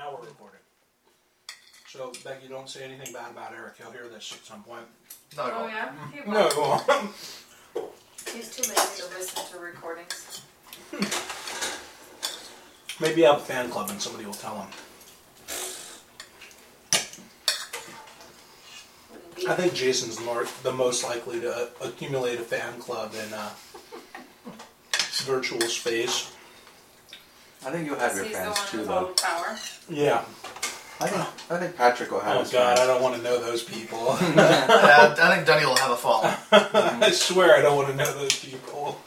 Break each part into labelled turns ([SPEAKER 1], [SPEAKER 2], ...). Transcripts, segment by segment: [SPEAKER 1] hour recorded. So Becky, don't say anything bad about Eric. He'll hear this at some point.
[SPEAKER 2] No, I
[SPEAKER 3] Oh,
[SPEAKER 2] won't.
[SPEAKER 3] yeah? He won't.
[SPEAKER 1] No, he won't.
[SPEAKER 3] He's too lazy to listen to recordings.
[SPEAKER 1] Maybe I have a fan club and somebody will tell him.
[SPEAKER 3] Wouldn't be-
[SPEAKER 1] I think Jason's more, the most likely to uh, accumulate a fan club in uh, virtual space.
[SPEAKER 4] I think you'll have your
[SPEAKER 3] He's the one
[SPEAKER 4] fans too,
[SPEAKER 3] with all
[SPEAKER 4] though.
[SPEAKER 3] the power.
[SPEAKER 1] Yeah.
[SPEAKER 4] I think, I think Patrick will have
[SPEAKER 1] Oh
[SPEAKER 4] his
[SPEAKER 1] God, I
[SPEAKER 4] fans.
[SPEAKER 1] don't want to know those people.
[SPEAKER 2] Yeah, I think Dunny will have a fall.
[SPEAKER 1] I swear I don't want to know those people.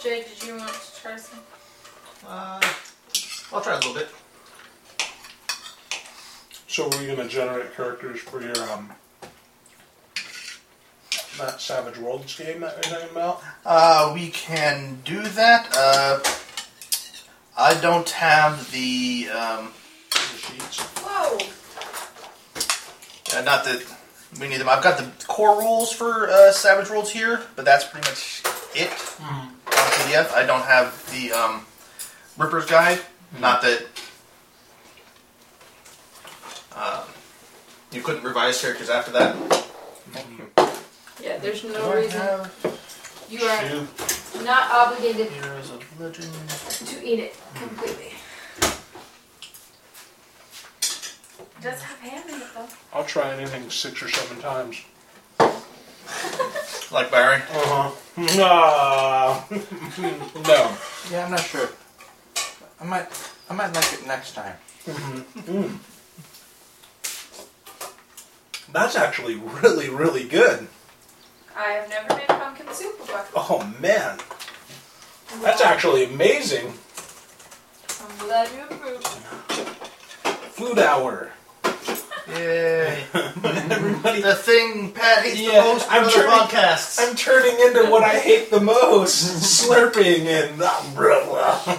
[SPEAKER 3] Jay, did you want to try some?
[SPEAKER 2] Uh, I'll try a little bit.
[SPEAKER 1] So were you gonna generate characters for your um that Savage Worlds game that you're talking about?
[SPEAKER 2] Uh, we can do that. Uh, I don't have the. Um,
[SPEAKER 1] The sheets.
[SPEAKER 3] Whoa!
[SPEAKER 2] uh, not that we need them. I've got the core rules for uh, Savage Worlds here, but that's pretty much it
[SPEAKER 3] Mm-hmm.
[SPEAKER 2] on PDF. I don't have the um, Ripper's Guide.
[SPEAKER 3] Mm-hmm.
[SPEAKER 2] Not that. Um, you couldn't revise characters after that.
[SPEAKER 3] Yeah, there's
[SPEAKER 2] Do
[SPEAKER 3] no
[SPEAKER 2] I
[SPEAKER 3] reason.
[SPEAKER 2] have
[SPEAKER 3] You are
[SPEAKER 1] Shoe.
[SPEAKER 3] not obligated
[SPEAKER 2] Heroes of Legend?
[SPEAKER 3] to eat it completely. It does have ham in it though.
[SPEAKER 1] I'll try anything six or seven times.
[SPEAKER 2] Like Barry.
[SPEAKER 1] Uh huh. no.
[SPEAKER 4] Yeah, I'm not sure. I might, I might like it next time.
[SPEAKER 1] That's actually really, really good.
[SPEAKER 3] I have never made pumpkin soup before.
[SPEAKER 1] Oh man, that's actually amazing.
[SPEAKER 3] I'm glad you approved.
[SPEAKER 1] Food hour.
[SPEAKER 2] Yay.
[SPEAKER 1] Everybody,
[SPEAKER 2] The thing Pat hates
[SPEAKER 1] Yeah,
[SPEAKER 2] the most
[SPEAKER 1] I'm
[SPEAKER 2] I'm
[SPEAKER 1] turning-
[SPEAKER 2] podcasts.
[SPEAKER 1] I'm turning into what I hate the most: slurping and blah blah. blah.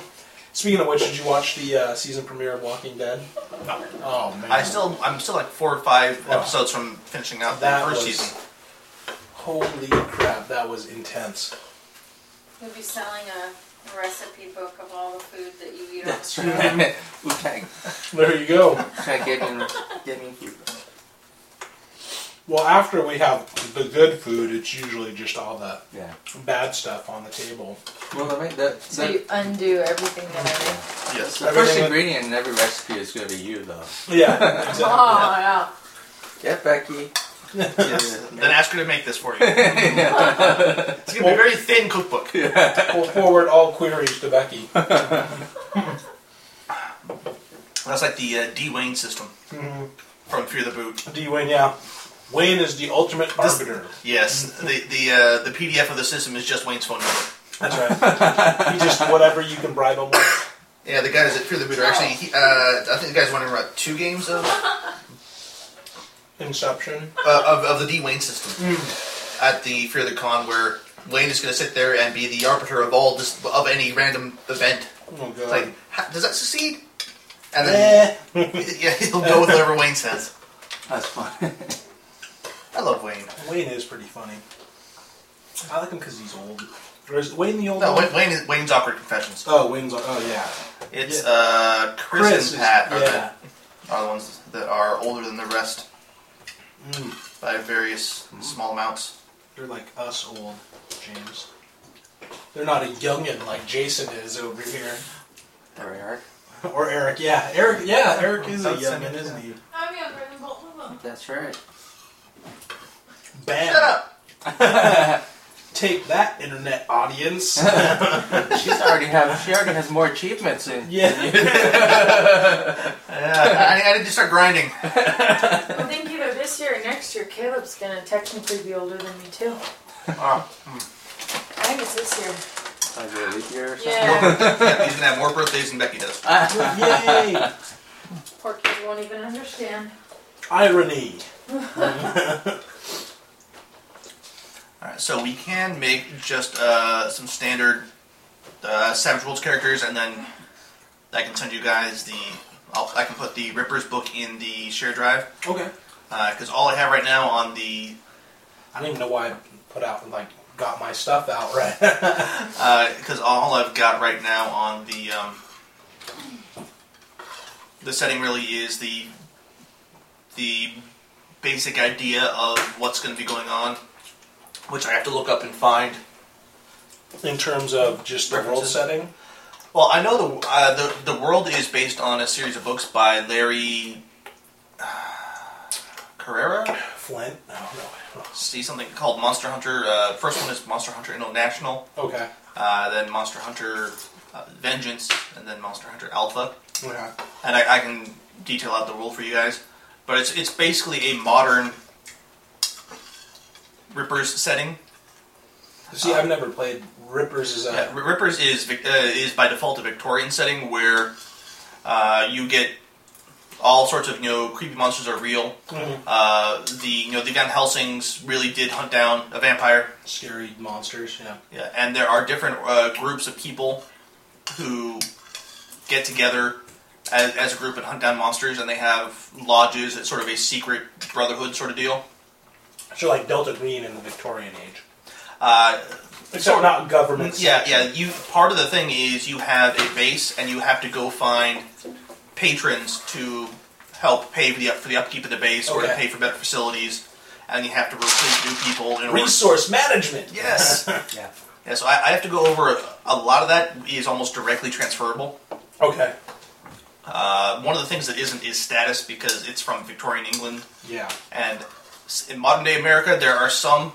[SPEAKER 1] Speaking of which, did you watch the uh, season premiere of Walking Dead? No. Oh man,
[SPEAKER 2] I still, I'm still like four or five
[SPEAKER 1] Oh.
[SPEAKER 2] episodes from finishing out the
[SPEAKER 1] That
[SPEAKER 2] first
[SPEAKER 1] was-
[SPEAKER 2] season.
[SPEAKER 1] Holy crap, that was intense.
[SPEAKER 3] You'll be selling a recipe book of all the food that you eat. on
[SPEAKER 4] That's
[SPEAKER 3] the
[SPEAKER 4] right. Wu Tang.
[SPEAKER 1] There you go.
[SPEAKER 4] Try getting, getting food.
[SPEAKER 1] Well, after we have the good food, it's usually just all the
[SPEAKER 4] Yeah.
[SPEAKER 1] bad stuff on the table.
[SPEAKER 4] Well, the, ma- the,
[SPEAKER 3] So
[SPEAKER 4] the,
[SPEAKER 3] you undo everything that I
[SPEAKER 2] Yes.
[SPEAKER 4] the first
[SPEAKER 1] Everything-
[SPEAKER 4] ingredient in every recipe is gonna be you, though.
[SPEAKER 1] Yeah,
[SPEAKER 3] do. Oh, yeah.
[SPEAKER 4] Get Becky.
[SPEAKER 2] yes. Then ask her to make this for you. It's gonna be a
[SPEAKER 1] Well-
[SPEAKER 2] very thin cookbook.
[SPEAKER 1] We'll forward all queries to Becky.
[SPEAKER 2] That's like the uh, D Wayne system
[SPEAKER 1] Mm-hmm.
[SPEAKER 2] from Fear the Boot.
[SPEAKER 1] D Wayne, yeah. Wayne is the ultimate arbiter.
[SPEAKER 2] Yes.
[SPEAKER 1] Mm-hmm.
[SPEAKER 2] the the uh, the PDF of the system is just Wayne's phone number.
[SPEAKER 1] That's right. he just whatever you can bribe him with.
[SPEAKER 2] Yeah, the guys at Fear the Boot are actually. He, uh, I think the guys running about two games of
[SPEAKER 1] Inception.
[SPEAKER 2] uh, of, of the D Wayne system at the Fear the Con, where Wayne is going to sit there and be the arbiter of all this of any random event.
[SPEAKER 1] Oh god.
[SPEAKER 2] It's like, "Ha- does that succeed? And then
[SPEAKER 1] Eh.
[SPEAKER 2] yeah, he'll go with whatever Wayne says.
[SPEAKER 4] That's fun.
[SPEAKER 2] I love Wayne.
[SPEAKER 1] Wayne is pretty funny. I like him because he's old. Or is Wayne the old
[SPEAKER 2] No,
[SPEAKER 1] one?
[SPEAKER 2] Wayne, Wayne is, Wayne's awkward confessions.
[SPEAKER 1] Oh, Wayne's. Oh yeah.
[SPEAKER 2] It's
[SPEAKER 1] Yeah.
[SPEAKER 2] uh, Chris,
[SPEAKER 1] is-
[SPEAKER 2] and Pat are,
[SPEAKER 1] Yeah.
[SPEAKER 2] the, are the ones that are older than the rest
[SPEAKER 1] Mm,
[SPEAKER 2] by various small amounts.
[SPEAKER 1] they're like us old, James. They're not a youngin like Jason is over here.
[SPEAKER 4] There we are.
[SPEAKER 1] Or Eric, yeah. Eric, yeah, Eric is a
[SPEAKER 4] That's
[SPEAKER 1] youngin,
[SPEAKER 4] it.
[SPEAKER 1] isn't he?
[SPEAKER 3] I'm younger than both of them.
[SPEAKER 4] That's right.
[SPEAKER 1] Bam.
[SPEAKER 2] Shut up!
[SPEAKER 1] Take that, internet audience.
[SPEAKER 4] She's already have. She already has more achievements in.
[SPEAKER 1] yeah.
[SPEAKER 2] Yeah, I, I need to start grinding.
[SPEAKER 3] I think either this year or next year, Caleb's gonna technically be older than me too.
[SPEAKER 2] Oh,
[SPEAKER 3] I think it's this year.
[SPEAKER 4] Like a leap year or something.
[SPEAKER 3] Yeah.
[SPEAKER 2] yeah, he's gonna have more birthdays than Becky does.
[SPEAKER 1] Yay.
[SPEAKER 3] Poor kids won't even understand.
[SPEAKER 1] Irony.
[SPEAKER 2] Alright, so we can make just uh, some standard uh, Savage Worlds characters, and then I can send you guys the. I'll, I can put the Ripper's book in the share drive uh,
[SPEAKER 1] Okay.
[SPEAKER 2] because all I have right now on the
[SPEAKER 1] I don't even know why I put out like got my stuff out right.
[SPEAKER 2] because uh, all I've got right now on the um, the setting really is the the basic idea of what's going to be going on, which I have to look up and find.
[SPEAKER 1] In terms of just the world
[SPEAKER 2] References.
[SPEAKER 1] setting,
[SPEAKER 2] Well, I know the uh, the the world is based on a series of books by Larry uh, Carrera.
[SPEAKER 1] Flint. I don't know.
[SPEAKER 2] See something called Monster Hunter. Uh, first one is Monster Hunter International,
[SPEAKER 1] Okay.
[SPEAKER 2] uh, then Monster Hunter uh, Vengeance, and then Monster Hunter Alpha.
[SPEAKER 1] Yeah.
[SPEAKER 2] and I, I can detail out the rule for you guys. But it's it's basically a modern Rippers setting.
[SPEAKER 1] See, I've never played Rippers. Is a
[SPEAKER 2] Yeah, R- Rippers is Vic- uh, is by default a Victorian setting where uh, you get all sorts of you know creepy monsters are real.
[SPEAKER 1] Mhm.
[SPEAKER 2] Uh, the you know the Van Helsing's really did hunt down a vampire.
[SPEAKER 1] scary monsters. Yeah.
[SPEAKER 2] Yeah, and there are different uh, groups of people who get together as, as a group and hunt down monsters, and they have lodges. It's sort of a secret brotherhood sort of deal.
[SPEAKER 1] So like Delta Green in the Victorian age,
[SPEAKER 2] Uh,
[SPEAKER 1] except
[SPEAKER 2] Sort-
[SPEAKER 1] not governments.
[SPEAKER 2] yeah, yeah. You part of the thing is you have a base, and you have to go find patrons to help pay for the up- for the upkeep of the base, or to
[SPEAKER 1] Okay.
[SPEAKER 2] pay for better facilities, and you have to recruit new people in order.
[SPEAKER 1] Resource management.
[SPEAKER 2] Yes.
[SPEAKER 4] Yeah.
[SPEAKER 2] Yeah, so I, I have to go over a lot of that is almost directly transferable.
[SPEAKER 1] Okay.
[SPEAKER 2] Uh, one of the things that isn't is status because it's from Victorian England,
[SPEAKER 1] Yeah.
[SPEAKER 2] and s- in modern day America, there are some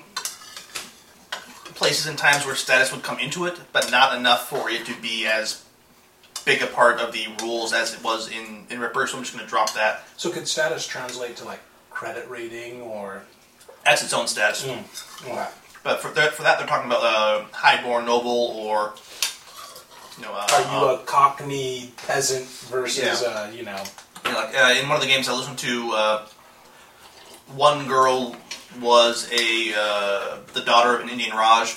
[SPEAKER 2] places and times where status would come into it, but not enough for it to be as big a part of the rules as it was in in Ripper. So I'm just going to drop that.
[SPEAKER 1] So could status translate to like credit rating or?
[SPEAKER 2] That's its own status.
[SPEAKER 1] Okay.
[SPEAKER 2] But for that, for that, they're talking about uh, highborn noble or you know, uh,
[SPEAKER 1] Are you
[SPEAKER 2] uh,
[SPEAKER 1] a Cockney peasant versus
[SPEAKER 2] Yeah.
[SPEAKER 1] uh, you know?
[SPEAKER 2] you know, like uh, in one of the games I listened to, uh, one girl was a uh, the daughter of an Indian Raj,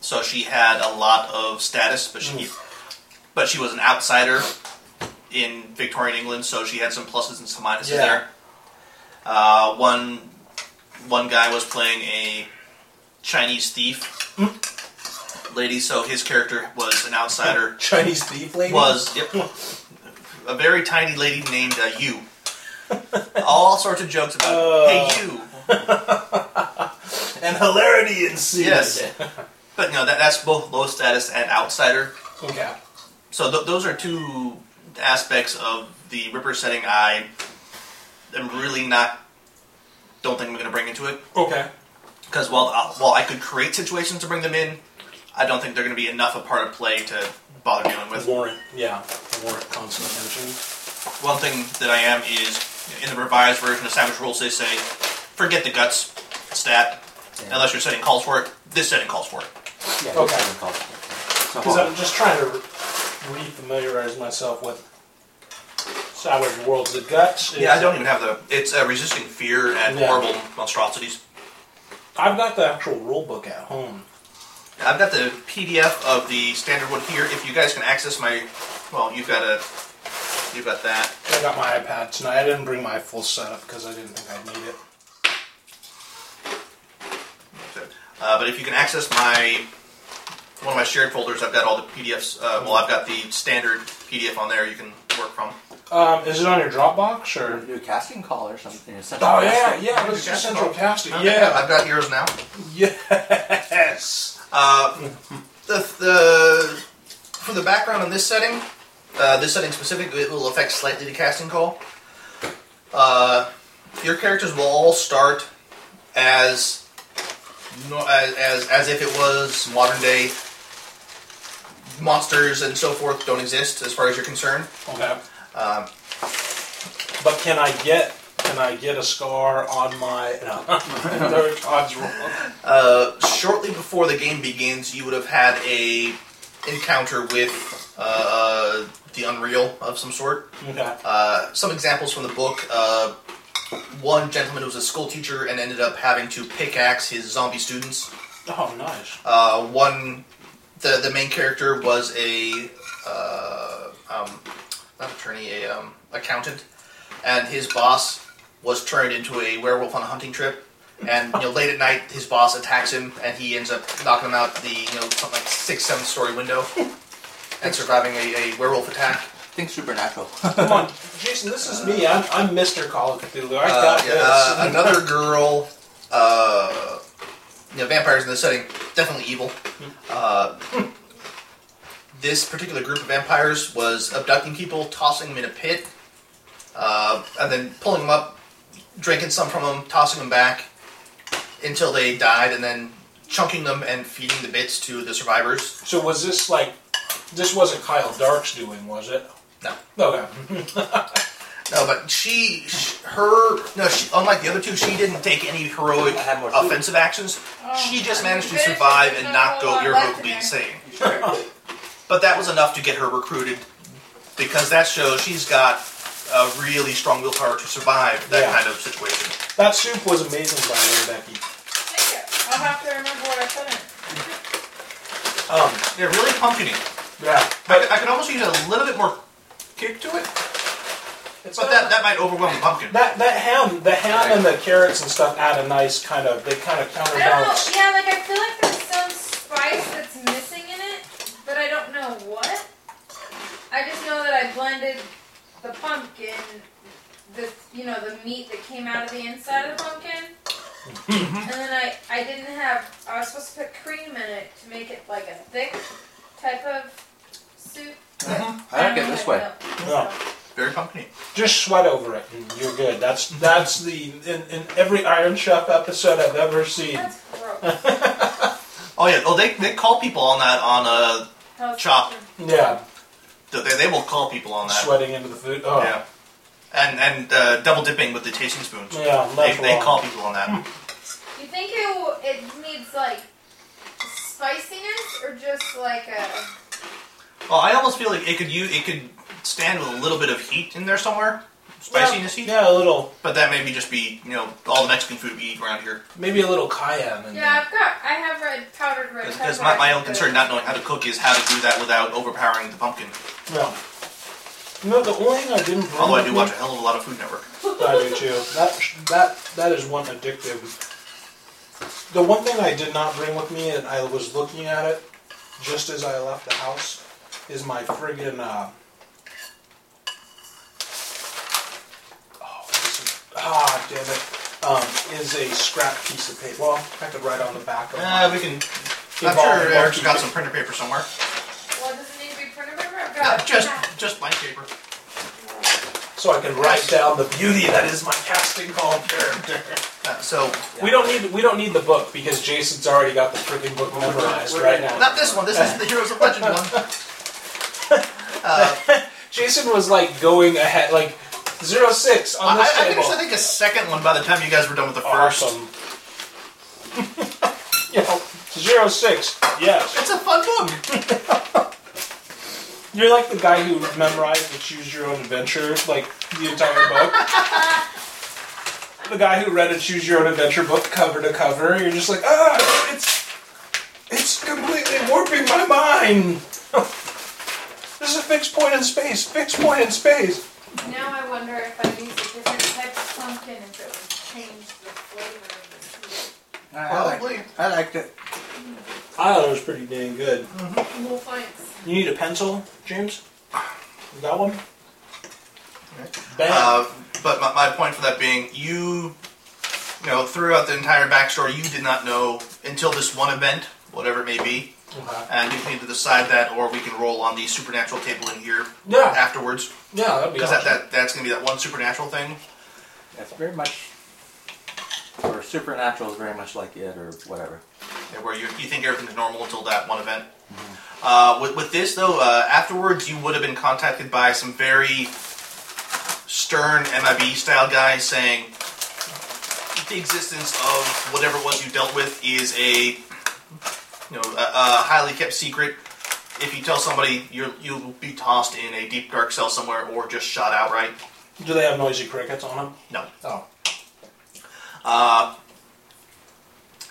[SPEAKER 2] so she had a lot of status, but she but she was an outsider in Victorian England, so she had some pluses and some minuses
[SPEAKER 1] Yeah.
[SPEAKER 2] there. Uh, one one guy was playing a Chinese thief lady, so his character was an outsider
[SPEAKER 1] Chinese thief lady
[SPEAKER 2] was yep, a very tiny lady named uh, You. All sorts of jokes about
[SPEAKER 1] Oh.
[SPEAKER 2] hey you,
[SPEAKER 1] and hilarity ensued.
[SPEAKER 2] yes. But no, that, that's both low status and outsider.
[SPEAKER 1] Okay.
[SPEAKER 2] So th- those are two aspects of the Ripper setting I am really not don't think I'm going to bring into it
[SPEAKER 1] Okay.
[SPEAKER 2] because while uh, while I could create situations to bring them in, I don't think they're going to be enough a part of play to bother dealing with.
[SPEAKER 1] warrant. Yeah. warrant comes attention.
[SPEAKER 2] One thing that I am is in the revised version of Savage Rules, they say forget the guts stat unless your setting calls for it. This setting calls for it.
[SPEAKER 4] Yeah.
[SPEAKER 1] Okay.
[SPEAKER 4] that's what we call it. So,
[SPEAKER 1] Because I'm just trying to re- re-familiarize myself with Savage Worlds. The guts. Is,
[SPEAKER 2] Yeah, I don't even have the. It's uh, resisting fear and
[SPEAKER 1] Yeah.
[SPEAKER 2] horrible monstrosities.
[SPEAKER 1] I've got the actual rule book at home.
[SPEAKER 2] I've got the PDF of the standard one here. If you guys can access my, well, you've got a, you've got that.
[SPEAKER 1] I got my iPad tonight. I didn't bring my full setup because I didn't think I'd need it.
[SPEAKER 2] Uh, but if you can access my one of my shared folders, I've got all the PDFs. Uh, well, I've got the standard PDF on there. You can work from.
[SPEAKER 1] Um, is it on your Dropbox or?
[SPEAKER 4] do a casting call or something. or something.
[SPEAKER 1] Oh yeah, yeah.
[SPEAKER 2] Your
[SPEAKER 1] This is
[SPEAKER 2] casting
[SPEAKER 1] Central
[SPEAKER 2] call.
[SPEAKER 1] Casting.
[SPEAKER 2] Okay,
[SPEAKER 1] Yeah.
[SPEAKER 2] I've got yours now.
[SPEAKER 1] Yes.
[SPEAKER 2] Uh, the, the for the background on this setting, uh, this setting specific, it will affect slightly the casting call. Uh, your characters will all start as no, as, as as if it was modern day monsters and so forth don't exist as far as you're concerned.
[SPEAKER 1] Okay.
[SPEAKER 2] Um,
[SPEAKER 1] But can I get can I get a scar on my no. third odds roll?
[SPEAKER 2] uh, shortly before the game begins, you would have had a encounter with uh, the Unreal of some sort.
[SPEAKER 1] Okay.
[SPEAKER 2] Uh, some examples from the book. Uh, one gentleman who was a school teacher and ended up having to pickaxe his zombie students.
[SPEAKER 1] Oh, nice.
[SPEAKER 2] Uh, one, the the main character was a uh, um, not attorney, a um, accountant, and his boss was turned into a werewolf on a hunting trip. And you know, late at night, his boss attacks him, and he ends up knocking him out the you know something like six, seven story window, and surviving a, a werewolf attack.
[SPEAKER 4] Think supernatural.
[SPEAKER 1] Come on, Jason, this is me. I'm, I'm Mr. Call of Cthulhu. I
[SPEAKER 2] Uh,
[SPEAKER 1] got
[SPEAKER 2] yeah,
[SPEAKER 1] this.
[SPEAKER 2] uh, another girl. Uh, you know, vampires in this setting definitely evil. Uh, this particular group of vampires was abducting people, tossing them in a pit, uh, and then pulling them up, drinking some from them, tossing them back until they died, and then chunking them and feeding the bits to the survivors.
[SPEAKER 1] so was this like, this wasn't Kyle Dark's doing, was it?
[SPEAKER 2] No.
[SPEAKER 1] Okay.
[SPEAKER 2] No, but she, sh her, no, she, unlike the other two, she didn't take any heroic
[SPEAKER 4] I had more food.
[SPEAKER 2] offensive actions. She just managed to survive and not go irrevocably insane. But that was enough to get her recruited because that shows she's got a really strong willpower to survive that
[SPEAKER 1] Yeah.
[SPEAKER 2] kind of situation.
[SPEAKER 1] That soup was amazing, by the way, Becky.
[SPEAKER 5] Thank you. I'll have to remember what I put in.
[SPEAKER 1] Um,
[SPEAKER 2] Yeah, really pumpkiny.
[SPEAKER 1] yeah.
[SPEAKER 2] I, could- I could almost use a little bit more kick to it,
[SPEAKER 1] It's not-
[SPEAKER 2] but that, that might overwhelm the pumpkin.
[SPEAKER 1] That that ham, the ham and the carrots and stuff add a nice kind of they kind of
[SPEAKER 3] I don't know.
[SPEAKER 1] counterbalance.
[SPEAKER 3] Yeah, like I feel like there's some spice that's missing in it, but I don't know what. I just know that I blended the pumpkin, the you know the meat that came out of the inside of the pumpkin, and then I I didn't have I was supposed to put cream in it to make it like a thick type of soup. but
[SPEAKER 4] I like
[SPEAKER 3] don't
[SPEAKER 4] it
[SPEAKER 3] know
[SPEAKER 4] this
[SPEAKER 3] what
[SPEAKER 4] way.
[SPEAKER 3] I built.
[SPEAKER 1] Yeah.
[SPEAKER 2] Very pumpkiny.
[SPEAKER 1] Just sweat over it, and you're good. That's that's the in, in every Iron Chef episode I've ever seen.
[SPEAKER 3] That's gross.
[SPEAKER 2] Oh yeah. Oh, they, they call people on that on uh,
[SPEAKER 3] That was-
[SPEAKER 2] Chop.
[SPEAKER 1] Yeah,
[SPEAKER 2] they, they will call people on that.
[SPEAKER 1] sweating into the food. Oh, yeah,
[SPEAKER 2] Yeah. And and uh, double dipping with the tasting spoons. They,
[SPEAKER 1] that's
[SPEAKER 2] they
[SPEAKER 1] wrong.
[SPEAKER 2] call people on that.
[SPEAKER 3] You think it w- it needs like spiciness or just like a
[SPEAKER 2] Well, Oh, I almost feel like it could you it could stand with a little bit of heat in there somewhere, spiciness heat.
[SPEAKER 1] Yeah, a little
[SPEAKER 2] But that maybe just be you know all the Mexican food we eat around here.
[SPEAKER 1] maybe a little cayenne. In
[SPEAKER 3] yeah? I've got I have red powdered red pepper.
[SPEAKER 2] Because my, my own
[SPEAKER 3] But-
[SPEAKER 2] concern not knowing how to cook is how to do that without overpowering the pumpkin.
[SPEAKER 1] there. Yeah. No, the only thing I didn't. bring
[SPEAKER 2] Although Oh, I
[SPEAKER 1] with
[SPEAKER 2] do
[SPEAKER 1] me-
[SPEAKER 2] watch a hell of a lot of Food Network.
[SPEAKER 1] I do too. That that that is one addictive. The one thing I did not bring with me, and I was looking at it just as I left the house, is my friggin' uh. oh, what is it? Ah, damn it. Um, is a scrap piece of paper. Well, I could write on the back of
[SPEAKER 2] Uh,
[SPEAKER 1] my-
[SPEAKER 2] we can. I'm
[SPEAKER 1] Involve
[SPEAKER 2] sure Eric's
[SPEAKER 1] monkey
[SPEAKER 2] got
[SPEAKER 1] paper.
[SPEAKER 2] some printer paper somewhere.
[SPEAKER 3] Well, does it need to be printed paper? I've
[SPEAKER 2] Yeah,
[SPEAKER 3] got
[SPEAKER 2] just just blank paper.
[SPEAKER 1] so I can write down the beauty that is my casting call character.
[SPEAKER 2] Uh, so
[SPEAKER 1] We don't need we don't need the book because Jason's already got the friggin' book memorized right now.
[SPEAKER 2] not this one. This is the Heroes of Legend one. Uh,
[SPEAKER 1] Jason was like going ahead, like zero six on
[SPEAKER 2] I,
[SPEAKER 1] this
[SPEAKER 2] I
[SPEAKER 1] table.
[SPEAKER 2] finished, I think, a second one by the time you guys were done with the first.
[SPEAKER 1] awesome. you know, zero six. Yes.
[SPEAKER 2] It's a fun book.
[SPEAKER 1] You're like the guy who memorized the Choose Your Own Adventure, like the entire book. the guy who read a Choose Your Own Adventure book cover to cover. You're just like, ah, it's it's completely warping my mind. this is a fixed point in space. Fixed point in space.
[SPEAKER 3] now I wonder if I use a different type of pumpkin if it would change the flavor of the soup.
[SPEAKER 6] I liked it.
[SPEAKER 2] Probably.
[SPEAKER 6] I liked it.
[SPEAKER 1] I thought it was pretty dang good.
[SPEAKER 3] Well, thanks.
[SPEAKER 1] You need a pencil, James? You got one? Bam.
[SPEAKER 2] Uh, but my, my point for that being, you, you know, throughout the entire backstory, you did not know until this one event, whatever it may be,
[SPEAKER 1] Okay.
[SPEAKER 2] and you can either decide that, or we can roll on the supernatural table in here
[SPEAKER 1] Yeah,
[SPEAKER 2] afterwards,
[SPEAKER 1] yeah, that'd be
[SPEAKER 2] because
[SPEAKER 1] awesome.
[SPEAKER 2] that, that that's going to be that one supernatural thing.
[SPEAKER 4] That's very much. Or supernatural is very much like it, or whatever.
[SPEAKER 2] Yeah, where you, you think everything's normal until that one event. Uh, with, with this, though, uh, afterwards you would have been contacted by some very stern MIB style guy saying the existence of whatever it was you dealt with is a you know a, a highly kept secret. If you tell somebody, you're, you'll be tossed in a deep dark cell somewhere or just shot outright.
[SPEAKER 1] Do they have noisy crickets on them?
[SPEAKER 2] No.
[SPEAKER 1] Oh.
[SPEAKER 2] Uh,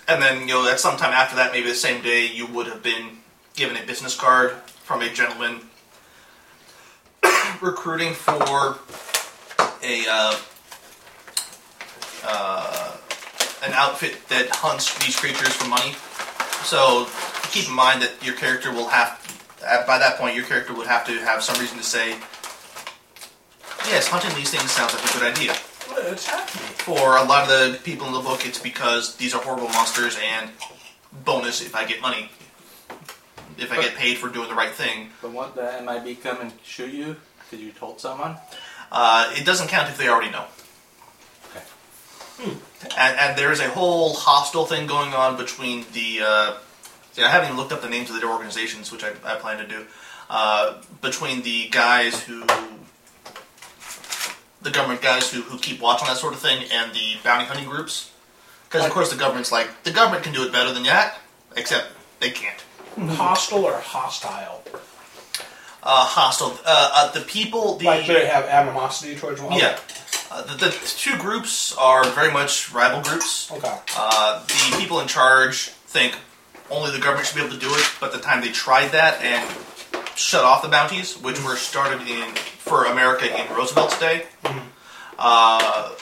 [SPEAKER 2] and then, you know, at some time after that, maybe the same day, you would have been given a business card from a gentleman recruiting for a uh, uh, an outfit that hunts these creatures for money. So keep in mind that your character will have, at, by that point, your character would have to have some reason to say, yes, hunting these things sounds like a good idea.
[SPEAKER 1] Well, It's happening.
[SPEAKER 2] For a lot of the people in the book, it's because these are horrible monsters and bonus if I get money. If I get paid for doing the right thing.
[SPEAKER 4] But won't the MIB come and shoot you because you told someone?
[SPEAKER 2] Uh, it doesn't count if they already know.
[SPEAKER 4] Okay.
[SPEAKER 2] And, and there is a whole hostile thing going on between the. Uh, see, I haven't even looked up the names of their organizations, which I, I plan to do. Uh, between the guys who. The government guys who, who keep watch on that sort of thing and the bounty hunting groups. Because, of course, the government's like, the government can do it better than that, except they can't.
[SPEAKER 1] Hostile or hostile?
[SPEAKER 2] Uh, hostile. Uh, uh, the people. The,
[SPEAKER 1] Like, do they have animosity towards one?
[SPEAKER 2] Yeah. Uh, the, the two groups are very much rival groups.
[SPEAKER 1] Okay.
[SPEAKER 2] Uh, the people in charge think only the government should be able to do it, but the time they tried that and shut off the bounties, which were started in for America in Roosevelt's day, uh,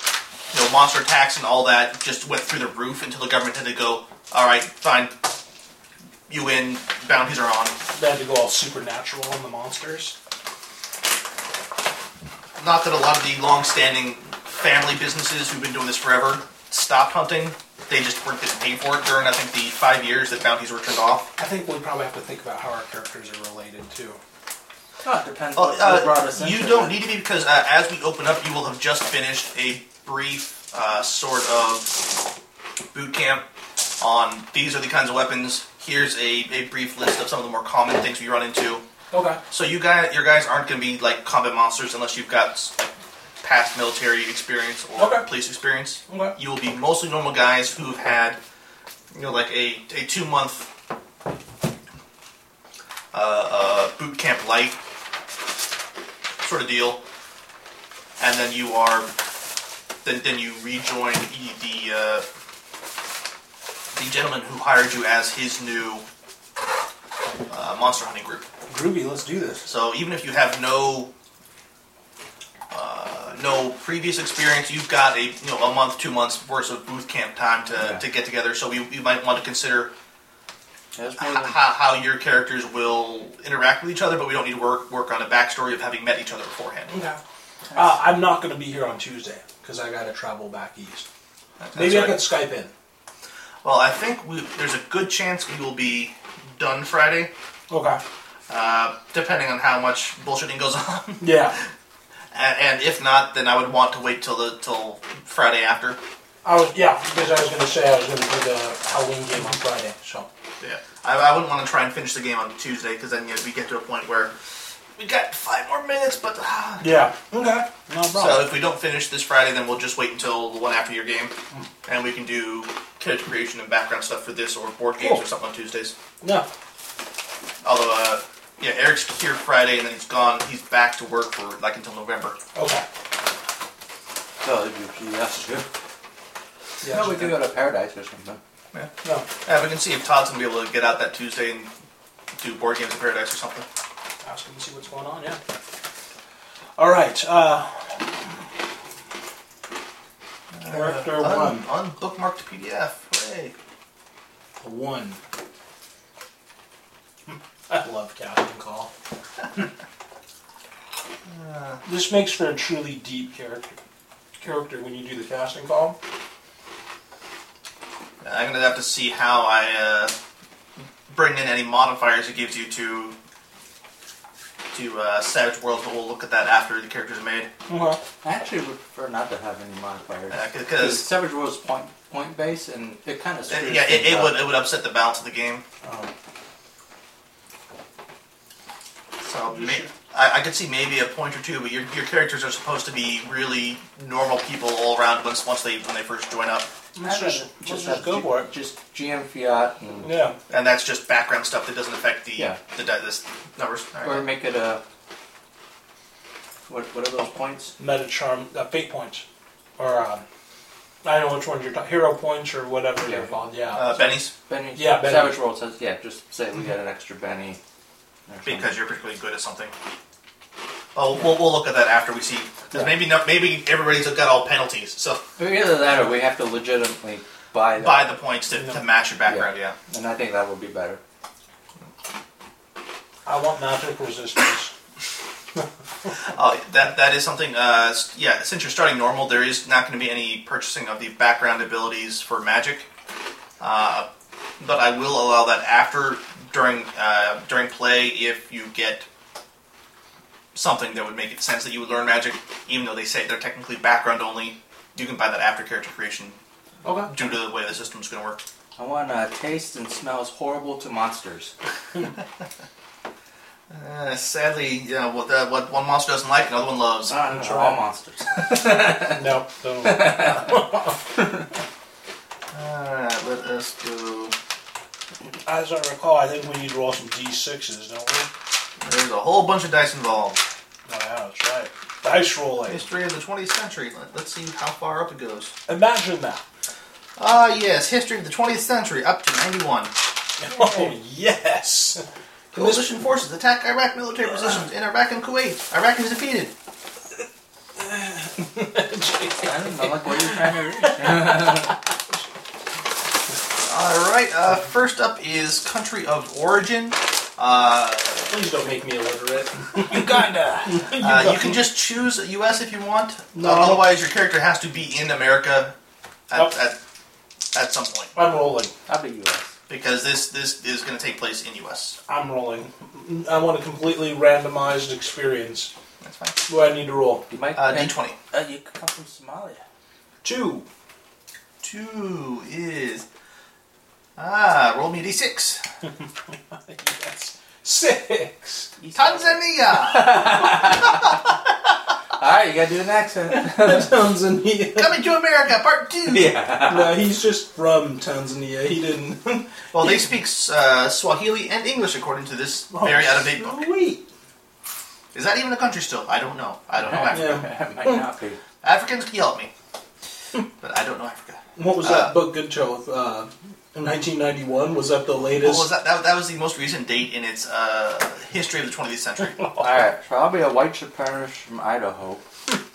[SPEAKER 2] you know, monster attacks and all that just went through the roof until the government had to go, all right, fine, you win, bounties are on.
[SPEAKER 1] They had to go all supernatural on the monsters.
[SPEAKER 2] Not that a lot of the long-standing family businesses who've been doing this forever stopped hunting. They just weren't getting paid for it during, I think, the five years that bounties were turned off.
[SPEAKER 1] I think we probably have to think about how our characters are related, too.
[SPEAKER 4] Oh, it depends
[SPEAKER 2] Well,
[SPEAKER 4] what brought us
[SPEAKER 2] uh,
[SPEAKER 4] into
[SPEAKER 2] you don't
[SPEAKER 4] it.
[SPEAKER 2] need to be because uh, as we open up, you will have just finished a brief uh, sort of boot camp on these are the kinds of weapons. Here's a, a brief list of some of the more common things we run into.
[SPEAKER 1] Okay.
[SPEAKER 2] So you guys, your guys aren't going to be like combat monsters unless you've got like, past military experience or
[SPEAKER 1] Okay.
[SPEAKER 2] police experience.
[SPEAKER 1] Okay.
[SPEAKER 2] you will be mostly normal guys who've had, you know, like a, a two month uh, uh, boot camp light sort of deal, and then you are then then you rejoin the the, uh, the gentleman who hired you as his new uh, monster hunting group.
[SPEAKER 1] Groovy, let's do this.
[SPEAKER 2] So even if you have no uh, no previous experience, you've got a you know a month, two months worth of boot camp time to,
[SPEAKER 4] Yeah.
[SPEAKER 2] to get together. So we, you might want to consider
[SPEAKER 4] That's more
[SPEAKER 2] h-
[SPEAKER 4] than-
[SPEAKER 2] how, how your characters will interact with each other, but we don't need to work work on a backstory of having met each other beforehand.
[SPEAKER 1] Okay. Uh, I'm not going to be here on Tuesday because I got to travel back east.
[SPEAKER 2] That's
[SPEAKER 1] Maybe I
[SPEAKER 2] right.
[SPEAKER 1] could Skype in.
[SPEAKER 2] Well, I think we, there's a good chance we will be done Friday,
[SPEAKER 1] Okay.
[SPEAKER 2] uh, depending on how much bullshitting goes on.
[SPEAKER 1] Yeah.
[SPEAKER 2] and, and if not, then I would want to wait till the till Friday after.
[SPEAKER 1] I was yeah because I was going to say I was going to do the Halloween game on Friday. So
[SPEAKER 2] Yeah, I, I wouldn't want to try and finish the game on Tuesday because then you know, we get to a point where we got five more minutes, but ah.
[SPEAKER 1] yeah. Okay. No
[SPEAKER 2] so
[SPEAKER 1] problem.
[SPEAKER 2] if we don't finish this Friday, then we'll just wait until the one after your game, and we can do character creation and background stuff for this or board games
[SPEAKER 1] Cool.
[SPEAKER 2] or something on Tuesdays.
[SPEAKER 1] no.
[SPEAKER 2] Although, uh, yeah, Eric's here Friday and then he's gone. He's back to work for like until November.
[SPEAKER 1] Okay.
[SPEAKER 4] So Oh, if you ask you.
[SPEAKER 1] Yeah.
[SPEAKER 4] no, we could go to paradise or something.
[SPEAKER 1] No.
[SPEAKER 2] Yeah, we can see if Todd's gonna be able to get out that Tuesday and do board games of Paradise or something.
[SPEAKER 1] Ask him to see what's going on. Yeah. All right. Uh, character
[SPEAKER 2] Uh, Un-
[SPEAKER 1] one.
[SPEAKER 2] unbookmarked PDF. Hey.
[SPEAKER 1] One. I love Captain Call. this makes for a truly deep character character when you do the casting call.
[SPEAKER 2] I'm gonna have to see how I uh, bring in any modifiers it gives you to to uh, Savage Worlds, but we'll look at that after the character's made. Uh,
[SPEAKER 1] Okay.
[SPEAKER 4] I actually would prefer not to have any modifiers. Because
[SPEAKER 2] Because
[SPEAKER 4] Savage Worlds point point base, and Uh, it kind of screws
[SPEAKER 2] uh, yeah, it,
[SPEAKER 4] things
[SPEAKER 2] it
[SPEAKER 4] up.
[SPEAKER 2] would it would upset the balance of the game.
[SPEAKER 1] Um,
[SPEAKER 2] So may, I, I could see maybe a point or two, but your, your characters are supposed to be really normal people all around once once they when they first join up,
[SPEAKER 1] let's
[SPEAKER 4] I'd rather
[SPEAKER 1] just, let's
[SPEAKER 4] have
[SPEAKER 1] just go
[SPEAKER 4] G-
[SPEAKER 1] for it.
[SPEAKER 4] Just GM Fiat, and,
[SPEAKER 1] Yeah.
[SPEAKER 2] and that's just background stuff that doesn't affect the
[SPEAKER 4] Yeah.
[SPEAKER 2] the, di- this numbers. All
[SPEAKER 4] or
[SPEAKER 2] right.
[SPEAKER 4] make it a what? What are those points?
[SPEAKER 1] Meta charm, uh, fate points, or um, I don't know which ones you're talking. Hero points or whatever
[SPEAKER 4] Yeah.
[SPEAKER 1] they're called. Yeah.
[SPEAKER 2] Uh, Benny's
[SPEAKER 4] Benny.
[SPEAKER 1] Yeah, Benny.
[SPEAKER 4] Savage Worlds says yeah. Just say we got an extra Benny. or something.
[SPEAKER 2] because you're particularly good at something. Oh, we'll, we'll look at that after we see. 'cause
[SPEAKER 4] Yeah.
[SPEAKER 2] Maybe not, maybe everybody's got all penalties. So
[SPEAKER 4] But either that, or we have to legitimately buy that.
[SPEAKER 2] Buy the points to, to match your background, yeah.
[SPEAKER 4] And I think that would be better.
[SPEAKER 1] I want magic resistance.
[SPEAKER 2] Oh, that that is something. Uh, s- yeah, since you're starting normal, there is not going to be any purchasing of the background abilities for magic. Uh, but I will allow that after during uh, during play if you get something that would make it sense that you would learn magic, even though they say they're technically background only. You can buy that after character creation
[SPEAKER 4] Okay.
[SPEAKER 2] due to the way the system's going to work.
[SPEAKER 4] I want uh, taste and smells horrible to monsters.
[SPEAKER 2] Uh, sadly, yeah, what, uh, what one monster doesn't like, another one loves.
[SPEAKER 4] Ah,
[SPEAKER 1] That's
[SPEAKER 4] no,
[SPEAKER 1] right.
[SPEAKER 4] all monsters.
[SPEAKER 1] no, no.
[SPEAKER 2] Uh, let us do.
[SPEAKER 1] As I recall, I think we need to roll some d6s, don't we?
[SPEAKER 2] There's a whole bunch of dice involved.
[SPEAKER 1] Oh, yeah, that's right. Dice rolling.
[SPEAKER 2] History of the 20th century. Let, us see how far up it goes.
[SPEAKER 1] Imagine that.
[SPEAKER 2] Ah, yes, history of the 20th century up to 91.
[SPEAKER 1] Oh, yes.
[SPEAKER 2] Coalition forces attack Iraq military positions in Iraq and Kuwait. Iraq is defeated.
[SPEAKER 4] I don't know, like what you're trying to read.
[SPEAKER 2] All right. Uh, first up is country of origin. Uh,
[SPEAKER 1] Please don't make me illiterate.
[SPEAKER 7] Uganda.
[SPEAKER 2] uh, you can just choose U.S. if you want. Uh,
[SPEAKER 1] No.
[SPEAKER 2] Otherwise, your character has to be in America at,
[SPEAKER 1] Nope.
[SPEAKER 2] at, at some point
[SPEAKER 1] I'm rolling.
[SPEAKER 4] I'll be U.S.
[SPEAKER 2] because this this is going to take place in U.S.
[SPEAKER 1] I'm rolling. I want a completely randomized experience.
[SPEAKER 2] That's fine.
[SPEAKER 1] What do I need to roll?
[SPEAKER 4] You might.
[SPEAKER 2] Uh, D20.
[SPEAKER 4] uh, you could come from Somalia.
[SPEAKER 1] Two.
[SPEAKER 2] Two is ah. Roll me a D6.
[SPEAKER 1] Yes. Six.
[SPEAKER 4] East Africa.
[SPEAKER 2] Tanzania!
[SPEAKER 4] All right, you gotta do an accent.
[SPEAKER 1] Tanzania.
[SPEAKER 2] Coming to America, part two!
[SPEAKER 4] yeah.
[SPEAKER 1] No, he's just from Tanzania. He didn't.
[SPEAKER 2] Well, they speak uh, Swahili and English according to this
[SPEAKER 1] Oh,
[SPEAKER 2] very out of date book.
[SPEAKER 1] Sweet.
[SPEAKER 2] Is that even a country still? I don't know. I don't know Africa.
[SPEAKER 1] Yeah.
[SPEAKER 4] might not be.
[SPEAKER 2] Africans can yell at me. But I don't know Africa.
[SPEAKER 1] What was
[SPEAKER 2] Uh,
[SPEAKER 1] that book good show? Uh, in 1991 was that the
[SPEAKER 2] What
[SPEAKER 1] latest?
[SPEAKER 2] was that? that? That was the most recent date in its uh, history of the 20th century.
[SPEAKER 4] All right, so I'll be a white supremacist from Idaho.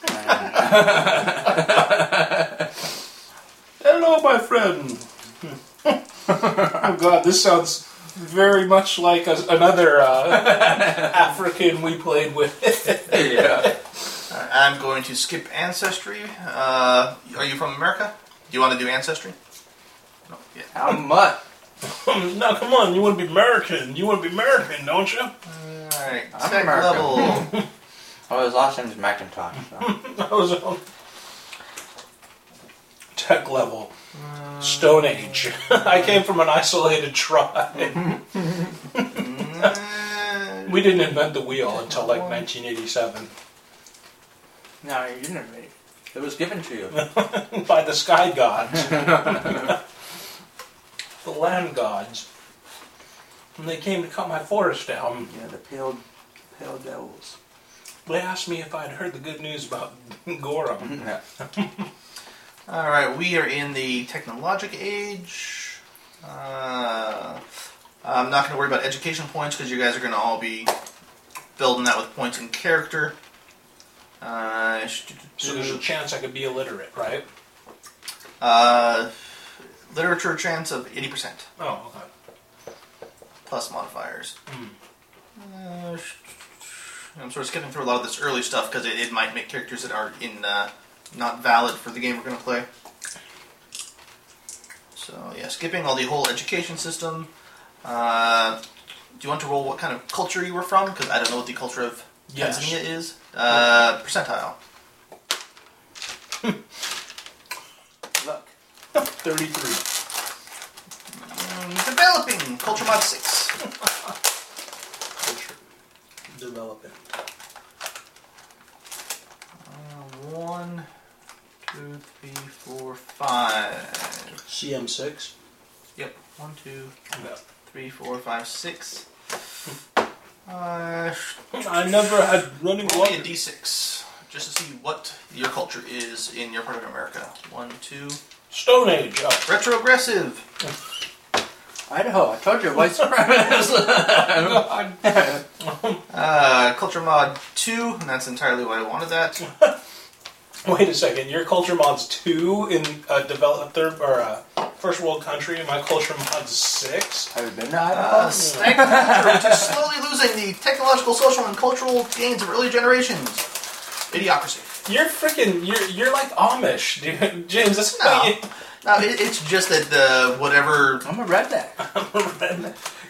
[SPEAKER 4] And-
[SPEAKER 1] Hello, my friend. oh God, this sounds very much like a, another uh, African we played with.
[SPEAKER 4] yeah.
[SPEAKER 2] Uh, I'm going to skip ancestry. Uh, are you from America? Do you want to do ancestry? No. Yeah.
[SPEAKER 4] How much?
[SPEAKER 1] now, come on, you want to be American? You want to be American, don't you?
[SPEAKER 2] All right.
[SPEAKER 4] I'm
[SPEAKER 2] Second
[SPEAKER 4] American.
[SPEAKER 2] level.
[SPEAKER 4] Oh, his last name is McIntosh. So.
[SPEAKER 1] I was on tech level, Stone Age. I came from an isolated tribe.
[SPEAKER 2] Uh,
[SPEAKER 1] We didn't invent the wheel until like 1987
[SPEAKER 4] no, you didn't read it. It was given to you.
[SPEAKER 1] by the sky gods, the land gods. And they came to cut my forest down.
[SPEAKER 4] Yeah, the pale, pale devils.
[SPEAKER 1] They asked me if I'd heard the good news about Gorum.
[SPEAKER 4] Yeah.
[SPEAKER 2] All right, we are in the technologic age. Uh, I'm not going to worry about education points because you guys are going to all be building that with points and character. Uh, sh-
[SPEAKER 1] So there's a chance I could be illiterate, right?
[SPEAKER 2] uh, literature chance of 80%
[SPEAKER 1] Oh, okay.
[SPEAKER 2] plus modifiers. Uh, sh- I'm sort of skipping through a lot of this early stuff because it, it might make characters that are in uh, not valid for the game we're going to play. So yeah, skipping all the whole education system. Uh, do you want to roll what kind of culture you were from? Because I don't know what the culture of
[SPEAKER 1] Yes.
[SPEAKER 2] Tanzania is. Uh, percentile.
[SPEAKER 4] Look.
[SPEAKER 1] 33.
[SPEAKER 2] Mm, developing culture mod six.
[SPEAKER 1] Culture. Developing.
[SPEAKER 2] Uh, one, two, three, four, five.
[SPEAKER 1] CM6.
[SPEAKER 2] Yep. One, two,
[SPEAKER 1] No.
[SPEAKER 2] three, four, five, six. Uh,
[SPEAKER 1] I never had running
[SPEAKER 2] roll me a
[SPEAKER 1] water.
[SPEAKER 2] d6 just to see what your culture is in your part of America. One, two.
[SPEAKER 1] Stone Age. Oh.
[SPEAKER 2] Retrogressive.
[SPEAKER 4] Idaho, I told you, white supremacist.
[SPEAKER 1] God.
[SPEAKER 2] Uh, culture mod two, and that's entirely why I wanted that.
[SPEAKER 1] Wait a second. Your culture mod's two in a developed third or a first world country, and my culture mod's six.
[SPEAKER 4] Have you been to Idaho?
[SPEAKER 2] Uh, snag culture, which is slowly losing the technological, social, and cultural gains of early generations. Idiocracy.
[SPEAKER 1] You're freaking. You're you're like Amish, dude. James, that's
[SPEAKER 2] No.
[SPEAKER 1] how you.
[SPEAKER 2] No, it, it's just that the whatever
[SPEAKER 4] I'm a redneck.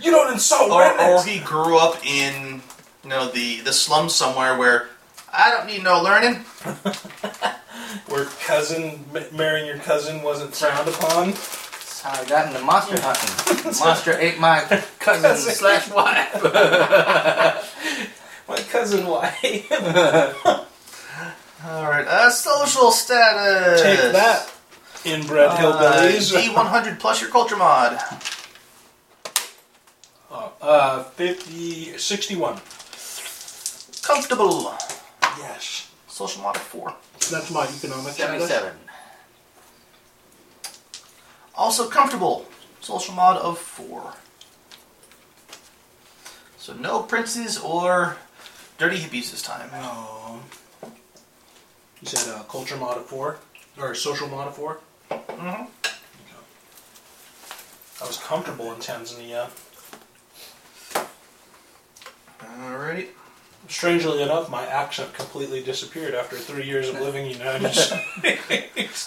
[SPEAKER 1] You don't insult
[SPEAKER 2] or, or
[SPEAKER 1] rednecks.
[SPEAKER 2] he grew up in you know the the slums somewhere where I don't need no learning.
[SPEAKER 1] Where cousin ma- marrying your cousin wasn't frowned upon.
[SPEAKER 4] That's how I got into monster hunting. The monster ate my cousin slash wife.
[SPEAKER 1] My cousin, why? Take
[SPEAKER 2] All right, uh, social status. Uh,
[SPEAKER 1] that, Uh, inbred hillbillies.
[SPEAKER 2] D one hundred plus your culture mod.
[SPEAKER 1] Oh, uh, 50, 61.
[SPEAKER 2] Comfortable.
[SPEAKER 1] Yes.
[SPEAKER 2] Social mod of four.
[SPEAKER 1] That's my economic status.
[SPEAKER 4] Seventy-seven.
[SPEAKER 2] Also comfortable. Social mod of four. So no princes or dirty hippies this time.
[SPEAKER 1] Um, you said uh, culture mod of four? Or social mod of four?
[SPEAKER 2] Mhm.
[SPEAKER 1] I was comfortable in Tanzania.
[SPEAKER 2] Alrighty.
[SPEAKER 1] Strangely enough, my accent completely disappeared after three years of living in the United States.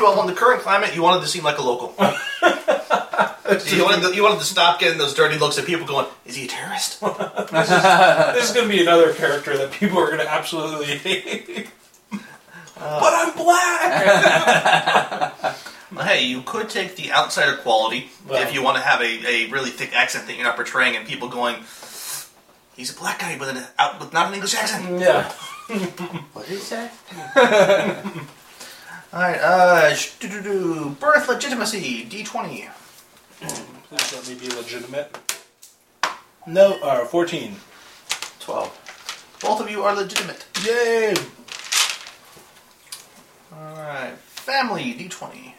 [SPEAKER 2] Well, in the current climate, you wanted to seem like a local. you, wanted to, you wanted to stop getting those dirty looks at people going, "Is he a terrorist?"
[SPEAKER 1] this is going to be another character that people are going to absolutely hate. but I'm black!
[SPEAKER 2] Well, hey, you could take the outsider quality
[SPEAKER 1] Well.
[SPEAKER 2] if you want to have a, a really thick accent that you're not portraying, and people going, "He's a black guy with an out with not an English accent."
[SPEAKER 1] yeah.
[SPEAKER 4] What did he say?
[SPEAKER 2] All right, uh, sh- doo-doo-doo. birth legitimacy D twenty.
[SPEAKER 1] Please let me be legitimate. No, uh, 14.
[SPEAKER 4] Twelve.
[SPEAKER 2] Both of you are legitimate.
[SPEAKER 1] Yay!
[SPEAKER 2] All right, family D twenty.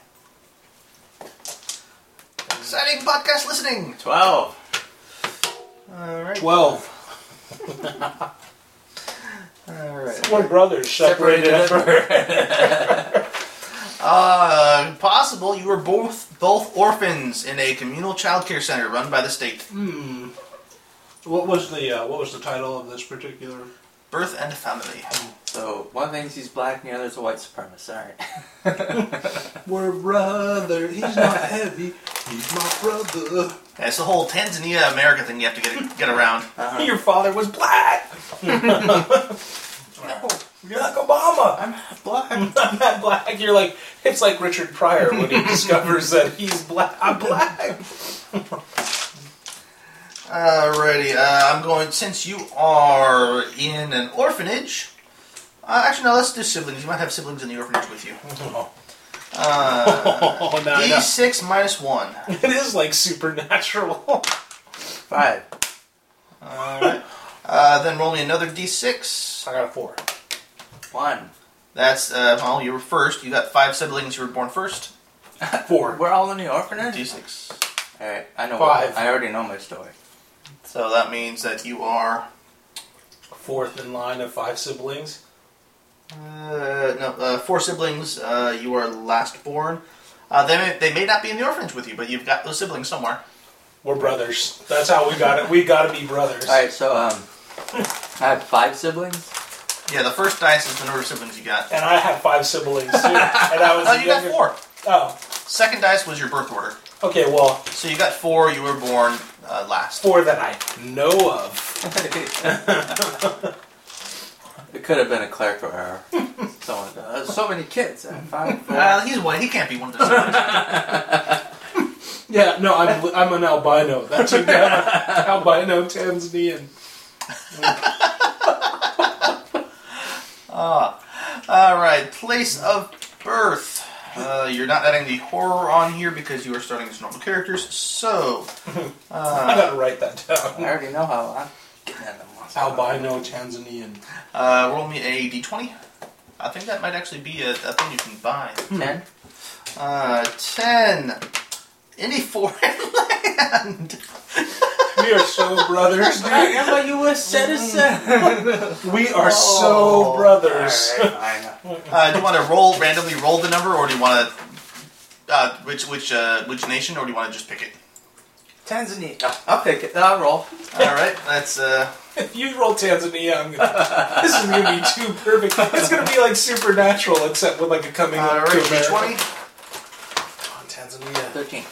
[SPEAKER 2] Exciting podcast listening.
[SPEAKER 4] Twelve.
[SPEAKER 2] All right.
[SPEAKER 1] 12.
[SPEAKER 2] All right.
[SPEAKER 1] One brother's separated. after-
[SPEAKER 2] Uh, possible. You were both both orphans in a communal childcare center run by the state.
[SPEAKER 1] Hmm. What was the uh, what was the title of this particular?
[SPEAKER 2] Birth and family.
[SPEAKER 4] So one thinks he's black, and the other's a white supremacist. All right.
[SPEAKER 1] We're brother. He's not heavy. He's my brother.
[SPEAKER 2] Yeah, it's the whole Tanzania America thing you have to get get around.
[SPEAKER 4] Uh-huh.
[SPEAKER 1] Your father was black. You're like Obama.
[SPEAKER 4] I'm half black.
[SPEAKER 1] I'm not black. You're like it's like Richard Pryor when he discovers that he's black. I'm black.
[SPEAKER 2] Alrighty. Uh, I'm going. Since you are in an orphanage, uh, actually no. Let's do siblings. You might have siblings in the orphanage with you.
[SPEAKER 1] Oh,
[SPEAKER 2] Uh,
[SPEAKER 1] no,
[SPEAKER 2] D
[SPEAKER 1] no.
[SPEAKER 2] six minus one.
[SPEAKER 1] It is like supernatural.
[SPEAKER 4] Five.
[SPEAKER 2] Alright. Uh, then roll me another D six.
[SPEAKER 1] I got a four.
[SPEAKER 4] One.
[SPEAKER 2] That's uh, well. You were first. You got five siblings. You were born first.
[SPEAKER 1] Four.
[SPEAKER 4] We're all in the orphanage.
[SPEAKER 2] D six.
[SPEAKER 4] All right. I know.
[SPEAKER 1] Five.
[SPEAKER 4] I already know my story.
[SPEAKER 2] So that means that you are.
[SPEAKER 1] Fourth in line of five siblings.
[SPEAKER 2] Uh, no, uh, four siblings. Uh, you are last born. Uh, they, may, they may not be in the orphanage with you, but you've got those siblings somewhere.
[SPEAKER 1] We're brothers. That's how we got it. We got to be brothers.
[SPEAKER 4] All right. So um, I have five siblings.
[SPEAKER 2] Yeah, the first dice is the number of siblings you got.
[SPEAKER 1] And I have five siblings too. and I was
[SPEAKER 2] No,
[SPEAKER 1] the
[SPEAKER 2] you got
[SPEAKER 1] younger-
[SPEAKER 2] four.
[SPEAKER 1] Oh,
[SPEAKER 2] Second dice was your birth order.
[SPEAKER 1] okay. Well,
[SPEAKER 2] So you got four. You were born uh, last.
[SPEAKER 1] four that I know of.
[SPEAKER 4] it could have been a clerical error. Someone, uh, so many kids. Uh, five, four.
[SPEAKER 2] Uh, he's white. He can't be one of the siblings.
[SPEAKER 1] Yeah, no, I'm I'm an albino. That's a albino Tanzanian.
[SPEAKER 2] All right, place of birth. Uh, you're not adding the horror on here because you are starting as normal characters. So,
[SPEAKER 1] I gotta write that
[SPEAKER 4] I
[SPEAKER 1] down.
[SPEAKER 4] already know how I'm getting at the monster.
[SPEAKER 1] Albino Tanzanian.
[SPEAKER 2] uh, roll me a d20. I think that might actually be a, a thing you can buy.
[SPEAKER 4] Ten.
[SPEAKER 2] Uh, ten. Any foreign land.
[SPEAKER 1] we are so brothers, dude.
[SPEAKER 4] Remember you were citizen.
[SPEAKER 1] We are so
[SPEAKER 2] Oh,
[SPEAKER 1] brothers.
[SPEAKER 2] Uh, do you want to roll randomly roll the number, or do you want to uh, which which uh, which nation, or do you want to just pick it?
[SPEAKER 4] Tanzania. No, I'll pick it. I'll roll.
[SPEAKER 2] All right, that's uh,
[SPEAKER 1] If you roll Tanzania, I'm gonna, this is gonna be too perfect. It's gonna be like supernatural, except with like a coming
[SPEAKER 2] all
[SPEAKER 1] up
[SPEAKER 2] right.
[SPEAKER 1] to
[SPEAKER 2] D
[SPEAKER 1] America.
[SPEAKER 2] twenty.
[SPEAKER 1] Come on, Tanzania.
[SPEAKER 4] Thirteen.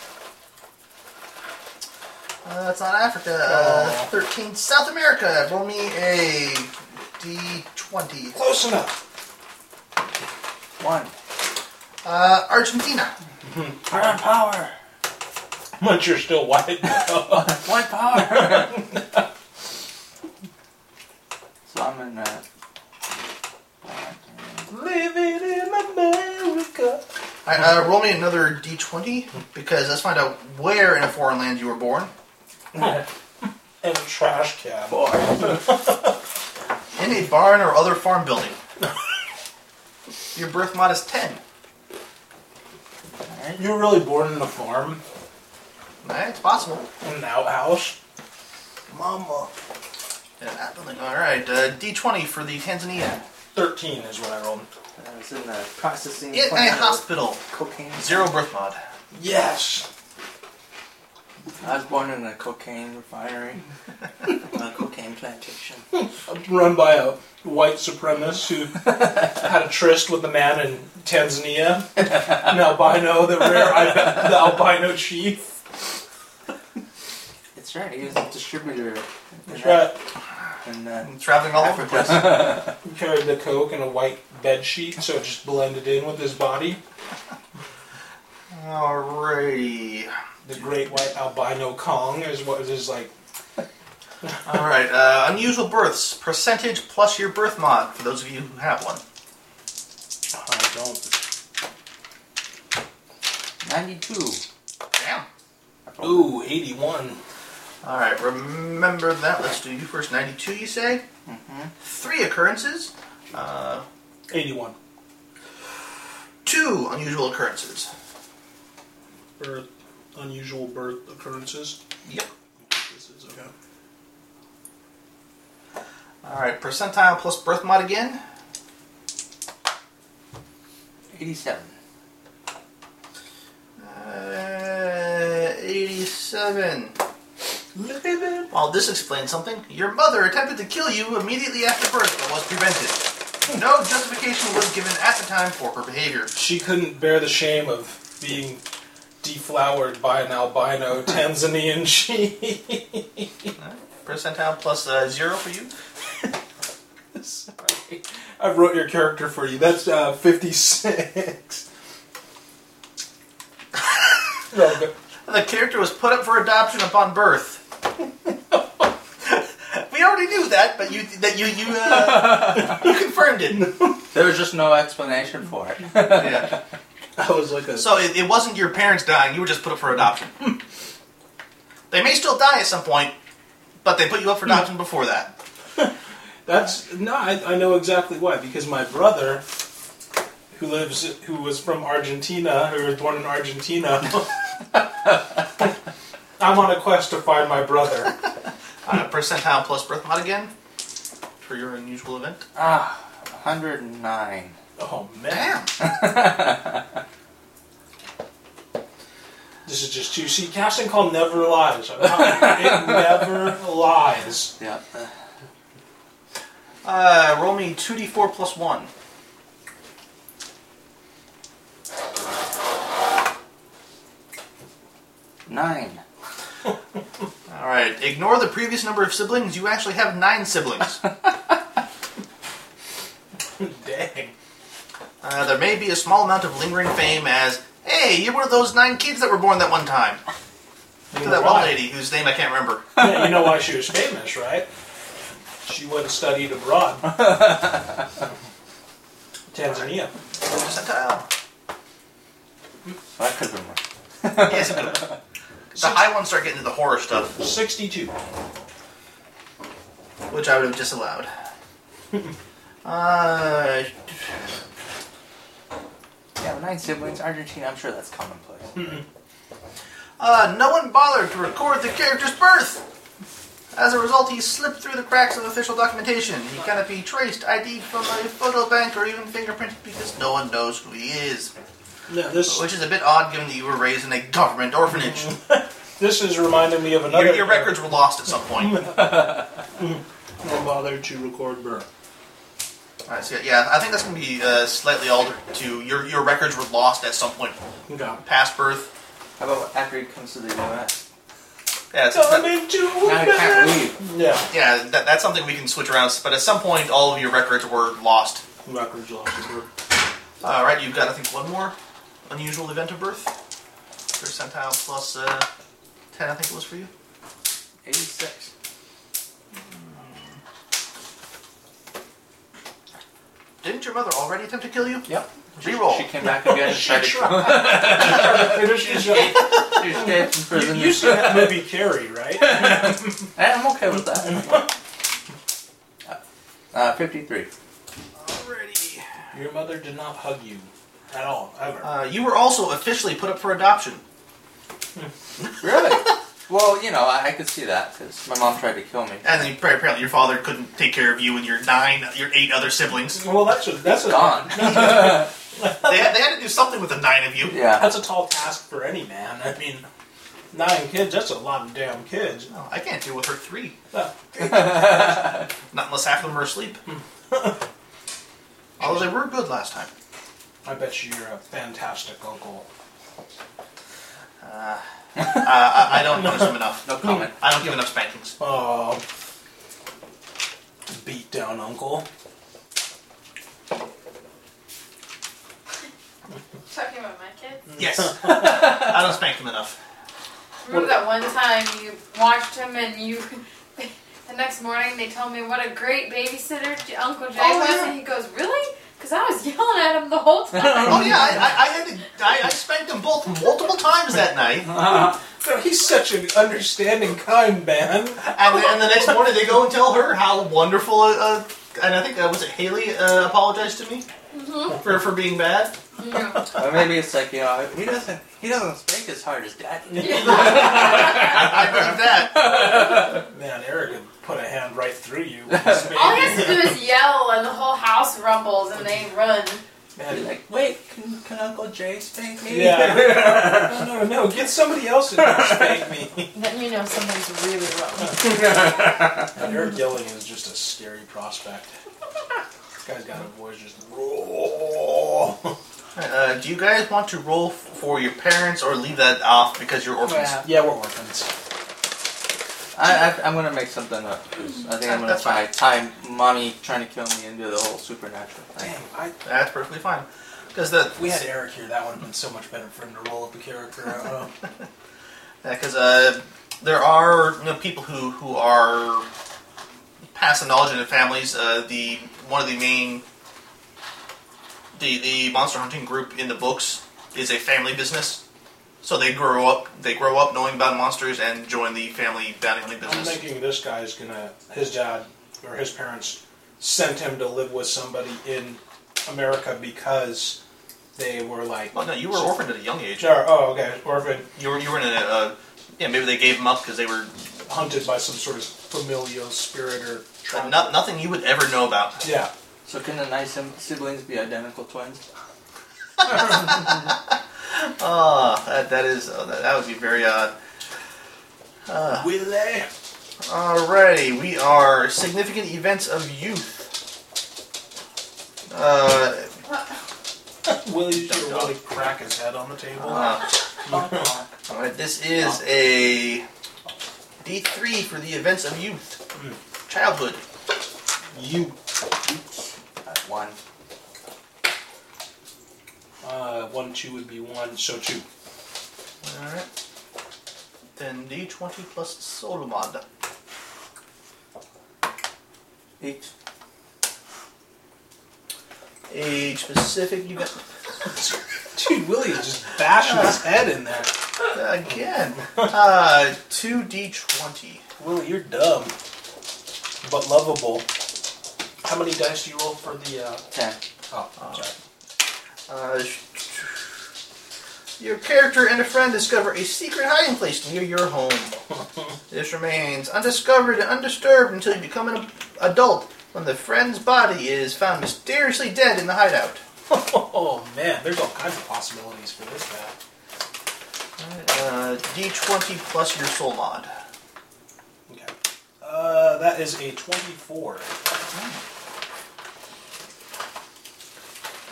[SPEAKER 2] Uh, that's not Africa.
[SPEAKER 1] Oh.
[SPEAKER 2] Uh, Thirteen. South America. Roll me a D twenty.
[SPEAKER 1] Close enough.
[SPEAKER 4] One.
[SPEAKER 2] Uh, Argentina.
[SPEAKER 4] One power.
[SPEAKER 1] But you're still white.
[SPEAKER 4] One power. so I'm in. Uh,
[SPEAKER 1] Living in America.
[SPEAKER 2] All right, uh, roll me another D twenty because let's find out where in a foreign land you were born.
[SPEAKER 1] And a trash can.
[SPEAKER 4] four.
[SPEAKER 2] In a barn or other farm building. Your birth mod is ten.
[SPEAKER 1] You were really born in a farm?
[SPEAKER 2] Eh, it's possible.
[SPEAKER 1] In an outhouse?
[SPEAKER 2] Mama. In an app building. All right. Uh, D twenty for the Tanzania.
[SPEAKER 1] 13 is what I rolled.
[SPEAKER 4] I was in the processing.
[SPEAKER 2] In a
[SPEAKER 4] plant of
[SPEAKER 2] hospital.
[SPEAKER 4] Cocaine.
[SPEAKER 2] Zero birth mod.
[SPEAKER 1] Yes!
[SPEAKER 4] I was born in a cocaine refinery, a cocaine plantation.
[SPEAKER 1] Run by a white supremacist who had a tryst with a man in Tanzania. An albino, the rare albi- the albino chief.
[SPEAKER 4] It's right. He was a distributor.
[SPEAKER 1] That's right.
[SPEAKER 4] And uh,
[SPEAKER 2] I'm traveling all over the place.
[SPEAKER 1] He carried the coke in a white bed sheet, so it just blended in with his body.
[SPEAKER 2] Alrighty.
[SPEAKER 1] The great white albino Kong is what is his like.
[SPEAKER 2] All right. Uh, unusual births percentage plus your birth mod for those of you who have one.
[SPEAKER 1] I don't.
[SPEAKER 4] ninety-two.
[SPEAKER 2] Damn.
[SPEAKER 1] Ooh, 81.
[SPEAKER 2] All right. Remember that. Let's do you first. Ninety-two. You say.
[SPEAKER 4] Mhm.
[SPEAKER 2] Three occurrences. Uh,
[SPEAKER 1] 81.
[SPEAKER 2] two unusual occurrences.
[SPEAKER 1] Birth, unusual birth occurrences.
[SPEAKER 2] Yep.
[SPEAKER 1] This is okay.
[SPEAKER 2] All right. Percentile plus birth mod again.
[SPEAKER 4] Eighty-seven.
[SPEAKER 2] Uh, Eighty-seven.
[SPEAKER 1] Living.
[SPEAKER 2] Well, this explains something. Your mother attempted to kill you immediately after birth, but was prevented. No justification was given at the time for her behavior.
[SPEAKER 1] She couldn't bear the shame of being deflowered by an albino Tanzanian she.
[SPEAKER 2] Percentile plus uh, zero for you.
[SPEAKER 1] Sorry. I wrote your character for you. That's uh, 56. No, but-
[SPEAKER 2] The character was put up for adoption upon birth. we already knew that, but you that you you uh, you confirmed it.
[SPEAKER 4] There was just no explanation for it.
[SPEAKER 2] Yeah.
[SPEAKER 1] I was like a.
[SPEAKER 2] So it, it wasn't your parents dying; you were just put up for adoption. they may still die at some point, but they put you up for adoption before that.
[SPEAKER 1] That's no, I, I know exactly why. Because my brother, who lives, who was from Argentina, who was born in Argentina, I'm on a quest to find my brother.
[SPEAKER 2] Uh, percentile plus birth mod again for your unusual event.
[SPEAKER 4] Ah, 109.
[SPEAKER 1] Oh man,
[SPEAKER 2] Damn.
[SPEAKER 1] this is just too. See, casting call never lies. I'm not- it never lies.
[SPEAKER 4] Yeah. Uh,
[SPEAKER 2] Uh, roll me two d four plus one.
[SPEAKER 4] nine.
[SPEAKER 2] All right. Ignore the previous number of siblings. You actually have nine siblings.
[SPEAKER 1] Dang.
[SPEAKER 2] Uh, there may be a small amount of lingering fame as, hey, you're one of those nine kids that were born that one time.
[SPEAKER 1] You
[SPEAKER 2] To
[SPEAKER 1] know
[SPEAKER 2] that one
[SPEAKER 1] why?
[SPEAKER 2] lady whose name I can't remember.
[SPEAKER 1] Yeah, you know why she was famous, right? She went and studied abroad. Tanzania.
[SPEAKER 2] Percentile.
[SPEAKER 4] So I could have been wrong.
[SPEAKER 2] Yes, it could. The high ones start getting to the horror stuff,
[SPEAKER 1] 62.
[SPEAKER 2] which I would have disallowed. Uh,
[SPEAKER 4] Yeah, nine siblings. Argentina, I'm sure that's
[SPEAKER 1] Hmm.
[SPEAKER 4] commonplace.
[SPEAKER 2] uh, no one bothered to record the character's birth. As a result, he slipped through the cracks of official documentation. He cannot be traced, ID'd from a photo bank, or even fingerprinted because no one knows who he is.
[SPEAKER 1] Yeah, this
[SPEAKER 2] Which is a bit odd given that you were raised in a government orphanage.
[SPEAKER 1] this is reminding me of another.
[SPEAKER 2] Your, your records were lost at some point.
[SPEAKER 1] Don't bother to record burn.
[SPEAKER 2] Alright, so yeah, I think that's going to be uh, slightly altered to your, your records were lost at some point.
[SPEAKER 1] Yeah.
[SPEAKER 2] Past birth.
[SPEAKER 4] How about after he comes to the U.S.?
[SPEAKER 2] Yeah, it's,
[SPEAKER 1] Come into
[SPEAKER 4] Now he can't leave.
[SPEAKER 1] Yeah.
[SPEAKER 2] yeah that, that's something we can switch around, but at some point, all of your records were lost.
[SPEAKER 1] Records lost his work.
[SPEAKER 2] Alright, you've got, I think, one more unusual event of birth. Percentile plus uh, 10, I think it was for you.
[SPEAKER 4] 86.
[SPEAKER 2] Didn't your mother already attempt to kill you?
[SPEAKER 4] Yep.
[SPEAKER 2] Reroll.
[SPEAKER 4] She came back again and
[SPEAKER 1] She
[SPEAKER 4] tried to kill him.
[SPEAKER 1] Finish his-
[SPEAKER 4] She was dead in
[SPEAKER 1] You,
[SPEAKER 4] prison.
[SPEAKER 1] you see that movie Carrie, right?
[SPEAKER 4] Eh, I'm okay with that. Uh, 53.
[SPEAKER 2] Already.
[SPEAKER 1] Your mother did not hug you at all, ever.
[SPEAKER 2] Uh, you were also officially put up for adoption.
[SPEAKER 4] Really? well, you know, I, I could see that because my mom tried to kill me.
[SPEAKER 2] And then pra- apparently your father couldn't take care of you and your nine, your eight other siblings.
[SPEAKER 1] well, that's a that's a
[SPEAKER 4] Gone.
[SPEAKER 2] They had, they had to do something with the nine of you.
[SPEAKER 4] yeah.
[SPEAKER 1] that's a tall task for any man. I mean, nine kids—that's a lot of damn kids.
[SPEAKER 2] No, Oh, I can't deal with her three.
[SPEAKER 1] Oh.
[SPEAKER 2] Not unless half of them are asleep.
[SPEAKER 4] Hmm.
[SPEAKER 2] Although they were good last time.
[SPEAKER 1] I bet you you're a fantastic uncle.
[SPEAKER 2] Uh, I, I don't punish them enough.
[SPEAKER 4] No comment.
[SPEAKER 2] I don't give enough spankings.
[SPEAKER 1] Oh, beat down uncle.
[SPEAKER 8] Talking about my kids.
[SPEAKER 2] Yes. I don't spank them enough.
[SPEAKER 3] Remember that one time you watched him and you. The next morning they told me what a great babysitter J- Uncle Jay
[SPEAKER 2] Oh,
[SPEAKER 3] was,
[SPEAKER 2] yeah.
[SPEAKER 3] and he goes, "Really?" Because I was yelling at him the whole time.
[SPEAKER 2] Oh yeah, I, I, I had to, I, I spanked them both multiple times that night.
[SPEAKER 1] No, he's such an understanding, kind man.
[SPEAKER 2] And, the- and the next morning, they go and tell her how wonderful. Uh, uh, and I think uh, was it Haley uh, apologized to me
[SPEAKER 1] Mm-hmm.
[SPEAKER 2] for for being bad.
[SPEAKER 3] Yeah.
[SPEAKER 4] Or maybe it's like, you know, he doesn't he doesn't spank as hard as dad.
[SPEAKER 2] I, I believe that.
[SPEAKER 1] Man, Eric would put a hand right through you.
[SPEAKER 3] All he has to do is yell, and the whole house rumbles, and they run.
[SPEAKER 4] He's
[SPEAKER 1] Man,
[SPEAKER 4] like, wait, can, can Uncle Jay spank me?
[SPEAKER 1] yeah. no, no, no. Get somebody else in there to spank me.
[SPEAKER 8] Then you know something's really wrong.
[SPEAKER 1] And Eric Gilling is just a scary prospect. This guy's got a voice just roar.
[SPEAKER 2] Uh, do you guys want to roll f- for your parents or leave that off because you're orphans?
[SPEAKER 8] Yeah.
[SPEAKER 1] Yeah, we're orphans.
[SPEAKER 4] I, I, I'm gonna make something up. 'cause I think I'm gonna
[SPEAKER 2] That's
[SPEAKER 4] tie, tie mommy trying to kill me into the whole supernatural thing.
[SPEAKER 1] Dang, I,
[SPEAKER 2] That's perfectly fine. Because the
[SPEAKER 1] if we had Eric here, that would have been so much better for him to roll up a character. I don't know.
[SPEAKER 2] because uh, there are you know, people who who are passing knowledge into families. Uh, the one of the main the the monster hunting group in the books is a family business, so they grow up they grow up knowing about monsters and join the family bounty hunting
[SPEAKER 1] I'm
[SPEAKER 2] business.
[SPEAKER 1] thinking this guy's gonna, his dad or his parents sent him to live with somebody in America because they were like,
[SPEAKER 2] Well, no, you were orphaned at a young age.
[SPEAKER 1] Sure, oh, okay, orphan,
[SPEAKER 2] You were you were in a uh, yeah maybe they gave them up because they were
[SPEAKER 1] hunted by some sort of familial spirit or
[SPEAKER 2] uh,
[SPEAKER 1] tribe.
[SPEAKER 2] not, nothing you would ever know about.
[SPEAKER 1] Yeah,
[SPEAKER 4] So can the nice sim- siblings be identical twins?
[SPEAKER 2] Ah, that, that is uh, that, that would be very odd. Ah,
[SPEAKER 1] Willie.
[SPEAKER 2] Alrighty, we are significant events of youth. Uh,
[SPEAKER 1] Willie's gonna really crack his head on the table.
[SPEAKER 2] uh,
[SPEAKER 4] Fuck.
[SPEAKER 2] alright, this is a D3 for the events of youth. Childhood.
[SPEAKER 1] you
[SPEAKER 4] At one.
[SPEAKER 1] Uh, one, two would be one, so two.
[SPEAKER 2] Alright. Then D20 plus soul mod.
[SPEAKER 4] Eight.
[SPEAKER 2] Age specific, you got.
[SPEAKER 1] Dude, Willie is just bashing his head in there.
[SPEAKER 2] Again. Uh, 2D20.
[SPEAKER 1] Willie, you're dumb, but lovable. How many dice do you roll oh, for the? Uh...
[SPEAKER 4] Ten.
[SPEAKER 1] Oh,
[SPEAKER 2] Uh, sh- Your character and a friend discover a secret hiding place near your home. this remains undiscovered and undisturbed until you become an adult when the friend's body is found mysteriously dead in the hideout.
[SPEAKER 1] Oh man, there's all kinds of possibilities for this map.
[SPEAKER 2] Uh, D20 plus your soul mod.
[SPEAKER 1] Okay. Uh, that is a 24.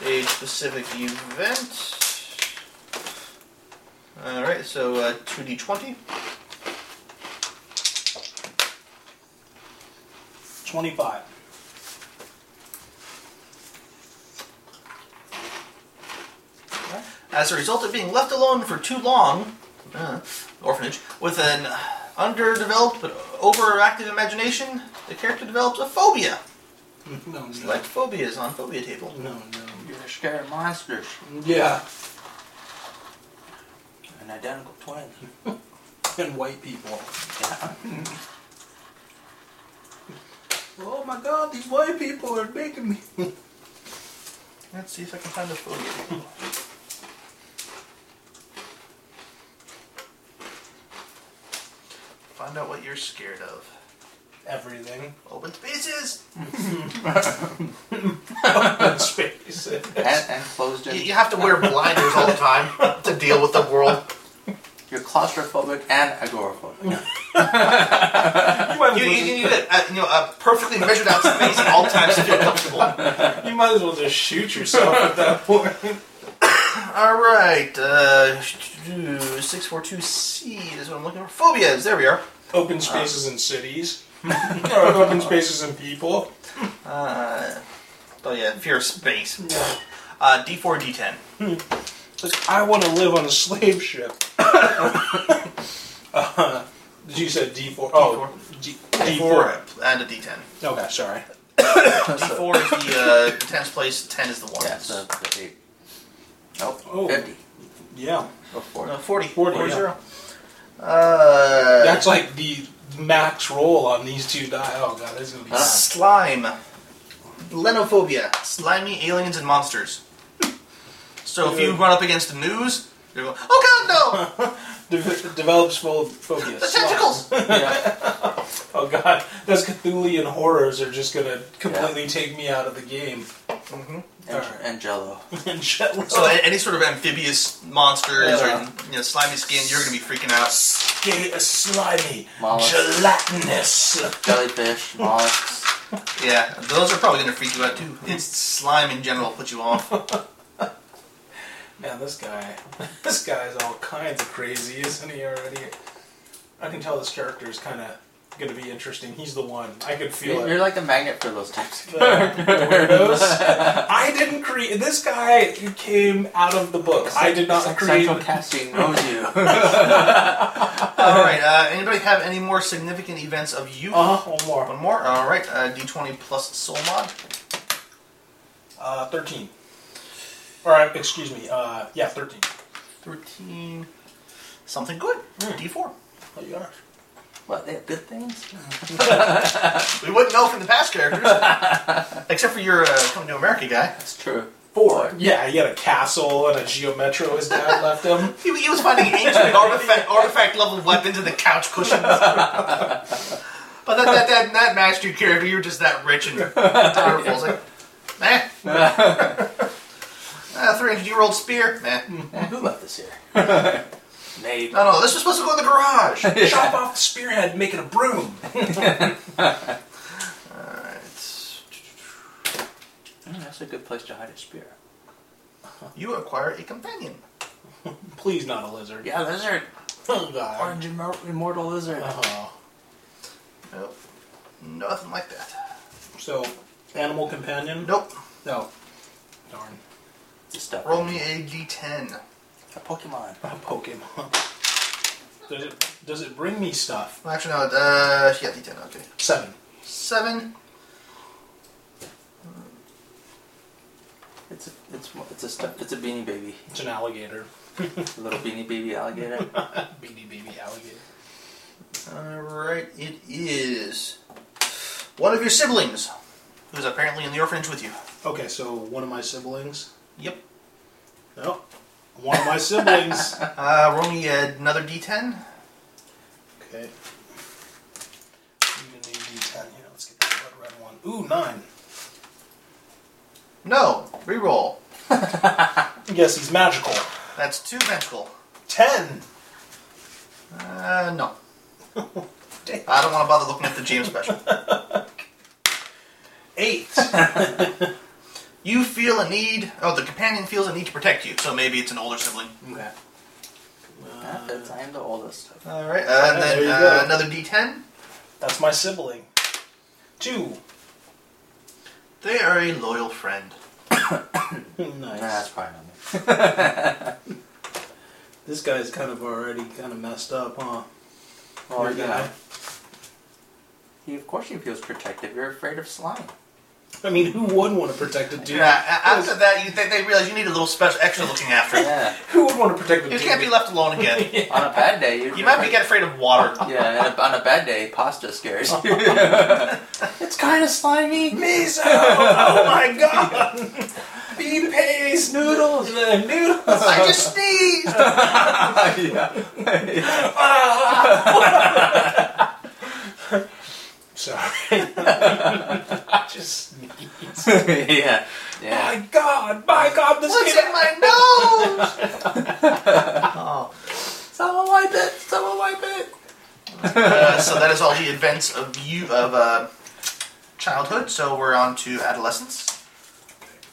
[SPEAKER 2] a specific event. Alright, so uh, 2d20.
[SPEAKER 1] 25.
[SPEAKER 2] As a result of being left alone for too long, uh, orphanage, with an underdeveloped but overactive imagination, the character develops a phobia.
[SPEAKER 1] No, no.
[SPEAKER 2] Select phobias on phobia table.
[SPEAKER 1] no, no.
[SPEAKER 4] You're scared of monsters.
[SPEAKER 1] Yeah,
[SPEAKER 4] An identical twin.
[SPEAKER 1] and white people.
[SPEAKER 4] Yeah.
[SPEAKER 1] Oh my god, these white people are making me.
[SPEAKER 2] Let's see if I can find the phobia table. Find out what you're scared of.
[SPEAKER 1] Everything.
[SPEAKER 2] Open spaces!
[SPEAKER 1] Open space.
[SPEAKER 4] And, and closed
[SPEAKER 2] You,
[SPEAKER 4] in.
[SPEAKER 2] you have to wear blinders all the time to deal with the world.
[SPEAKER 4] You're claustrophobic and agoraphobic.
[SPEAKER 1] You might, as
[SPEAKER 2] You, you,
[SPEAKER 1] well,
[SPEAKER 2] you need a, a, you know, a perfectly measured out space at all times to feel comfortable. All
[SPEAKER 1] you might as well just shoot yourself at that point.
[SPEAKER 2] right, uh, 642C is what I'm looking for. Phobias, there we are.
[SPEAKER 1] Open spaces in cities. or open spaces in people.
[SPEAKER 2] Uh, oh yeah, fear of space.
[SPEAKER 1] Yeah.
[SPEAKER 2] Uh, D4, D10.
[SPEAKER 1] It's like, I want to live on a slave ship. uh, you said D4. Oh, D- D4.
[SPEAKER 2] and a D10.
[SPEAKER 1] Okay, sorry.
[SPEAKER 2] D4 is the uh, tens place, 10 is the one.
[SPEAKER 4] yeah,
[SPEAKER 1] uh,
[SPEAKER 4] so the eight. Nope.
[SPEAKER 1] Oh.
[SPEAKER 4] 50.
[SPEAKER 1] Yeah.
[SPEAKER 4] Before.
[SPEAKER 2] no, 40.
[SPEAKER 1] 40, yeah.
[SPEAKER 2] zero. Uh,
[SPEAKER 1] That's like the max roll on these two die. Oh god, this is gonna be.
[SPEAKER 4] Huh?
[SPEAKER 2] Slime. Lenophobia. Slimy aliens and monsters. So if you run up against the news, you're going, oh god, no!
[SPEAKER 1] De- develops full phobia.
[SPEAKER 2] The tentacles!
[SPEAKER 4] Yeah.
[SPEAKER 1] Oh god, those Cthulian horrors are just gonna completely take me out of the game.
[SPEAKER 4] And, and jello.
[SPEAKER 1] and jealous.
[SPEAKER 2] So a- any sort of amphibious monsters
[SPEAKER 1] Yeah.
[SPEAKER 2] or you know, slimy skin, you're going to be freaking out.
[SPEAKER 1] Sca- uh, slimy,
[SPEAKER 4] Mollusks.
[SPEAKER 1] gelatinous.
[SPEAKER 4] Jellyfish. Mollusks.
[SPEAKER 2] Yeah, those are probably going to freak you out too. It's slime in general put you off.
[SPEAKER 1] Man, this guy, this guy's all kinds of crazy, isn't he already? I can tell this character is kind of gonna be interesting. He's the one. I could feel
[SPEAKER 4] You're,
[SPEAKER 1] it.
[SPEAKER 4] you're like a magnet for those types of
[SPEAKER 1] Uh, weirdos. I didn't create this guy. Came out of the book. I did not
[SPEAKER 4] It's like
[SPEAKER 1] create.
[SPEAKER 4] Central casting knows you.
[SPEAKER 2] All right, uh, anybody have any more significant events of you?
[SPEAKER 1] Uh huh. One more.
[SPEAKER 2] One more. All right, uh, D20 plus soul mod.
[SPEAKER 1] Uh, 13. All right, excuse me. Uh, yeah, 13.
[SPEAKER 2] 13. Something good. D4.
[SPEAKER 1] Oh, you are.
[SPEAKER 4] what, they have good things?
[SPEAKER 2] We wouldn't know from the past characters, except for your uh, coming to America guy.
[SPEAKER 4] That's true.
[SPEAKER 1] Four. Yeah, he had a castle and a Geo Metro his dad left him.
[SPEAKER 2] He, he was finding ancient artifact artifact level weapons in the couch cushions. but that that, that that matched your character. You were just that rich and powerful. It's like, eh. Uh, 300 year old spear. Nah.
[SPEAKER 4] Eh, who left this here? Maybe.
[SPEAKER 2] No, no, this was supposed to go in the garage. All
[SPEAKER 1] Chop off the spearhead, make it a broom.
[SPEAKER 2] right.
[SPEAKER 4] Mm, that's a good place to hide a spear.
[SPEAKER 2] You acquire a companion.
[SPEAKER 1] Please, not a lizard.
[SPEAKER 4] Yeah, lizard.
[SPEAKER 1] Oh, God.
[SPEAKER 4] Orange immor- immortal lizard.
[SPEAKER 1] Oh.
[SPEAKER 2] Nope. Nothing like that.
[SPEAKER 1] So, animal companion?
[SPEAKER 2] Nope.
[SPEAKER 1] No. Darn.
[SPEAKER 4] Just stuff.
[SPEAKER 2] Roll me a d10.
[SPEAKER 4] A Pokemon.
[SPEAKER 1] A Pokemon. Does it, does it bring me stuff?
[SPEAKER 2] Well, actually, no. Uh, yeah, d10. Okay.
[SPEAKER 1] Seven.
[SPEAKER 2] Seven.
[SPEAKER 4] It's a, it's mo- it's a stuff. It's a beanie baby.
[SPEAKER 1] It's an alligator.
[SPEAKER 4] A little beanie baby alligator.
[SPEAKER 1] Beady baby alligator.
[SPEAKER 2] Alright, it is one of your siblings who's apparently in the orphanage with you.
[SPEAKER 1] Okay, so one of my siblings?
[SPEAKER 2] Yep.
[SPEAKER 1] No. one of my siblings.
[SPEAKER 2] Uh, roll me another d10.
[SPEAKER 1] okay. Need a new D10 here. Let's get that blood red one. Ooh, nine.
[SPEAKER 2] No, reroll.
[SPEAKER 1] Yes, he's magical.
[SPEAKER 2] That's two magical.
[SPEAKER 1] Ten.
[SPEAKER 2] Uh, no. I don't want to bother looking at the GM special.
[SPEAKER 1] Eight.
[SPEAKER 2] You feel a need. Oh, the companion feels a need to protect you, so maybe it's an older sibling.
[SPEAKER 1] okay.
[SPEAKER 4] Not that I am the oldest.
[SPEAKER 2] All right, uh, and
[SPEAKER 1] Yeah, there
[SPEAKER 2] then
[SPEAKER 1] you
[SPEAKER 2] uh,
[SPEAKER 1] go.
[SPEAKER 2] another D10.
[SPEAKER 1] That's my sibling. Two.
[SPEAKER 2] They are a loyal friend.
[SPEAKER 4] Nah,
[SPEAKER 1] nice.
[SPEAKER 4] that's probably not me.
[SPEAKER 1] This guy's kind of already kind of messed up, huh?
[SPEAKER 4] Well,
[SPEAKER 1] Your
[SPEAKER 4] you know, he, of course he feels protective. You're afraid of slime.
[SPEAKER 1] I mean, who wouldn't want to protect a dude?
[SPEAKER 2] Yeah, a- after that, you, they, they realize you need a little special extra looking after.
[SPEAKER 4] Yeah.
[SPEAKER 9] Who would want to protect the
[SPEAKER 2] You can't be left alone again.
[SPEAKER 4] on a bad day, you'd
[SPEAKER 2] You might be getting afraid of water.
[SPEAKER 4] Yeah, and on a bad day, pasta scares you. it's kind of slimy.
[SPEAKER 9] Miso! Oh my god! Bean paste! Noodles! Noodles!
[SPEAKER 2] I just sneezed.
[SPEAKER 4] yeah.
[SPEAKER 9] Sorry. Just.
[SPEAKER 4] yeah.
[SPEAKER 9] My
[SPEAKER 4] Yeah.
[SPEAKER 9] god! My god! This
[SPEAKER 2] What's
[SPEAKER 9] came
[SPEAKER 2] in my nose? oh.
[SPEAKER 4] Someone wipe it. Someone wipe it.
[SPEAKER 2] uh, so that is all the events of you of uh, childhood. So we're on to adolescence.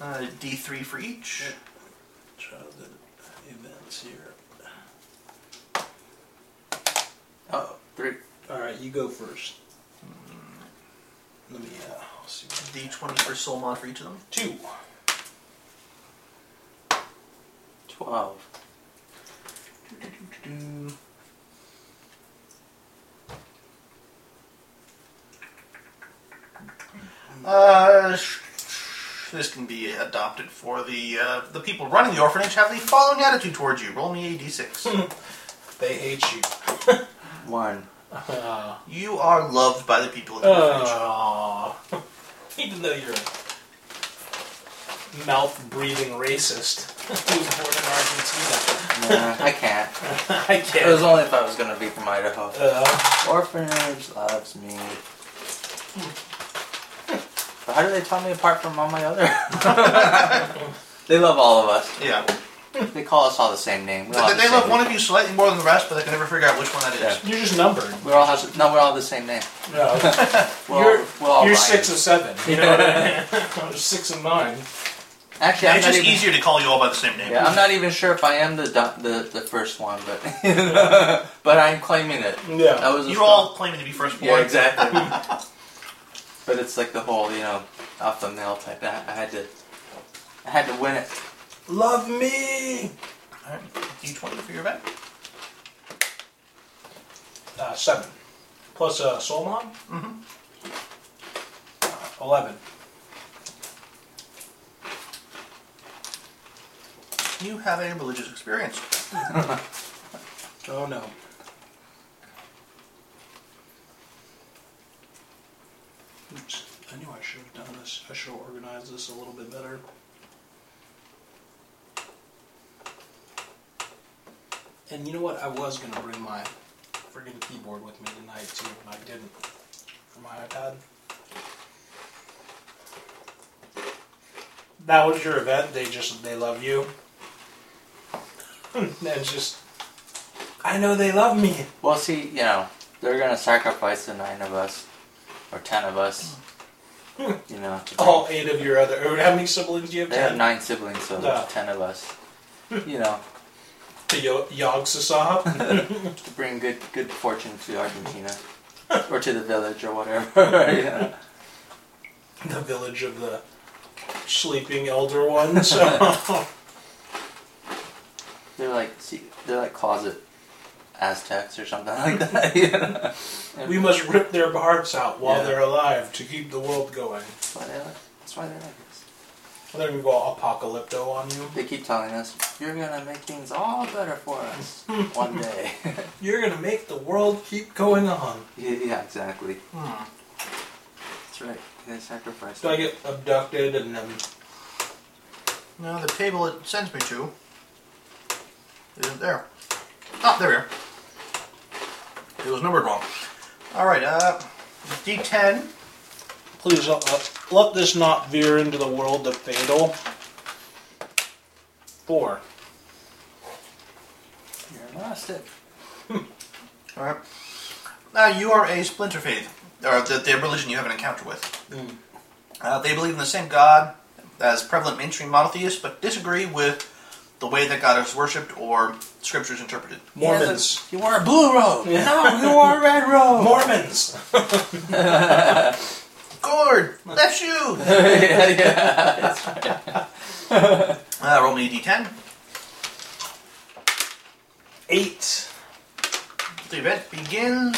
[SPEAKER 2] Uh, D three for each.
[SPEAKER 1] Childhood events here.
[SPEAKER 4] Oh, three.
[SPEAKER 1] All right, you go first. Let me uh, see.
[SPEAKER 2] D twenty for soul mod for each of them.
[SPEAKER 1] Two.
[SPEAKER 4] 12.
[SPEAKER 2] Uh, sh- sh- this can be adopted for the uh, the people running the orphanage have the following attitude towards you. Roll me a d6.
[SPEAKER 1] They hate you.
[SPEAKER 4] 1.
[SPEAKER 1] Aw.
[SPEAKER 2] you are loved by the people at the
[SPEAKER 4] Uh,
[SPEAKER 2] orphanage.
[SPEAKER 1] Even though you're a mouth breathing racist who was born in
[SPEAKER 4] Nah, I can't.
[SPEAKER 1] Argentina. I
[SPEAKER 4] It was
[SPEAKER 1] can't.
[SPEAKER 4] only if I was going to be from Idaho.
[SPEAKER 1] Uh,
[SPEAKER 4] Orphanage loves me. But how do they tell me apart from all my other? they love all of us.
[SPEAKER 2] Yeah,
[SPEAKER 4] They call us all the same name. We all
[SPEAKER 2] they,
[SPEAKER 4] have
[SPEAKER 2] they
[SPEAKER 4] the
[SPEAKER 2] love
[SPEAKER 4] same
[SPEAKER 2] one
[SPEAKER 4] name.
[SPEAKER 2] of you slightly more than the rest, but they can never figure out which one that is.
[SPEAKER 4] Yeah.
[SPEAKER 1] you're just numbered.
[SPEAKER 4] We're all have, no, we're all the same name.
[SPEAKER 1] No,
[SPEAKER 4] We're
[SPEAKER 1] You're-
[SPEAKER 4] all, we're all
[SPEAKER 1] you're
[SPEAKER 4] Ryan.
[SPEAKER 1] six and seven. You know what I mean? I'm six and nine.
[SPEAKER 4] Actually, I'm
[SPEAKER 2] it's
[SPEAKER 4] not
[SPEAKER 2] just
[SPEAKER 4] even.
[SPEAKER 2] easier to call you all by the same name.
[SPEAKER 4] Yeah, I'm not even sure if I am the do- the, the first one, but but I'm claiming it.
[SPEAKER 1] Yeah.
[SPEAKER 4] That was a
[SPEAKER 2] You're
[SPEAKER 4] strong-
[SPEAKER 2] all claiming to be firstborn.
[SPEAKER 4] yeah, exactly. but it's like the whole you know off the nail type. I, I had to I had to win it.
[SPEAKER 1] Love me.
[SPEAKER 2] Alright, D20 for your event.
[SPEAKER 1] Uh, seven. Plus uh, soul mod?
[SPEAKER 2] Mhm.
[SPEAKER 1] Uh, Eleven.
[SPEAKER 2] You have a religious experience.
[SPEAKER 1] Oh no. Oops. I knew I should have done this. I should have organized this a little bit better. And you know what? I was going to bring my friggin' keyboard with me tonight, too, and I didn't. For my iPad. That was your event. They just, they love you. and it's just, I know they love me.
[SPEAKER 4] Well, see, you know, they're gonna sacrifice the nine of us or ten of us. You know, to
[SPEAKER 2] Oh,
[SPEAKER 1] All eight of your other. or How many siblings do you have?
[SPEAKER 4] bring- they have
[SPEAKER 1] Ten.
[SPEAKER 4] nine siblings, so
[SPEAKER 1] Yeah.
[SPEAKER 4] there's ten of us. You know,
[SPEAKER 1] To Yo- Yog Sasab.
[SPEAKER 4] to bring good good fortune to Argentina or to the village or whatever. you know.
[SPEAKER 1] the village of the sleeping elder ones. oh,
[SPEAKER 4] They're like see, they're like closet Aztecs or something like that. You know?
[SPEAKER 1] we must rip their hearts out while
[SPEAKER 4] Yeah.
[SPEAKER 1] they're alive to keep the world going.
[SPEAKER 4] That's why they like. That's why they like us.
[SPEAKER 1] They're gonna go apocalypto on you.
[SPEAKER 4] They keep telling us you're gonna make things all better for us one day.
[SPEAKER 1] You're gonna make the world keep going on.
[SPEAKER 4] yeah, yeah, exactly. That's right. They sacrificed.
[SPEAKER 1] Hmm. So I get abducted and then
[SPEAKER 2] Now, the table it sends me to isn't there. Oh, there we are. It was numbered wrong. All right, uh, D10.
[SPEAKER 1] Please let, let, let this not veer into the world of fatal. Four.
[SPEAKER 4] You're lost it.
[SPEAKER 2] All right. Now you are a splinter faith, or the, the religion you have an encounter with.
[SPEAKER 10] Mm.
[SPEAKER 2] Uh, they believe in the same God as prevalent mainstream monotheists, but disagree with the way that God is worshipped or scriptures interpreted.
[SPEAKER 1] Mormons.
[SPEAKER 4] You wore a blue robe.
[SPEAKER 10] Yeah.
[SPEAKER 4] No, you wore a red robe.
[SPEAKER 1] Mormons!
[SPEAKER 2] Gord, left shoe.
[SPEAKER 4] yeah, yeah.
[SPEAKER 2] Uh, roll me a d10.
[SPEAKER 1] Eight.
[SPEAKER 2] The event begins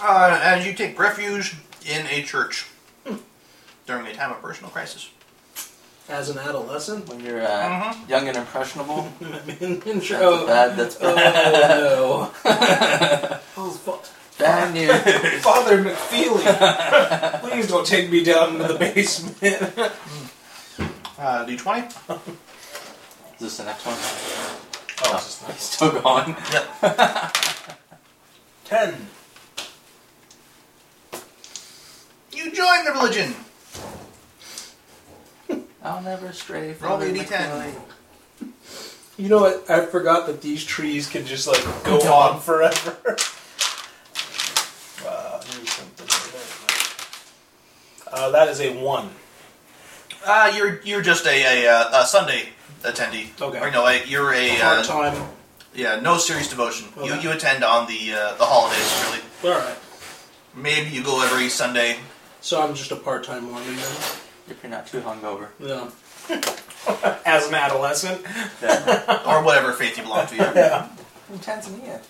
[SPEAKER 2] uh, as you take refuge in a church during a time of personal crisis.
[SPEAKER 10] As an adolescent?
[SPEAKER 4] When you're uh,
[SPEAKER 1] Mm-hmm.
[SPEAKER 4] young and impressionable, that's
[SPEAKER 1] Oh,
[SPEAKER 10] Intro.
[SPEAKER 4] bad. That's bad.
[SPEAKER 10] Oh no. oh, fuck.
[SPEAKER 4] bad news.
[SPEAKER 1] Father McFeely! Please don't take me down into the basement. Oh,
[SPEAKER 2] Uh, d20.
[SPEAKER 4] Is this the next one?
[SPEAKER 1] Oh, this is nice.
[SPEAKER 4] Still gone.
[SPEAKER 1] Ten.
[SPEAKER 2] You join the religion.
[SPEAKER 4] I'll never stray from
[SPEAKER 2] Roll
[SPEAKER 4] the
[SPEAKER 2] me a D10.
[SPEAKER 4] McFeely.
[SPEAKER 1] You know what? I forgot that these trees can just like go on forever. Uh, there's something there. Uh, that is a one.
[SPEAKER 2] Uh, you're you're just a, a, uh, a Sunday attendee.
[SPEAKER 1] Okay.
[SPEAKER 2] Or, no, a, you're a
[SPEAKER 1] Hard
[SPEAKER 2] uh,
[SPEAKER 1] time.
[SPEAKER 2] yeah no serious devotion. You
[SPEAKER 1] Okay.
[SPEAKER 2] you attend on the uh, the holidays really.
[SPEAKER 1] All right.
[SPEAKER 2] Maybe you go every Sunday.
[SPEAKER 10] So I'm just a part time Mormon then?
[SPEAKER 4] If you're not too hungover.
[SPEAKER 10] Yeah.
[SPEAKER 1] As an adolescent,
[SPEAKER 4] Yeah.
[SPEAKER 2] or whatever faith you belong to.
[SPEAKER 1] yeah.
[SPEAKER 4] From Tanzania.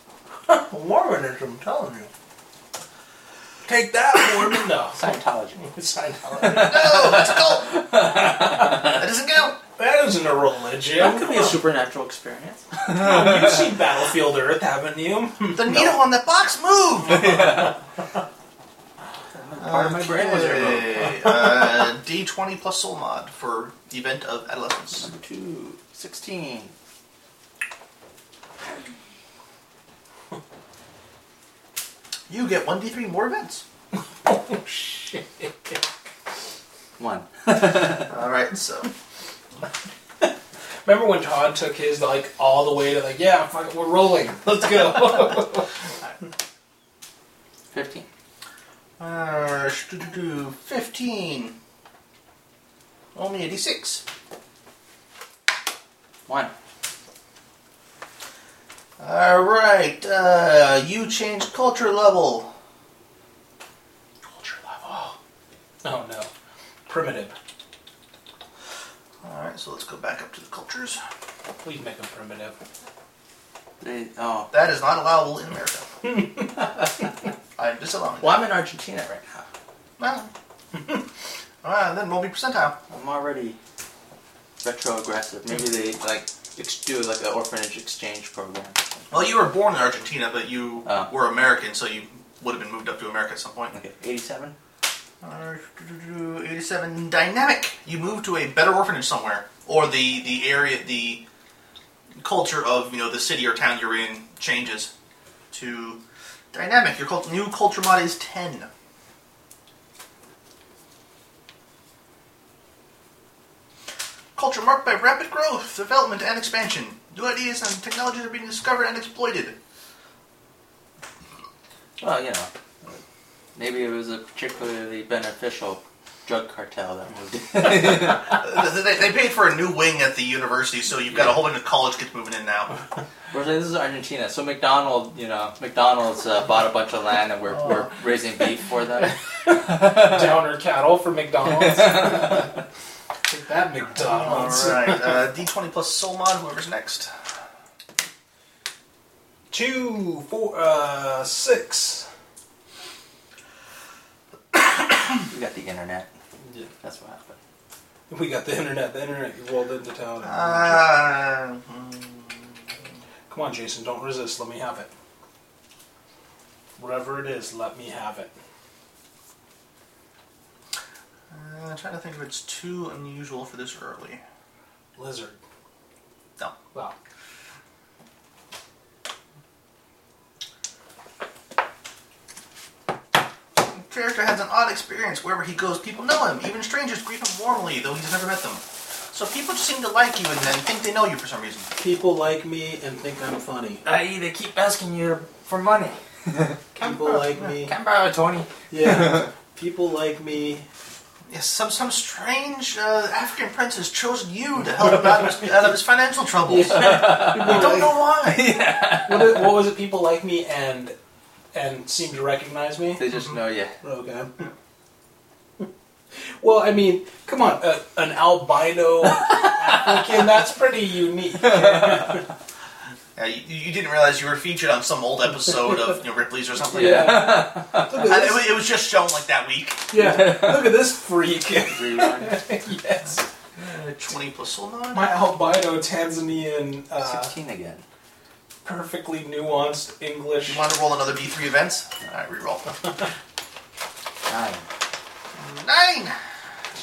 [SPEAKER 1] Mormonism, I'm telling you. Take that, Mormon. No,
[SPEAKER 4] Scientology.
[SPEAKER 1] it's Scientology.
[SPEAKER 2] No, it's a cult. That doesn't count.
[SPEAKER 1] That isn't a religion.
[SPEAKER 4] That could be a supernatural experience.
[SPEAKER 1] You've seen Battlefield Earth, haven't you?
[SPEAKER 2] The needle on that box moved.
[SPEAKER 4] Part of my brain was removed.
[SPEAKER 2] Okay, uh, D20 plus soul mod for the event of adolescence.
[SPEAKER 4] Number two, 16.
[SPEAKER 2] You get 1D3 more events.
[SPEAKER 1] Oh shit!
[SPEAKER 4] One.
[SPEAKER 2] All right, so
[SPEAKER 1] Remember when Todd took his like all the way to like, yeah, fuck it, we're rolling. Let's go.
[SPEAKER 4] 15.
[SPEAKER 2] uh, sh- do- do- do, 15. Only a D6.
[SPEAKER 4] One.
[SPEAKER 2] All right, uh, you changed culture level.
[SPEAKER 1] Culture level. Oh no, primitive.
[SPEAKER 2] All right, so let's go back up to the cultures.
[SPEAKER 1] Please make them primitive.
[SPEAKER 4] They, oh.
[SPEAKER 2] That is not allowable in America. I'm disallowing. it.
[SPEAKER 4] Well, I'm in Argentina right now.
[SPEAKER 2] Well, all right, then roll me percentile.
[SPEAKER 4] I'm already retro aggressive. Maybe they like ex- do like an orphanage exchange program.
[SPEAKER 2] Well, you were born in Argentina, but you
[SPEAKER 4] Oh.
[SPEAKER 2] were American, so you would have been moved up to America at some point.
[SPEAKER 4] Okay, 87.
[SPEAKER 2] Uh, 87 dynamic. You moved to a better orphanage somewhere, or the the area, the culture of you know the city or town you're in changes to dynamic. Your cult- new culture mod is 10. Culture marked by rapid growth, development, and expansion. New ideas and technologies are being discovered and exploited.
[SPEAKER 4] Well, you know, maybe it was a particularly beneficial drug cartel that moved in.
[SPEAKER 2] Uh, they, they paid for a new wing at the university, so you've got a whole bunch of college kids moving in now.
[SPEAKER 4] Whereas this is Argentina, so McDonald, you know, McDonald's uh, bought a bunch of land and we're,
[SPEAKER 11] Oh.
[SPEAKER 4] we're raising beef for them.
[SPEAKER 1] Downer cattle for McDonald's. Take that,
[SPEAKER 2] All
[SPEAKER 1] McDonald's.
[SPEAKER 2] right, uh, D20 plus soul mod. Whoever's next.
[SPEAKER 1] Two, four, uh, six.
[SPEAKER 4] We got the internet.
[SPEAKER 1] Yeah.
[SPEAKER 4] That's what happened.
[SPEAKER 1] We got the internet. The internet you rolled into town.
[SPEAKER 2] Uh, mm,
[SPEAKER 1] Come on, Jason, don't resist. Let me have it. Whatever it is, let me have it.
[SPEAKER 2] uh, I'm trying to think if it's too unusual for this early.
[SPEAKER 1] Lizard.
[SPEAKER 2] No.
[SPEAKER 1] Wow.
[SPEAKER 2] character has an odd experience wherever he goes. People know him. Even strangers greet him warmly, though he's never met them. So people just seem to like you and then think they know you for some reason.
[SPEAKER 1] People like me and think I'm funny.
[SPEAKER 11] I they keep asking you for money.
[SPEAKER 1] People like me.
[SPEAKER 11] Can't borrow twenty.
[SPEAKER 1] Yeah. People like me.
[SPEAKER 2] Yes, some some strange uh, African prince has chosen you to help him out of his, out of his financial troubles.
[SPEAKER 1] People
[SPEAKER 2] I don't
[SPEAKER 1] like-
[SPEAKER 2] know why.
[SPEAKER 1] What, did- what was it? People like me and and seem to recognize me.
[SPEAKER 4] They just know you.
[SPEAKER 1] Okay. Well, I mean, come on, uh, an albino African—that's pretty unique.
[SPEAKER 2] Yeah, you, you didn't realize you were featured on some old episode of you know, Ripley's or something.
[SPEAKER 4] Yeah.
[SPEAKER 1] Look at
[SPEAKER 2] I- it,
[SPEAKER 1] this-
[SPEAKER 2] wa- it was just shown like that week.
[SPEAKER 1] yeah, look at this freak.
[SPEAKER 4] Rewind.
[SPEAKER 1] yes,
[SPEAKER 2] Uh, Twenty plus soul nine.
[SPEAKER 1] my albino Tanzanian, uh,
[SPEAKER 4] Sixteen again.
[SPEAKER 1] perfectly nuanced English.
[SPEAKER 2] You want to roll another D three events? All right, reroll.
[SPEAKER 4] Nine.
[SPEAKER 2] Nine.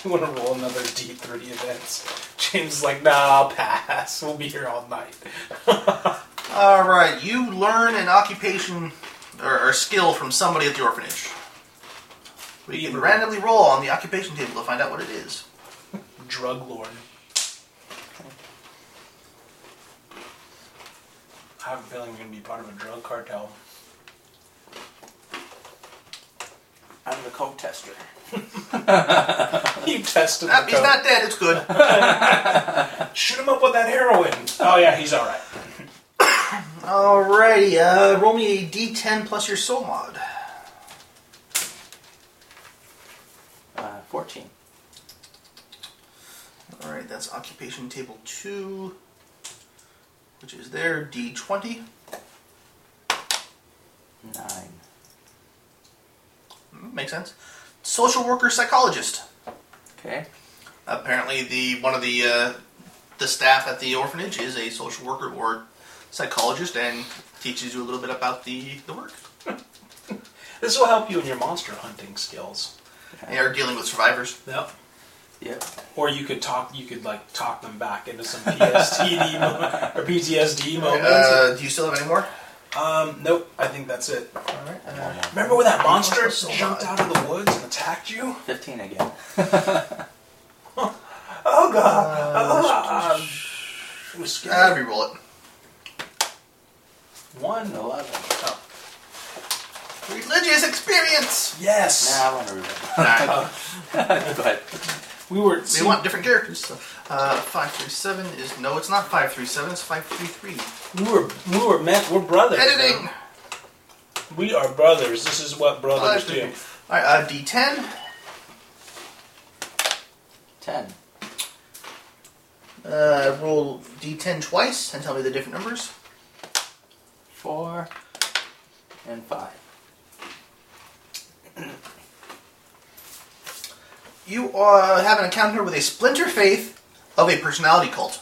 [SPEAKER 1] You want to roll another D30 events? James is like, nah, I'll pass. We'll be here all night.
[SPEAKER 2] All right, you learn an occupation or, or skill from somebody at the orphanage. We can randomly roll on the occupation table to find out what it is.
[SPEAKER 1] Drug lord. I have a feeling you're going to be part of a drug cartel.
[SPEAKER 4] I'm the coke tester.
[SPEAKER 1] You tested
[SPEAKER 2] Ah,
[SPEAKER 1] the
[SPEAKER 2] he's
[SPEAKER 1] code.
[SPEAKER 2] not dead. It's good.
[SPEAKER 4] Uh,
[SPEAKER 1] Shoot him up with that heroin. Oh, yeah, he's all right.
[SPEAKER 2] Alrighty, uh, roll me a d10 plus your soul mod.
[SPEAKER 4] Uh, Fourteen.
[SPEAKER 2] Alright, that's occupation table 2, which is there, d20.
[SPEAKER 4] Nine.
[SPEAKER 2] Mm, Makes sense. Social worker psychologist.
[SPEAKER 4] Okay.
[SPEAKER 2] Apparently, the one of the uh, the staff at the orphanage is a social worker or psychologist and teaches you a little bit about the, the work.
[SPEAKER 1] This will help you in your monster hunting skills.
[SPEAKER 2] They are dealing with survivors.
[SPEAKER 1] Yep.
[SPEAKER 4] Yep.
[SPEAKER 1] Or you could talk, you could like talk them back into some PTSD moment, or PTSD moments.
[SPEAKER 2] Uh, do you still have any more?
[SPEAKER 1] um, nope, I think that's it.
[SPEAKER 2] Alright. Uh,
[SPEAKER 1] Remember when that monster
[SPEAKER 2] So
[SPEAKER 1] jumped
[SPEAKER 2] hot.
[SPEAKER 1] out of the woods and attacked you?
[SPEAKER 4] Fifteen again.
[SPEAKER 1] Oh god! Ah. it was scary.
[SPEAKER 2] uh, reroll it.
[SPEAKER 1] One.
[SPEAKER 4] Eleven.
[SPEAKER 2] Religious experience!
[SPEAKER 4] Nah,
[SPEAKER 1] Yes.
[SPEAKER 4] I want to rewind.
[SPEAKER 2] Alright.
[SPEAKER 4] but
[SPEAKER 1] we were.
[SPEAKER 2] They want different characters. So, uh, five three seven is no, it's not five three seven. It's five three three.
[SPEAKER 1] we were. We were meant. We're brothers.
[SPEAKER 2] Editing.
[SPEAKER 1] man. We are brothers. This is what brothers
[SPEAKER 2] Five,
[SPEAKER 1] do.
[SPEAKER 2] All right, uh, D ten.
[SPEAKER 4] ten.
[SPEAKER 2] Uh, roll D ten twice and tell me the different numbers.
[SPEAKER 4] Four. And five.
[SPEAKER 2] You uh, have an encounter with a splinter faith of a personality cult.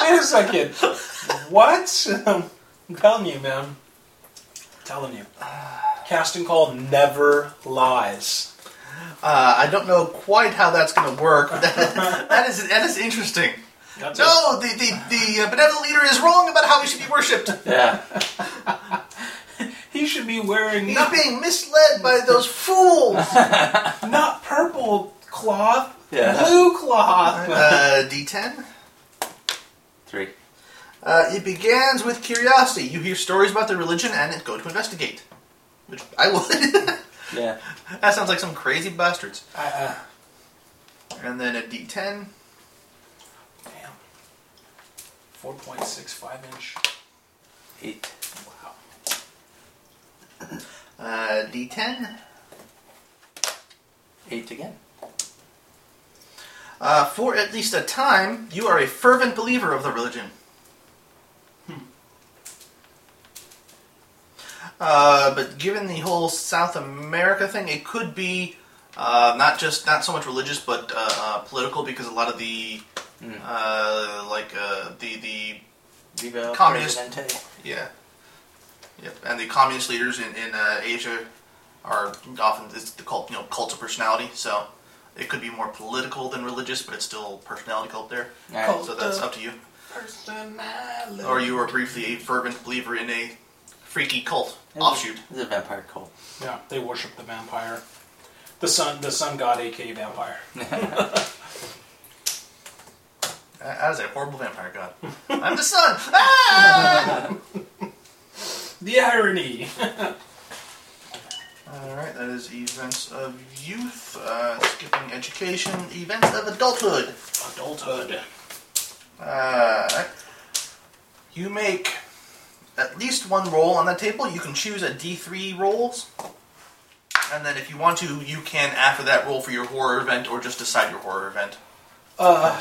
[SPEAKER 1] Wait a second. what? I'm telling you, man. telling you. Casting call never lies.
[SPEAKER 2] Uh, I don't know quite how that's going to work, but that, that is that is interesting.
[SPEAKER 1] That's it.
[SPEAKER 2] No, the the, the uh, benevolent leader is wrong about how he should be worshipped.
[SPEAKER 4] Yeah.
[SPEAKER 1] He should be wearing
[SPEAKER 2] He's
[SPEAKER 1] not,
[SPEAKER 2] being misled by those fools.
[SPEAKER 1] not purple cloth,
[SPEAKER 4] Yeah.
[SPEAKER 1] blue cloth.
[SPEAKER 2] Uh, D ten.
[SPEAKER 4] Three.
[SPEAKER 2] Uh, it begins with curiosity. You hear stories about the religion and go to investigate. Which I would.
[SPEAKER 4] Yeah.
[SPEAKER 2] that sounds like some crazy bastards.
[SPEAKER 1] I- uh, I-
[SPEAKER 2] And then a D10.
[SPEAKER 1] Damn. 4.65 inch.
[SPEAKER 4] Eight.
[SPEAKER 1] Wow.
[SPEAKER 2] Uh, D10.
[SPEAKER 4] Eight again.
[SPEAKER 2] Uh, for at least a time, you are a fervent believer of the religion. Hmm. Uh, but given the whole South America thing, it could be uh, not just not so much religious, but uh, uh, political, because a lot of the
[SPEAKER 4] Mm.
[SPEAKER 2] uh, like uh, the the
[SPEAKER 4] Viva
[SPEAKER 2] Communist.
[SPEAKER 4] Presidente.
[SPEAKER 2] Yeah. Yep. And the communist leaders in in uh, Asia are often it's the cult, you know, cults of personality. So it could be more political than religious, but it's still personality cult there.
[SPEAKER 4] All right.
[SPEAKER 2] uh, So that's up to you.
[SPEAKER 1] Personality.
[SPEAKER 2] Or you are briefly a fervent believer in a freaky cult
[SPEAKER 4] Is it-
[SPEAKER 2] offshoot.
[SPEAKER 4] Is it vampire cult?
[SPEAKER 1] Yeah, they worship the vampire, the sun, the sun god, aka vampire.
[SPEAKER 2] I, I was a horrible vampire god. I'm the sun. Ah!
[SPEAKER 1] The irony.
[SPEAKER 2] All right, that is events of youth, uh, skipping education, events of adulthood.
[SPEAKER 1] Adulthood.
[SPEAKER 2] Uh, you make at least one roll on that table. You can choose a D3 rolls. And then if you want to, you can, after that, roll for your horror event or just decide your horror event.
[SPEAKER 1] Uh,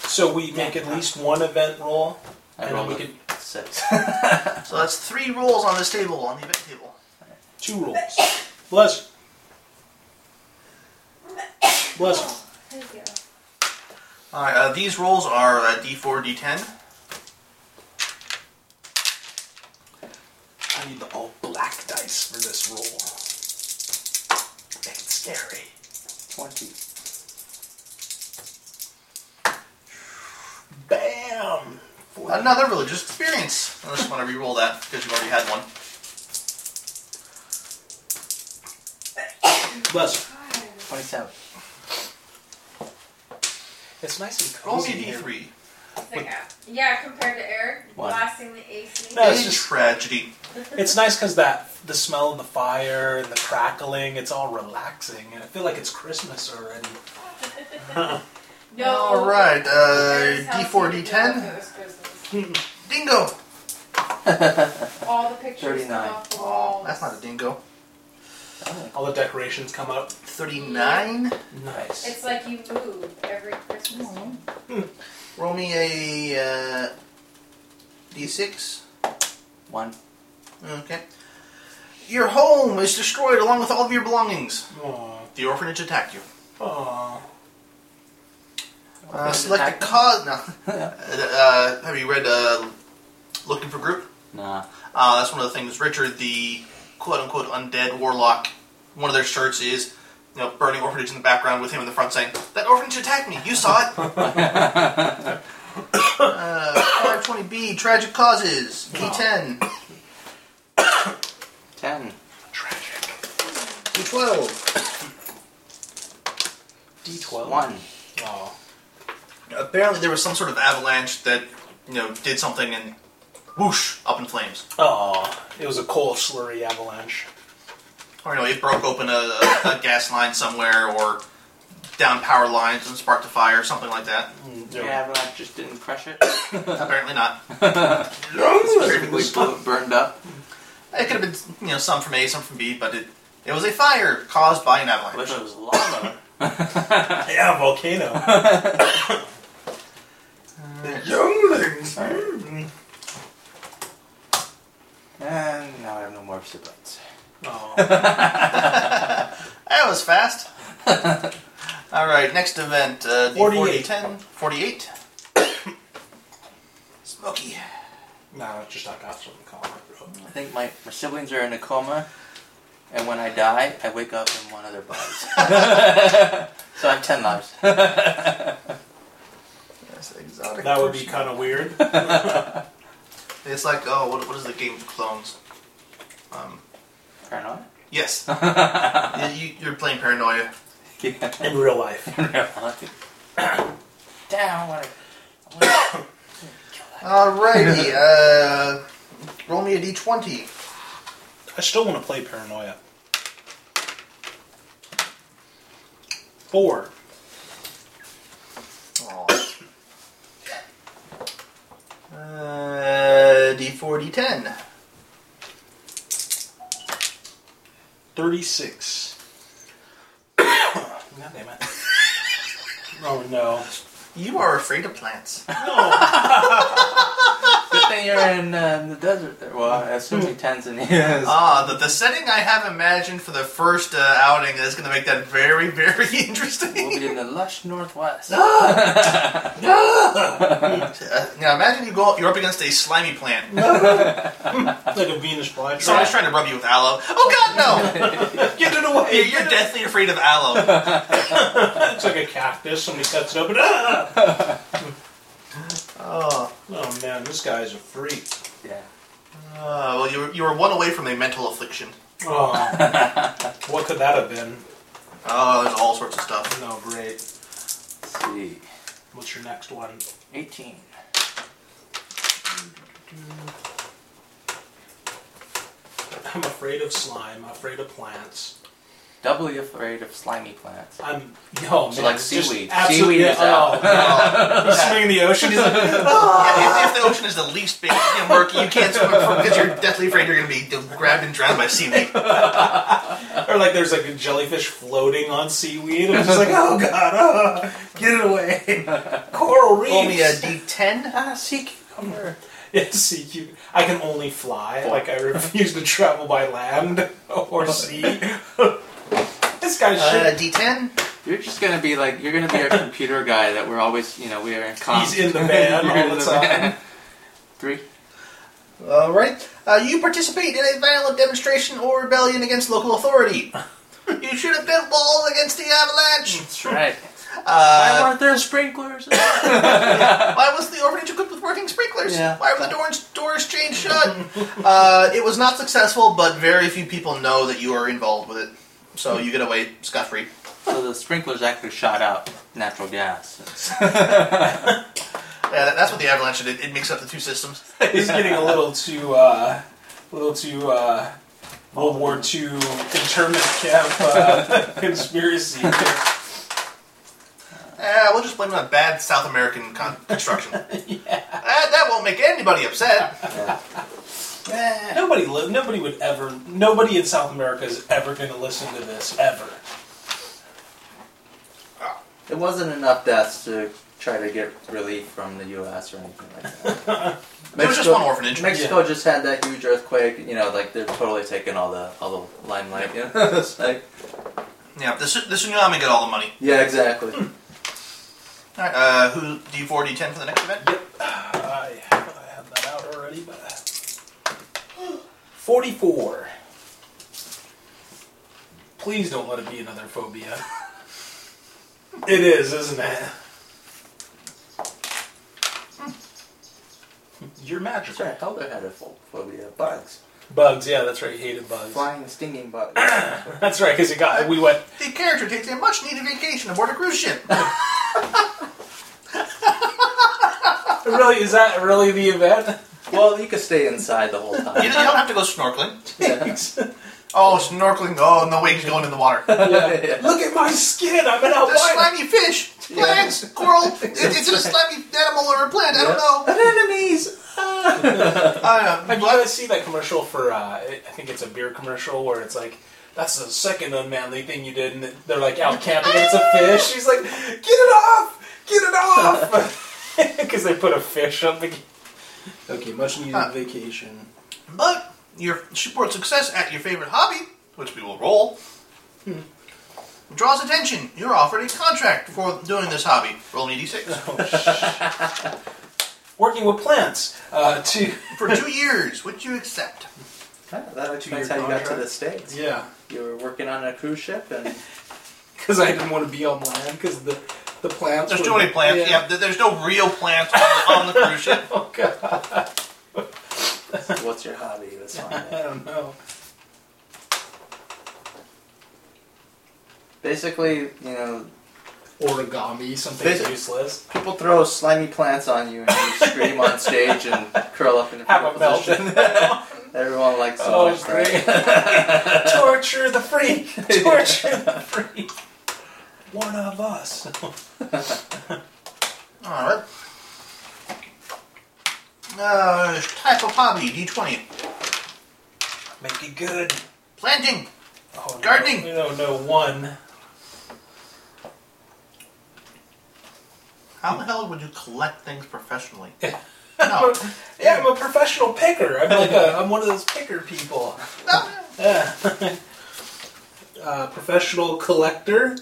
[SPEAKER 1] so we make at least one event roll,
[SPEAKER 4] I
[SPEAKER 1] and then
[SPEAKER 4] rolled
[SPEAKER 1] we
[SPEAKER 4] a
[SPEAKER 1] could
[SPEAKER 4] six.
[SPEAKER 2] So that's three rolls on this table, on the event table.
[SPEAKER 1] two rolls. Bless. you. Bless. you.
[SPEAKER 3] Thank you.
[SPEAKER 2] All right, uh, these rolls are uh, D4, D10.
[SPEAKER 1] I need the all black dice for this roll. Make it scary.
[SPEAKER 4] Twenty.
[SPEAKER 1] Bam. Four-
[SPEAKER 2] Another Uh, religious experience. I just want to re-roll that because you've already had one.
[SPEAKER 1] Bless. you.
[SPEAKER 4] Twenty-seven.
[SPEAKER 1] It's nice and
[SPEAKER 2] Roll me
[SPEAKER 1] cozy.
[SPEAKER 2] a
[SPEAKER 1] here.
[SPEAKER 2] D3.
[SPEAKER 3] Like, uh, yeah, compared to Eric
[SPEAKER 4] One.
[SPEAKER 3] blasting the AC.
[SPEAKER 1] No, it's
[SPEAKER 2] a
[SPEAKER 1] just-
[SPEAKER 2] tragedy.
[SPEAKER 1] It's nice because that the smell of the fire and the crackling, it's all relaxing, and I feel like it's Christmas already.
[SPEAKER 3] No.
[SPEAKER 2] All right, uh,
[SPEAKER 3] Eric's house
[SPEAKER 2] D4,
[SPEAKER 3] would be built if
[SPEAKER 2] D10.
[SPEAKER 3] it was Christmas.
[SPEAKER 2] Dingo.
[SPEAKER 3] All the pictures come
[SPEAKER 4] 39.
[SPEAKER 3] off the
[SPEAKER 2] Oh,
[SPEAKER 3] walls.
[SPEAKER 2] that's not a dingo.
[SPEAKER 1] All the decorations come up.
[SPEAKER 2] 39.
[SPEAKER 4] Nice.
[SPEAKER 3] It's like you move every Christmas. Oh,
[SPEAKER 2] Roll me a uh, d6.
[SPEAKER 4] One.
[SPEAKER 2] Okay. Your home is destroyed along with all of your belongings.
[SPEAKER 1] Aww.
[SPEAKER 2] The orphanage attacked you.
[SPEAKER 1] Aww.
[SPEAKER 2] Uh, select the cause. No. Uh, uh, have you read uh, Looking for Group?
[SPEAKER 4] Nah.
[SPEAKER 2] Uh, that's one of the things. Richard, the quote unquote undead warlock, one of their shirts is, you know, burning orphanage in the background with him in the front saying, That orphanage attacked me! You saw it! uh, 520B, Tragic Causes, D10,
[SPEAKER 4] Ten.
[SPEAKER 2] D12.
[SPEAKER 1] D12.
[SPEAKER 4] One.
[SPEAKER 1] Aw.
[SPEAKER 2] Apparently, there was some sort of avalanche that, you know, did something and whoosh, up in flames.
[SPEAKER 1] Aw. It was a coal slurry avalanche.
[SPEAKER 2] Or, you know, it broke open a, a, a gas line somewhere or down power lines and sparked a fire, something like that.
[SPEAKER 4] Mm, Yeah, but I just didn't crush it.
[SPEAKER 2] Apparently not.
[SPEAKER 4] Specifically blew, burned up.
[SPEAKER 2] It could have been, you know, some from A, some from B, but it it was a fire caused by an
[SPEAKER 4] I
[SPEAKER 2] avalanche.
[SPEAKER 4] wish it was lava.
[SPEAKER 1] Yeah, volcano.
[SPEAKER 9] Younglings!
[SPEAKER 4] and now I have no more siblings.
[SPEAKER 1] Aw.
[SPEAKER 2] That was fast. All right, next event. Uh,
[SPEAKER 1] 48.
[SPEAKER 2] 10, 48. Smokey.
[SPEAKER 1] Nah, it's just I got something calling it, bro.
[SPEAKER 4] I think my, my siblings are in a coma, and when I die, I wake up in one of their bodies. so I have ten lives.
[SPEAKER 2] Yes, exotic.
[SPEAKER 1] That would be kind of weird.
[SPEAKER 2] It's like, oh, what, what is the game of clones? Um,
[SPEAKER 4] Paranoid?
[SPEAKER 2] yes,
[SPEAKER 4] yeah.
[SPEAKER 2] you, you- you're playing Paranoia.
[SPEAKER 1] In real life.
[SPEAKER 4] Damn, I wanna,
[SPEAKER 2] Alrighty, uh, roll me a d20.
[SPEAKER 1] I still want to play Paranoia. Four.
[SPEAKER 2] Aw. Uh, d4, d10.
[SPEAKER 1] 36. God damn it. Oh no.
[SPEAKER 2] You are afraid of plants.
[SPEAKER 1] No!
[SPEAKER 4] Good thing you're in uh, the desert. there. Well, I assume he tends in his.
[SPEAKER 2] Ah, the, the setting I have imagined for the first uh, outing is going to make that very, very
[SPEAKER 4] We'll
[SPEAKER 2] interesting.
[SPEAKER 4] be in the lush northwest.
[SPEAKER 2] Uh, now imagine you go, you're up against a slimy plant.
[SPEAKER 1] It's like a Venus flytrap.
[SPEAKER 2] Someone's trying to rub you with aloe. Oh God, no!
[SPEAKER 1] Get it away!
[SPEAKER 2] You're, you're deathly afraid of aloe.
[SPEAKER 1] It's like a cactus. Somebody cuts it open. Ah!
[SPEAKER 2] Oh,
[SPEAKER 1] Oh man, this guy's a freak.
[SPEAKER 4] yeah.
[SPEAKER 2] Uh, well, you were, you were one away from a mental affliction.
[SPEAKER 1] Oh, what could that have been?
[SPEAKER 2] Oh, there's all sorts of stuff.
[SPEAKER 1] No, great.
[SPEAKER 4] see.
[SPEAKER 1] What's your next one?
[SPEAKER 4] 18.
[SPEAKER 1] I'm afraid of slime. Afraid of plants.
[SPEAKER 4] Doubly afraid of slimy plants.
[SPEAKER 1] I'm no man.
[SPEAKER 4] So, like,
[SPEAKER 1] it's just
[SPEAKER 4] seaweed.
[SPEAKER 1] absolutely-
[SPEAKER 4] Seaweed is out.
[SPEAKER 1] Oh, no. He's swimming in the ocean. He's like,
[SPEAKER 2] Yeah, if, if the ocean is the least big and murky, you can't swim because you're deathly afraid you're going to be grabbed and drowned by seaweed.
[SPEAKER 1] Or like there's like a jellyfish floating on seaweed. I'm just like, oh god, oh, get it away. Coral reefs.
[SPEAKER 2] Roll me a uh, d10.
[SPEAKER 4] Ah, sea cucumber.
[SPEAKER 1] Yeah, see, you, I can only fly. Like I refuse to travel by land or sea. this guy
[SPEAKER 2] Uh,
[SPEAKER 1] should.
[SPEAKER 2] d10.
[SPEAKER 4] You're just gonna be like, you're gonna be our computer guy that we're always, you know, we are in constant.
[SPEAKER 1] He's in the van
[SPEAKER 4] You're
[SPEAKER 1] all
[SPEAKER 4] in
[SPEAKER 1] the time.
[SPEAKER 4] van. Three.
[SPEAKER 2] All right. Uh, you participate in a violent demonstration or rebellion against local authority. you should have built walls against the avalanche.
[SPEAKER 4] That's right. Why
[SPEAKER 2] Uh,
[SPEAKER 4] weren't there sprinklers?
[SPEAKER 2] why was the orphanage equipped with working sprinklers?
[SPEAKER 4] Yeah.
[SPEAKER 2] Why were the doors, doors chained shut? uh, it was not successful, but very few people know that you are involved with it. So you get away scot free.
[SPEAKER 4] so the sprinklers actually shot out natural gas.
[SPEAKER 2] Yeah, that, that's what the avalanche did. It mixed up the two systems.
[SPEAKER 1] He's getting a little too, uh, a little too uh, World War II internment camp uh, conspiracy.
[SPEAKER 2] Eh, we'll just blame it on bad South American con- construction. Eh, that won't make anybody upset.
[SPEAKER 1] Nobody, li- nobody would ever. Nobody in South America is ever going to listen to this ever.
[SPEAKER 4] It wasn't enough deaths to try to get relief from the U.S. or anything like that.
[SPEAKER 2] There was just one orphanage.
[SPEAKER 4] Mexico just had that huge earthquake. You know, like they're totally taking all the all the limelight. You know, it's like
[SPEAKER 2] Yeah, the, su- the tsunami got all the money.
[SPEAKER 4] yeah, exactly.
[SPEAKER 2] All right, uh, who do you forward D10 for the next event?
[SPEAKER 1] I I had that out already, but forty-four. Please don't let it be another phobia. It is, isn't it? You're
[SPEAKER 4] That's
[SPEAKER 1] magical.
[SPEAKER 4] right. Elder had a pho- phobia of bugs,
[SPEAKER 1] Bugs, yeah, that's right. He hated bugs.
[SPEAKER 4] flying stinging bugs.
[SPEAKER 1] That's right, because he got. We went.
[SPEAKER 2] The character takes a much needed vacation aboard a cruise ship.
[SPEAKER 1] Really, is that really the event?
[SPEAKER 4] well, you could stay inside the whole
[SPEAKER 2] You
[SPEAKER 4] time.
[SPEAKER 2] don't have to go snorkeling.
[SPEAKER 1] Thanks.
[SPEAKER 2] Oh, snorkeling. Oh, no way he's going in the water. The
[SPEAKER 4] Yeah.
[SPEAKER 1] Look at my skin. I'm an albino.
[SPEAKER 2] slimy fish, plants, coral. It, it's a slimy animal or a plant. I don't know.
[SPEAKER 1] Anemones. Ah.
[SPEAKER 2] I
[SPEAKER 1] Have you guys seen that commercial for? Uh, I think it's a beer commercial where it's like, "That's the second unmanly thing you did," and they're like out camping and it's a
[SPEAKER 2] Ah!
[SPEAKER 1] fish. She's like, "Get it off! Get it off!" Because they put a fish on the. Ah. Okay, much needed
[SPEAKER 2] Huh.
[SPEAKER 1] vacation.
[SPEAKER 2] But your support success at your favorite hobby, which we will roll, draws attention. You're offered a contract for doing this hobby. Roll an d6
[SPEAKER 1] Oh, Working with plants uh, to.
[SPEAKER 2] for two years. Would you accept?
[SPEAKER 4] That- that's
[SPEAKER 1] Two-year
[SPEAKER 4] how you got to
[SPEAKER 1] contract.
[SPEAKER 4] the states.
[SPEAKER 1] Yeah,
[SPEAKER 4] You were working on a cruise ship, and
[SPEAKER 1] because I didn't want to be on land because the the plants.
[SPEAKER 2] There's
[SPEAKER 1] were-
[SPEAKER 2] too many plants. Yeah, th- there's no real plants on the, on the cruise ship.
[SPEAKER 1] Oh god,
[SPEAKER 4] what's your hobby? Let's find
[SPEAKER 1] I
[SPEAKER 4] out.
[SPEAKER 1] don't know.
[SPEAKER 4] Basically, you know,
[SPEAKER 1] Origami, something
[SPEAKER 4] This-
[SPEAKER 1] useless.
[SPEAKER 4] people throw slimy plants on you, and you scream on stage and curl up in a
[SPEAKER 1] Have a
[SPEAKER 4] fetal
[SPEAKER 1] melt.
[SPEAKER 4] position. Everyone likes to
[SPEAKER 1] Oh,
[SPEAKER 4] watch that.
[SPEAKER 1] Torture the freak! Torture the freak! One of us.
[SPEAKER 2] All right. Uh, type of hobby d20.
[SPEAKER 1] Make it good.
[SPEAKER 2] Planting.
[SPEAKER 1] Oh, no.
[SPEAKER 2] Gardening.
[SPEAKER 1] No, no, one.
[SPEAKER 2] How the hell would you collect things professionally? no.
[SPEAKER 1] Yeah, I'm a professional picker. I'm like a, I'm one of those picker people. Yeah. uh, professional collector.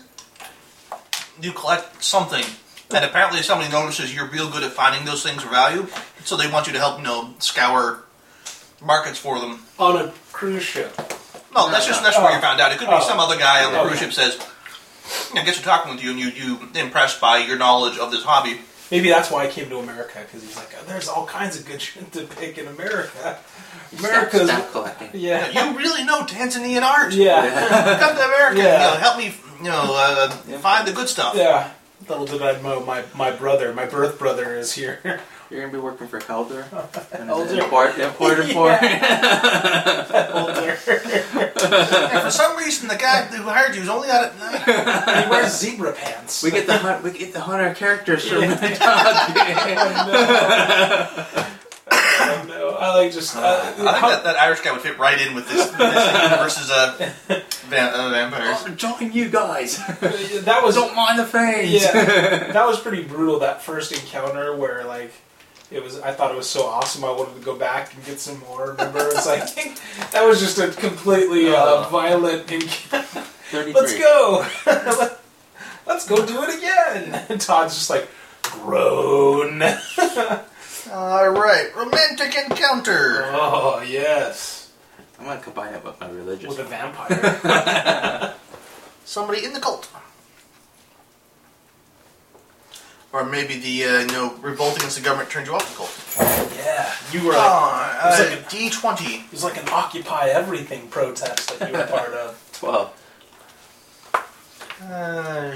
[SPEAKER 2] you collect something, and apparently somebody notices you're real good at finding those things of value, so they want you to help, you know, scour markets for them.
[SPEAKER 1] On a cruise ship.
[SPEAKER 2] No, that's just that's where you found out. It could be
[SPEAKER 1] Oh.
[SPEAKER 2] some other guy on the
[SPEAKER 1] Okay.
[SPEAKER 2] cruise ship says, you know, gets to talking with you, and you you impressed by your knowledge of this hobby,
[SPEAKER 1] Maybe that's why I came to America because he's like, "Oh, there's all kinds of good shit to pick in America. America's
[SPEAKER 4] Stop, stop collecting.
[SPEAKER 1] yeah,
[SPEAKER 2] You really know Tanzanian art.
[SPEAKER 1] yeah,
[SPEAKER 2] Come to America.
[SPEAKER 1] Yeah.
[SPEAKER 2] You know, help me. You know, uh, find the good stuff.
[SPEAKER 1] yeah." Little did I know, my my brother, my birth brother, is here.
[SPEAKER 4] You're gonna be working for Helder. And
[SPEAKER 1] Helder.
[SPEAKER 4] Import, import, import.
[SPEAKER 1] Older.
[SPEAKER 2] And for some reason, the guy who hired you was only out at night.
[SPEAKER 1] he wears zebra pants.
[SPEAKER 4] We get the hun- we get the hunter characters from the
[SPEAKER 1] I know. I like just.
[SPEAKER 2] I
[SPEAKER 1] Uh,
[SPEAKER 2] think that, that Irish guy would fit right in with this, this thing versus uh, van, uh, vampires.
[SPEAKER 4] dog. Join you guys.
[SPEAKER 1] that was
[SPEAKER 4] Don't mind the fangs.
[SPEAKER 1] Oh, yeah, that was pretty brutal. That first encounter where like it was, I thought it was so awesome. I wanted to go back and get some more. Remember, it's like that was just a completely uh, violent. Enc-
[SPEAKER 4] Thirty-three.
[SPEAKER 1] Let's go. Let's go do it again. And Todd's just like groan.
[SPEAKER 2] All right, romantic encounter.
[SPEAKER 1] Oh yes,
[SPEAKER 4] I'm gonna combine it with my religious.
[SPEAKER 1] with a vampire.
[SPEAKER 2] Somebody in the cult, or maybe the uh, you know revolt against the government turned you off the cult.
[SPEAKER 1] yeah, you were. Like,
[SPEAKER 2] Ah,
[SPEAKER 1] It's
[SPEAKER 2] uh,
[SPEAKER 1] like
[SPEAKER 2] D twenty.
[SPEAKER 1] Oh. it was like an Occupy Everything protest that you were part of.
[SPEAKER 4] Twelve.
[SPEAKER 2] Uh,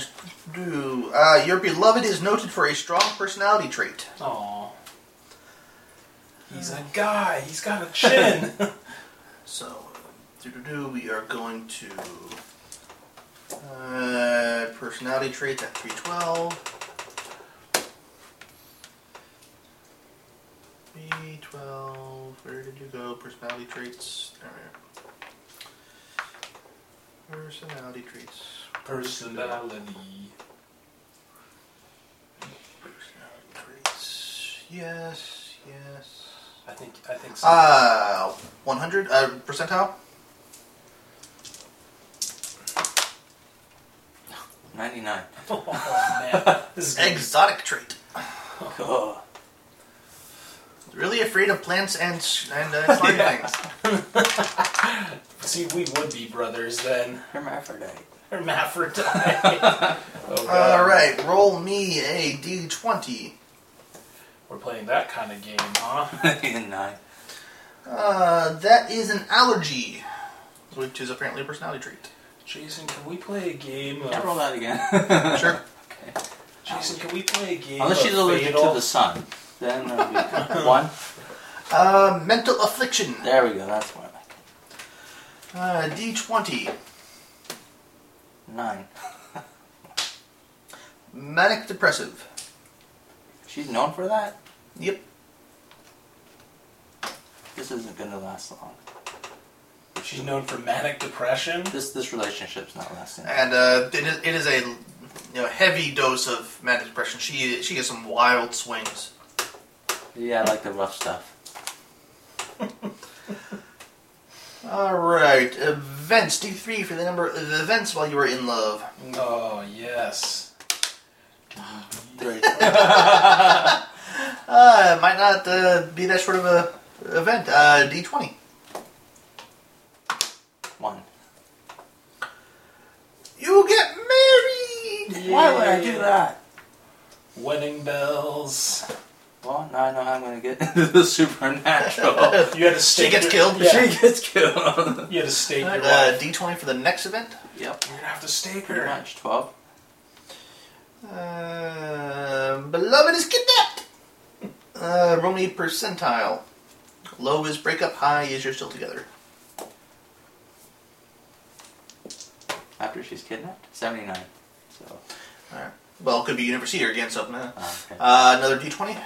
[SPEAKER 2] do uh, your beloved is noted for a strong personality trait.
[SPEAKER 1] Aw. He's a guy. He's got a chin.
[SPEAKER 2] So, do-do-do, we are going to uh, personality traits at 312. 312, where did you go? Personality traits. There we are. Personality traits.
[SPEAKER 1] Personality.
[SPEAKER 2] Personality traits. Yes, yes.
[SPEAKER 1] I think. I think so.
[SPEAKER 2] Uh, 100 uh, percentile?
[SPEAKER 4] Ninety-nine.
[SPEAKER 1] oh man, this is gonna be-
[SPEAKER 2] Exotic trait.
[SPEAKER 4] Oh.
[SPEAKER 2] Really afraid of plants and, s- and uh, slime things.
[SPEAKER 1] See, we would be brothers then.
[SPEAKER 4] Hermaphrodite.
[SPEAKER 1] Hermaphrodite. oh, God.
[SPEAKER 2] All right, roll me a d20.
[SPEAKER 1] We're playing that kind of game, huh?
[SPEAKER 4] Nine.
[SPEAKER 2] Uh, that is an allergy, which is apparently a personality trait.
[SPEAKER 1] Jason, can we play a game?
[SPEAKER 4] Can I roll
[SPEAKER 1] Of,
[SPEAKER 4] that again?
[SPEAKER 2] Sure.
[SPEAKER 1] Jason, can we play a game?
[SPEAKER 4] Unless
[SPEAKER 1] of
[SPEAKER 4] she's allergic to
[SPEAKER 1] Fatal?
[SPEAKER 4] the sun. Then that'll be one.
[SPEAKER 2] Uh, mental affliction.
[SPEAKER 4] There we go. That's one.
[SPEAKER 2] Uh, d20.
[SPEAKER 4] Nine.
[SPEAKER 2] Manic depressive.
[SPEAKER 4] She's known for that.
[SPEAKER 2] Yep.
[SPEAKER 4] This isn't gonna last long.
[SPEAKER 1] She's known for manic depression.
[SPEAKER 4] This this relationship's not lasting.
[SPEAKER 2] And uh, it, is, it is a you know heavy dose of manic depression. She she has some wild swings.
[SPEAKER 4] Yeah, I like the rough stuff.
[SPEAKER 2] All right, events d3 for the number of events while you were in love.
[SPEAKER 1] Oh yes.
[SPEAKER 4] Three.
[SPEAKER 2] Uh, it might not uh, be that sort of a event. Uh, d20.
[SPEAKER 4] One.
[SPEAKER 2] You get married.
[SPEAKER 4] Why would I do that?
[SPEAKER 1] Wedding bells.
[SPEAKER 4] Well, now I know how I'm gonna get into the supernatural.
[SPEAKER 1] You had to stake.
[SPEAKER 2] She
[SPEAKER 1] your-
[SPEAKER 2] gets killed.
[SPEAKER 1] Yeah.
[SPEAKER 4] She gets killed.
[SPEAKER 1] You had to stake your
[SPEAKER 2] Uh,
[SPEAKER 1] wife.
[SPEAKER 2] D20 for the next event.
[SPEAKER 4] yep.
[SPEAKER 1] You're gonna have to stake
[SPEAKER 4] Pretty
[SPEAKER 1] her.
[SPEAKER 4] much twelve.
[SPEAKER 2] Uh, beloved is kidnapped. Uh, roll me percentile. Low is breakup. High is you're still together.
[SPEAKER 4] After she's kidnapped. Seventy-nine. So.
[SPEAKER 2] Well, it could be you never see her again. So nah.
[SPEAKER 4] uh, okay.
[SPEAKER 2] uh, another D20.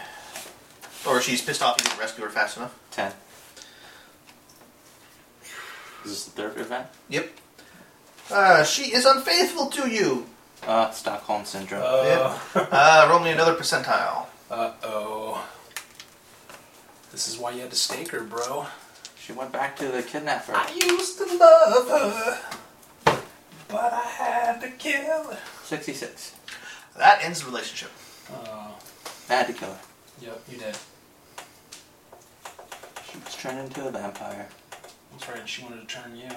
[SPEAKER 2] Or she's pissed off you didn't rescue her fast enough.
[SPEAKER 4] Ten. Is this the third event?
[SPEAKER 2] Yep. Uh, she is unfaithful to you.
[SPEAKER 4] Uh, Stockholm syndrome.
[SPEAKER 1] Uh
[SPEAKER 2] Uh, roll me another percentile.
[SPEAKER 1] oh. This is why you had to stake her, bro.
[SPEAKER 4] she went back to the kidnapper.
[SPEAKER 1] I used to love her, but I had to kill her.
[SPEAKER 4] Sixty-six.
[SPEAKER 2] That ends the relationship.
[SPEAKER 1] Oh,
[SPEAKER 4] I had to kill her.
[SPEAKER 1] yep, you did.
[SPEAKER 4] She was turned into a vampire.
[SPEAKER 1] That's right. She wanted to turn you.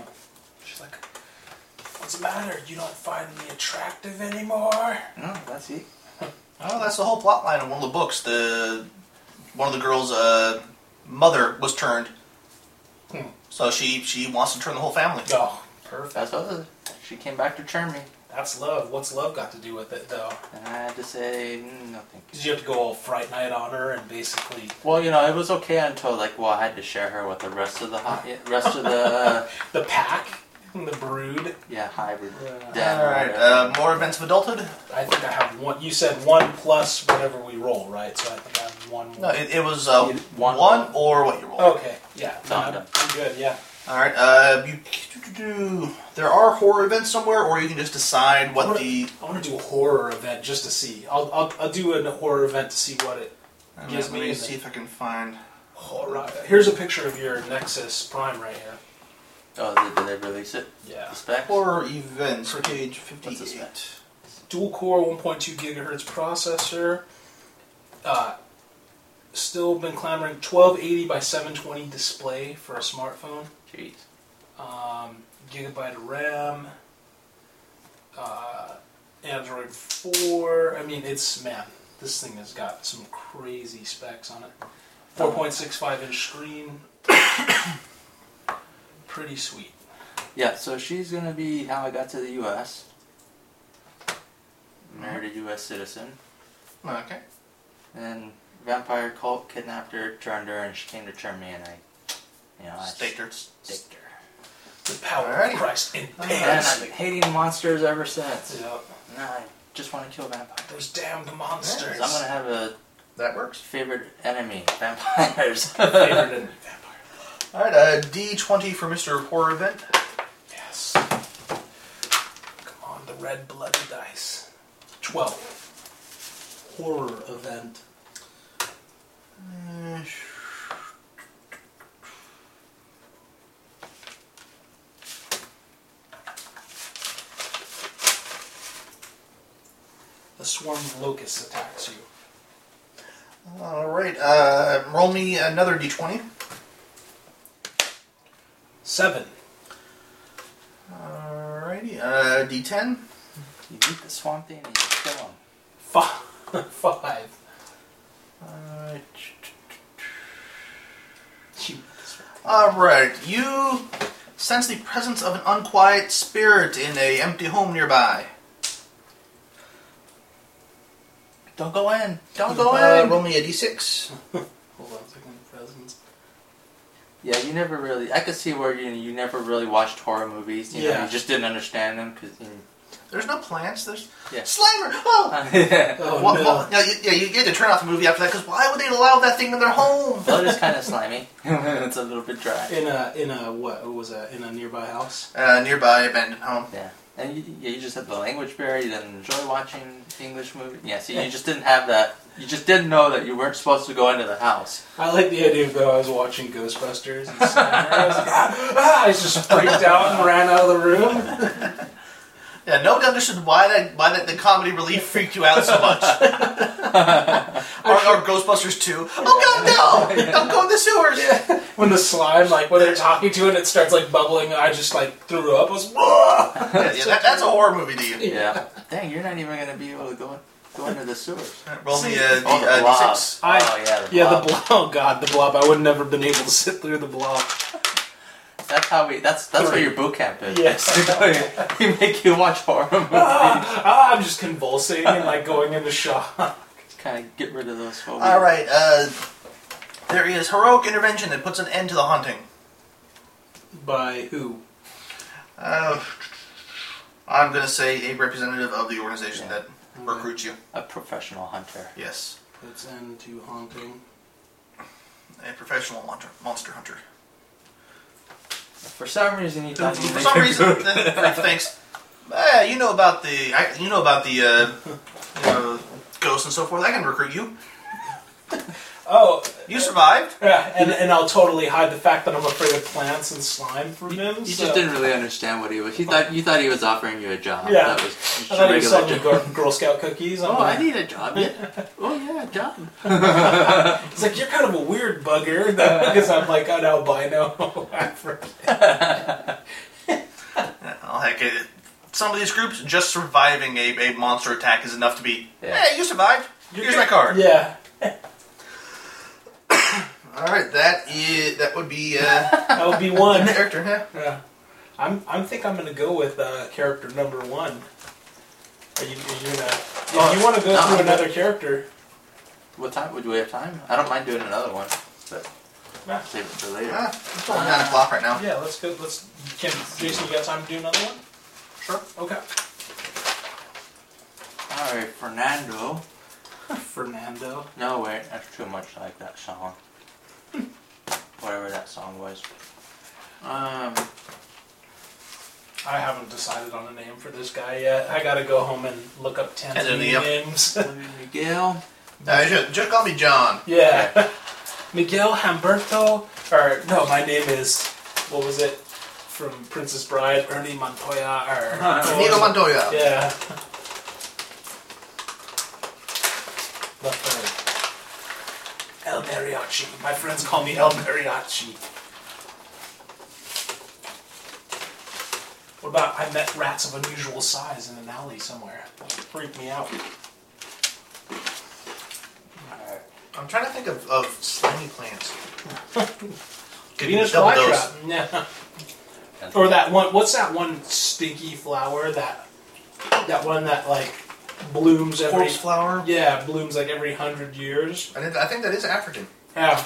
[SPEAKER 1] She's like, "What's the matter? You don't find me attractive anymore?"
[SPEAKER 4] No, that's it.
[SPEAKER 2] Oh, that's the whole plot line in one of the books. The one of the girls' uh, mother was turned,
[SPEAKER 1] Hmm.
[SPEAKER 2] so she she wants to turn the whole family.
[SPEAKER 1] Oh, perfect.
[SPEAKER 4] That's what it was. She came back to turn me.
[SPEAKER 1] That's love. What's love got to do with it, though?
[SPEAKER 4] And I had to say, mm, no thank you.
[SPEAKER 1] Because you have to go all fright night on her and basically.
[SPEAKER 4] Well, you know, it was okay until, like, well, I had to share her with the rest of the, hi- rest of the, uh,
[SPEAKER 1] The pack, the brood.
[SPEAKER 4] yeah, um, hybrid.
[SPEAKER 1] Uh,
[SPEAKER 4] den
[SPEAKER 2] All
[SPEAKER 4] or
[SPEAKER 2] right,
[SPEAKER 4] whatever.
[SPEAKER 2] uh, more events of adulthood.
[SPEAKER 1] I think I have one. You said one plus whatever we roll, right? So I think I have one more.
[SPEAKER 2] No, it, it was uh,
[SPEAKER 4] You-
[SPEAKER 2] one,
[SPEAKER 4] one.
[SPEAKER 2] or what you rolled.
[SPEAKER 1] okay, yeah.
[SPEAKER 4] It's
[SPEAKER 1] No,
[SPEAKER 4] not
[SPEAKER 1] I'm,
[SPEAKER 4] done.
[SPEAKER 1] I'm good, yeah.
[SPEAKER 2] All right. Uh, you, there are horror events somewhere, or you can just decide what
[SPEAKER 1] What-
[SPEAKER 2] the.
[SPEAKER 1] I want to do a horror event just to see. I'll, I'll, I'll do a horror event to see what it.
[SPEAKER 2] Let
[SPEAKER 1] gives me
[SPEAKER 2] me
[SPEAKER 1] the-
[SPEAKER 2] see if I can find.
[SPEAKER 1] Horror. Here's a picture of your Nexus Prime right here.
[SPEAKER 4] Oh, did, did they release it?
[SPEAKER 1] Yeah.
[SPEAKER 4] The specs?
[SPEAKER 2] Horror events, page
[SPEAKER 4] What's this
[SPEAKER 2] 58.
[SPEAKER 4] about?
[SPEAKER 1] dual core 1.2 gigahertz processor. Uh, still been clamoring 1280 by 720 display for a smartphone.
[SPEAKER 4] Jeez.
[SPEAKER 1] Um, gigabyte of RAM. Uh, Android 4. I mean, it's man, this thing has got some crazy specs on it. 4.65 inch screen. Pretty sweet.
[SPEAKER 4] Yeah, so she's gonna be how I got to the U.S. Married a U.S. citizen,
[SPEAKER 2] Okay.
[SPEAKER 4] and vampire cult kidnapped her, turned her, and she came to turn me, and I, you know, I
[SPEAKER 2] Staked her.
[SPEAKER 4] staked her.
[SPEAKER 1] The power
[SPEAKER 2] Alrighty.
[SPEAKER 1] of Christ in
[SPEAKER 4] And
[SPEAKER 1] pants.
[SPEAKER 4] I've been hating monsters ever since.
[SPEAKER 1] Yeah,
[SPEAKER 4] And I just want to kill vampires.
[SPEAKER 1] those damned
[SPEAKER 4] So
[SPEAKER 1] monsters.
[SPEAKER 4] I'm gonna have a
[SPEAKER 2] That works.
[SPEAKER 4] favorite enemy: vampires.
[SPEAKER 1] Favorite enemy, vampire.
[SPEAKER 2] All right. Uh, D20 for Mr. Horror Event.
[SPEAKER 1] Yes. Come on, the red bloody dice. Twelve. Horror event.
[SPEAKER 2] Uh, sh-
[SPEAKER 1] The swarm of locusts attacks you.
[SPEAKER 2] All right. Uh, roll me another D20.
[SPEAKER 1] Seven.
[SPEAKER 2] Alrighty. Uh, D10.
[SPEAKER 4] you beat the swamp thing and you kill him.
[SPEAKER 1] Five. Five.
[SPEAKER 2] Uh, ch- ch-
[SPEAKER 1] You.
[SPEAKER 2] Alright, you sense the presence of an unquiet spirit in a empty home nearby.
[SPEAKER 4] Don't go in. Don't go
[SPEAKER 2] Uh,
[SPEAKER 4] in.
[SPEAKER 2] roll me a d6.
[SPEAKER 1] Hold on a second. Presents.
[SPEAKER 4] Yeah, you never really. I could see where you you never really watched horror movies. You know,
[SPEAKER 1] Yeah.
[SPEAKER 4] you just didn't understand them because. You
[SPEAKER 2] There's no plants, there's...
[SPEAKER 4] Yeah.
[SPEAKER 2] Slimer! Oh!
[SPEAKER 1] Oh
[SPEAKER 2] Wha- wha-
[SPEAKER 1] no.
[SPEAKER 2] yeah, you, yeah, you get to turn off the movie after that, because why would they allow that thing in their home?
[SPEAKER 4] Blood is kind of slimy. it's a little bit dry.
[SPEAKER 1] In a in a what, what was that? In a nearby house.
[SPEAKER 2] Uh, nearby abandoned home.
[SPEAKER 4] Yeah. And you, yeah, you just had the language barrier. You didn't enjoy watching English movies. Yeah, see, you just didn't have that. You just didn't know that you weren't supposed to go into the house.
[SPEAKER 1] I like the idea of though I was watching Ghostbusters and Slimer. I was like, ah, ah, I just freaked out and ran out of the room.
[SPEAKER 2] Yeah, nobody understood why that why that the comedy relief freaked you out so much. or, or Ghostbusters 2. Oh god, no! Don't go in the sewers!
[SPEAKER 1] when the slime, like when they're talking to it, and it starts like bubbling. I just like threw up. I was Whoa!
[SPEAKER 2] Yeah, yeah, that, that's a horror movie to you.
[SPEAKER 4] Yeah. Dang, you're not even going to be able to go, in, go into the sewers.
[SPEAKER 2] Roll me a D,
[SPEAKER 4] Oh, the
[SPEAKER 2] uh,
[SPEAKER 4] blob.
[SPEAKER 2] D6.
[SPEAKER 1] I-
[SPEAKER 4] oh, yeah, the blob.
[SPEAKER 1] yeah, the blob. Oh god, the blob. I would have never been able to sit through the blob.
[SPEAKER 4] That's how we. That's that's where your boot camp is.
[SPEAKER 1] Yes.
[SPEAKER 4] they make you watch horror movies.
[SPEAKER 1] ah, ah, I'm just convulsing and like going into shock.
[SPEAKER 4] kind of get rid of those phobias.
[SPEAKER 2] All right. Uh, there is heroic intervention that puts an end to the haunting.
[SPEAKER 1] By who?
[SPEAKER 2] Uh, I'm gonna say a representative of the organization
[SPEAKER 4] Yeah.
[SPEAKER 2] that recruits you.
[SPEAKER 4] A professional hunter.
[SPEAKER 2] Yes,
[SPEAKER 1] Puts end to haunting.
[SPEAKER 2] a professional monster, monster hunter.
[SPEAKER 4] For some reason, you
[SPEAKER 2] Who,
[SPEAKER 4] thought you
[SPEAKER 2] for
[SPEAKER 4] could
[SPEAKER 2] some
[SPEAKER 4] do
[SPEAKER 2] reason,
[SPEAKER 4] it.
[SPEAKER 2] thanks. Eh, you know about the, I, you know about the, uh, you know, ghosts and so forth. I can recruit you.
[SPEAKER 1] Oh,
[SPEAKER 2] You survived.
[SPEAKER 1] yeah, and, and I'll totally hide the fact that I'm afraid of plants and slime from him.
[SPEAKER 4] You
[SPEAKER 1] so.
[SPEAKER 4] just didn't really understand what he was. You thought you thought he was offering you a job.
[SPEAKER 1] Yeah.
[SPEAKER 4] That was just
[SPEAKER 1] I thought
[SPEAKER 4] a
[SPEAKER 1] he was
[SPEAKER 4] regular
[SPEAKER 1] selling me
[SPEAKER 4] job.
[SPEAKER 1] Girl, Girl Scout cookies. I'm
[SPEAKER 4] Oh, I
[SPEAKER 1] like,
[SPEAKER 4] need a job. Yeah. Oh yeah, a job.
[SPEAKER 1] it's like you're kind of a weird bugger because I'm like an albino. African.
[SPEAKER 2] Eh, I'll heck it. some of these groups, just surviving a, a monster attack is enough to be,
[SPEAKER 4] Yeah.
[SPEAKER 2] hey, you survived. Here's my card.
[SPEAKER 1] Yeah.
[SPEAKER 2] All right, that is that would be uh,
[SPEAKER 1] That would be one.
[SPEAKER 2] character. Yeah.
[SPEAKER 1] Yeah. I'm I'm think I'm gonna go with uh, character number one. Are you, are you gonna? If you want to go
[SPEAKER 4] no.
[SPEAKER 1] through another character,
[SPEAKER 4] What time? Would we have time? I don't mind doing another one, but
[SPEAKER 1] Nah.
[SPEAKER 4] save it for later.
[SPEAKER 2] Ah, it's only nine o'clock right now.
[SPEAKER 1] yeah, let's go. Let's. Can Jason, you got time to do another one?
[SPEAKER 2] Sure.
[SPEAKER 1] Okay.
[SPEAKER 4] All right, Fernando.
[SPEAKER 1] Fernando.
[SPEAKER 4] No, wait, that's too much like that song. Whatever that song was. Um,
[SPEAKER 1] I haven't decided on a name for this guy yet. I gotta go home and look up Tanzanian
[SPEAKER 2] Tanzania.
[SPEAKER 1] names.
[SPEAKER 4] Miguel.
[SPEAKER 2] Uh, just, just call me John.
[SPEAKER 1] yeah. Miguel Hamberto. Or no, my name is. What was it? From Princess Bride, Ernie Montoya, or
[SPEAKER 4] Huh.
[SPEAKER 2] Nino Montoya.
[SPEAKER 1] Yeah. Left right. El Mariachi. My friends call me El Mariachi. What about I met rats of unusual size in an alley somewhere? Freaked me out.
[SPEAKER 2] I'm trying to think of, of slimy plants. Could
[SPEAKER 1] Venus
[SPEAKER 2] double
[SPEAKER 1] flytrap. Yeah. Or that one. What's that one stinky flower that? That one that like blooms every.
[SPEAKER 2] Corpse flower.
[SPEAKER 1] Yeah, blooms like every hundred years.
[SPEAKER 2] I, did, I think that is African.
[SPEAKER 1] Yeah.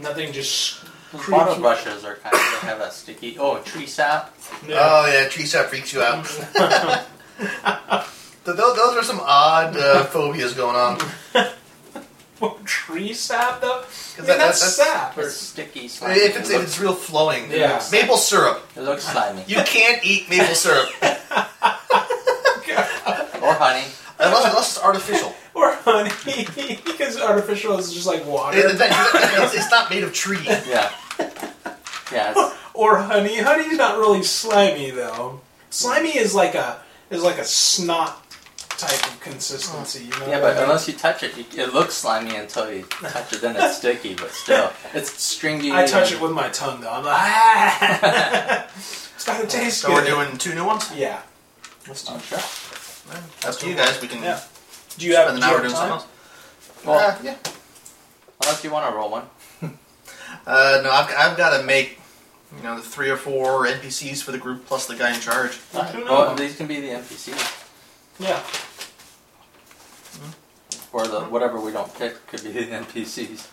[SPEAKER 1] Nothing just.
[SPEAKER 4] Those
[SPEAKER 1] Creepy.
[SPEAKER 4] bottle brushes are kind of they have that sticky. Oh, tree sap.
[SPEAKER 1] Yeah.
[SPEAKER 2] Oh yeah, tree sap freaks you out. Uh, Th- those, those are some odd uh, phobias going on.
[SPEAKER 1] tree sap though? I mean,
[SPEAKER 2] that-
[SPEAKER 1] that's,
[SPEAKER 2] that's-
[SPEAKER 1] sap.
[SPEAKER 4] It's sticky, slimy.
[SPEAKER 2] If it's,
[SPEAKER 4] it,
[SPEAKER 2] if
[SPEAKER 4] looks,
[SPEAKER 2] it's real flowing.
[SPEAKER 1] Yeah.
[SPEAKER 2] Maple syrup.
[SPEAKER 4] it looks slimy.
[SPEAKER 2] You can't eat maple syrup
[SPEAKER 4] Or Oh, honey.
[SPEAKER 2] unless, unless it's artificial.
[SPEAKER 1] or honey, because artificial is just like water.
[SPEAKER 2] It- that- it's, it's not made of tree.
[SPEAKER 4] Yeah. Yeah. It's,
[SPEAKER 1] or honey. Honey's not really slimy though. Slimy is like a is like a snot type of consistency. You know
[SPEAKER 4] yeah,
[SPEAKER 1] what
[SPEAKER 4] but
[SPEAKER 1] I mean?
[SPEAKER 4] unless you touch it, you, it looks slimy until you touch it. Then it's sticky, but still, it's stringy.
[SPEAKER 1] I touch
[SPEAKER 4] and-
[SPEAKER 1] it with my tongue though. I'm like, ah! it's gotta taste
[SPEAKER 2] So we're
[SPEAKER 1] good.
[SPEAKER 2] doing two new ones.
[SPEAKER 1] yeah. Let's do.
[SPEAKER 4] Oh, sure.
[SPEAKER 2] That's to you guys. We can
[SPEAKER 1] Yeah. Do you have,
[SPEAKER 2] spend
[SPEAKER 1] do
[SPEAKER 2] an
[SPEAKER 1] you
[SPEAKER 2] hour
[SPEAKER 1] have
[SPEAKER 2] doing
[SPEAKER 1] time?
[SPEAKER 2] something else.
[SPEAKER 4] Well,
[SPEAKER 2] Uh, yeah.
[SPEAKER 4] unless you want to roll one.
[SPEAKER 2] Uh, no, I've, I've got to make you know the three or four NPCs for the group plus the guy in charge.
[SPEAKER 1] I don't know.
[SPEAKER 4] Well, these can be the NPCs
[SPEAKER 1] yeah.
[SPEAKER 4] or
[SPEAKER 1] Uh-huh.
[SPEAKER 4] the whatever we don't pick could be the NPCs.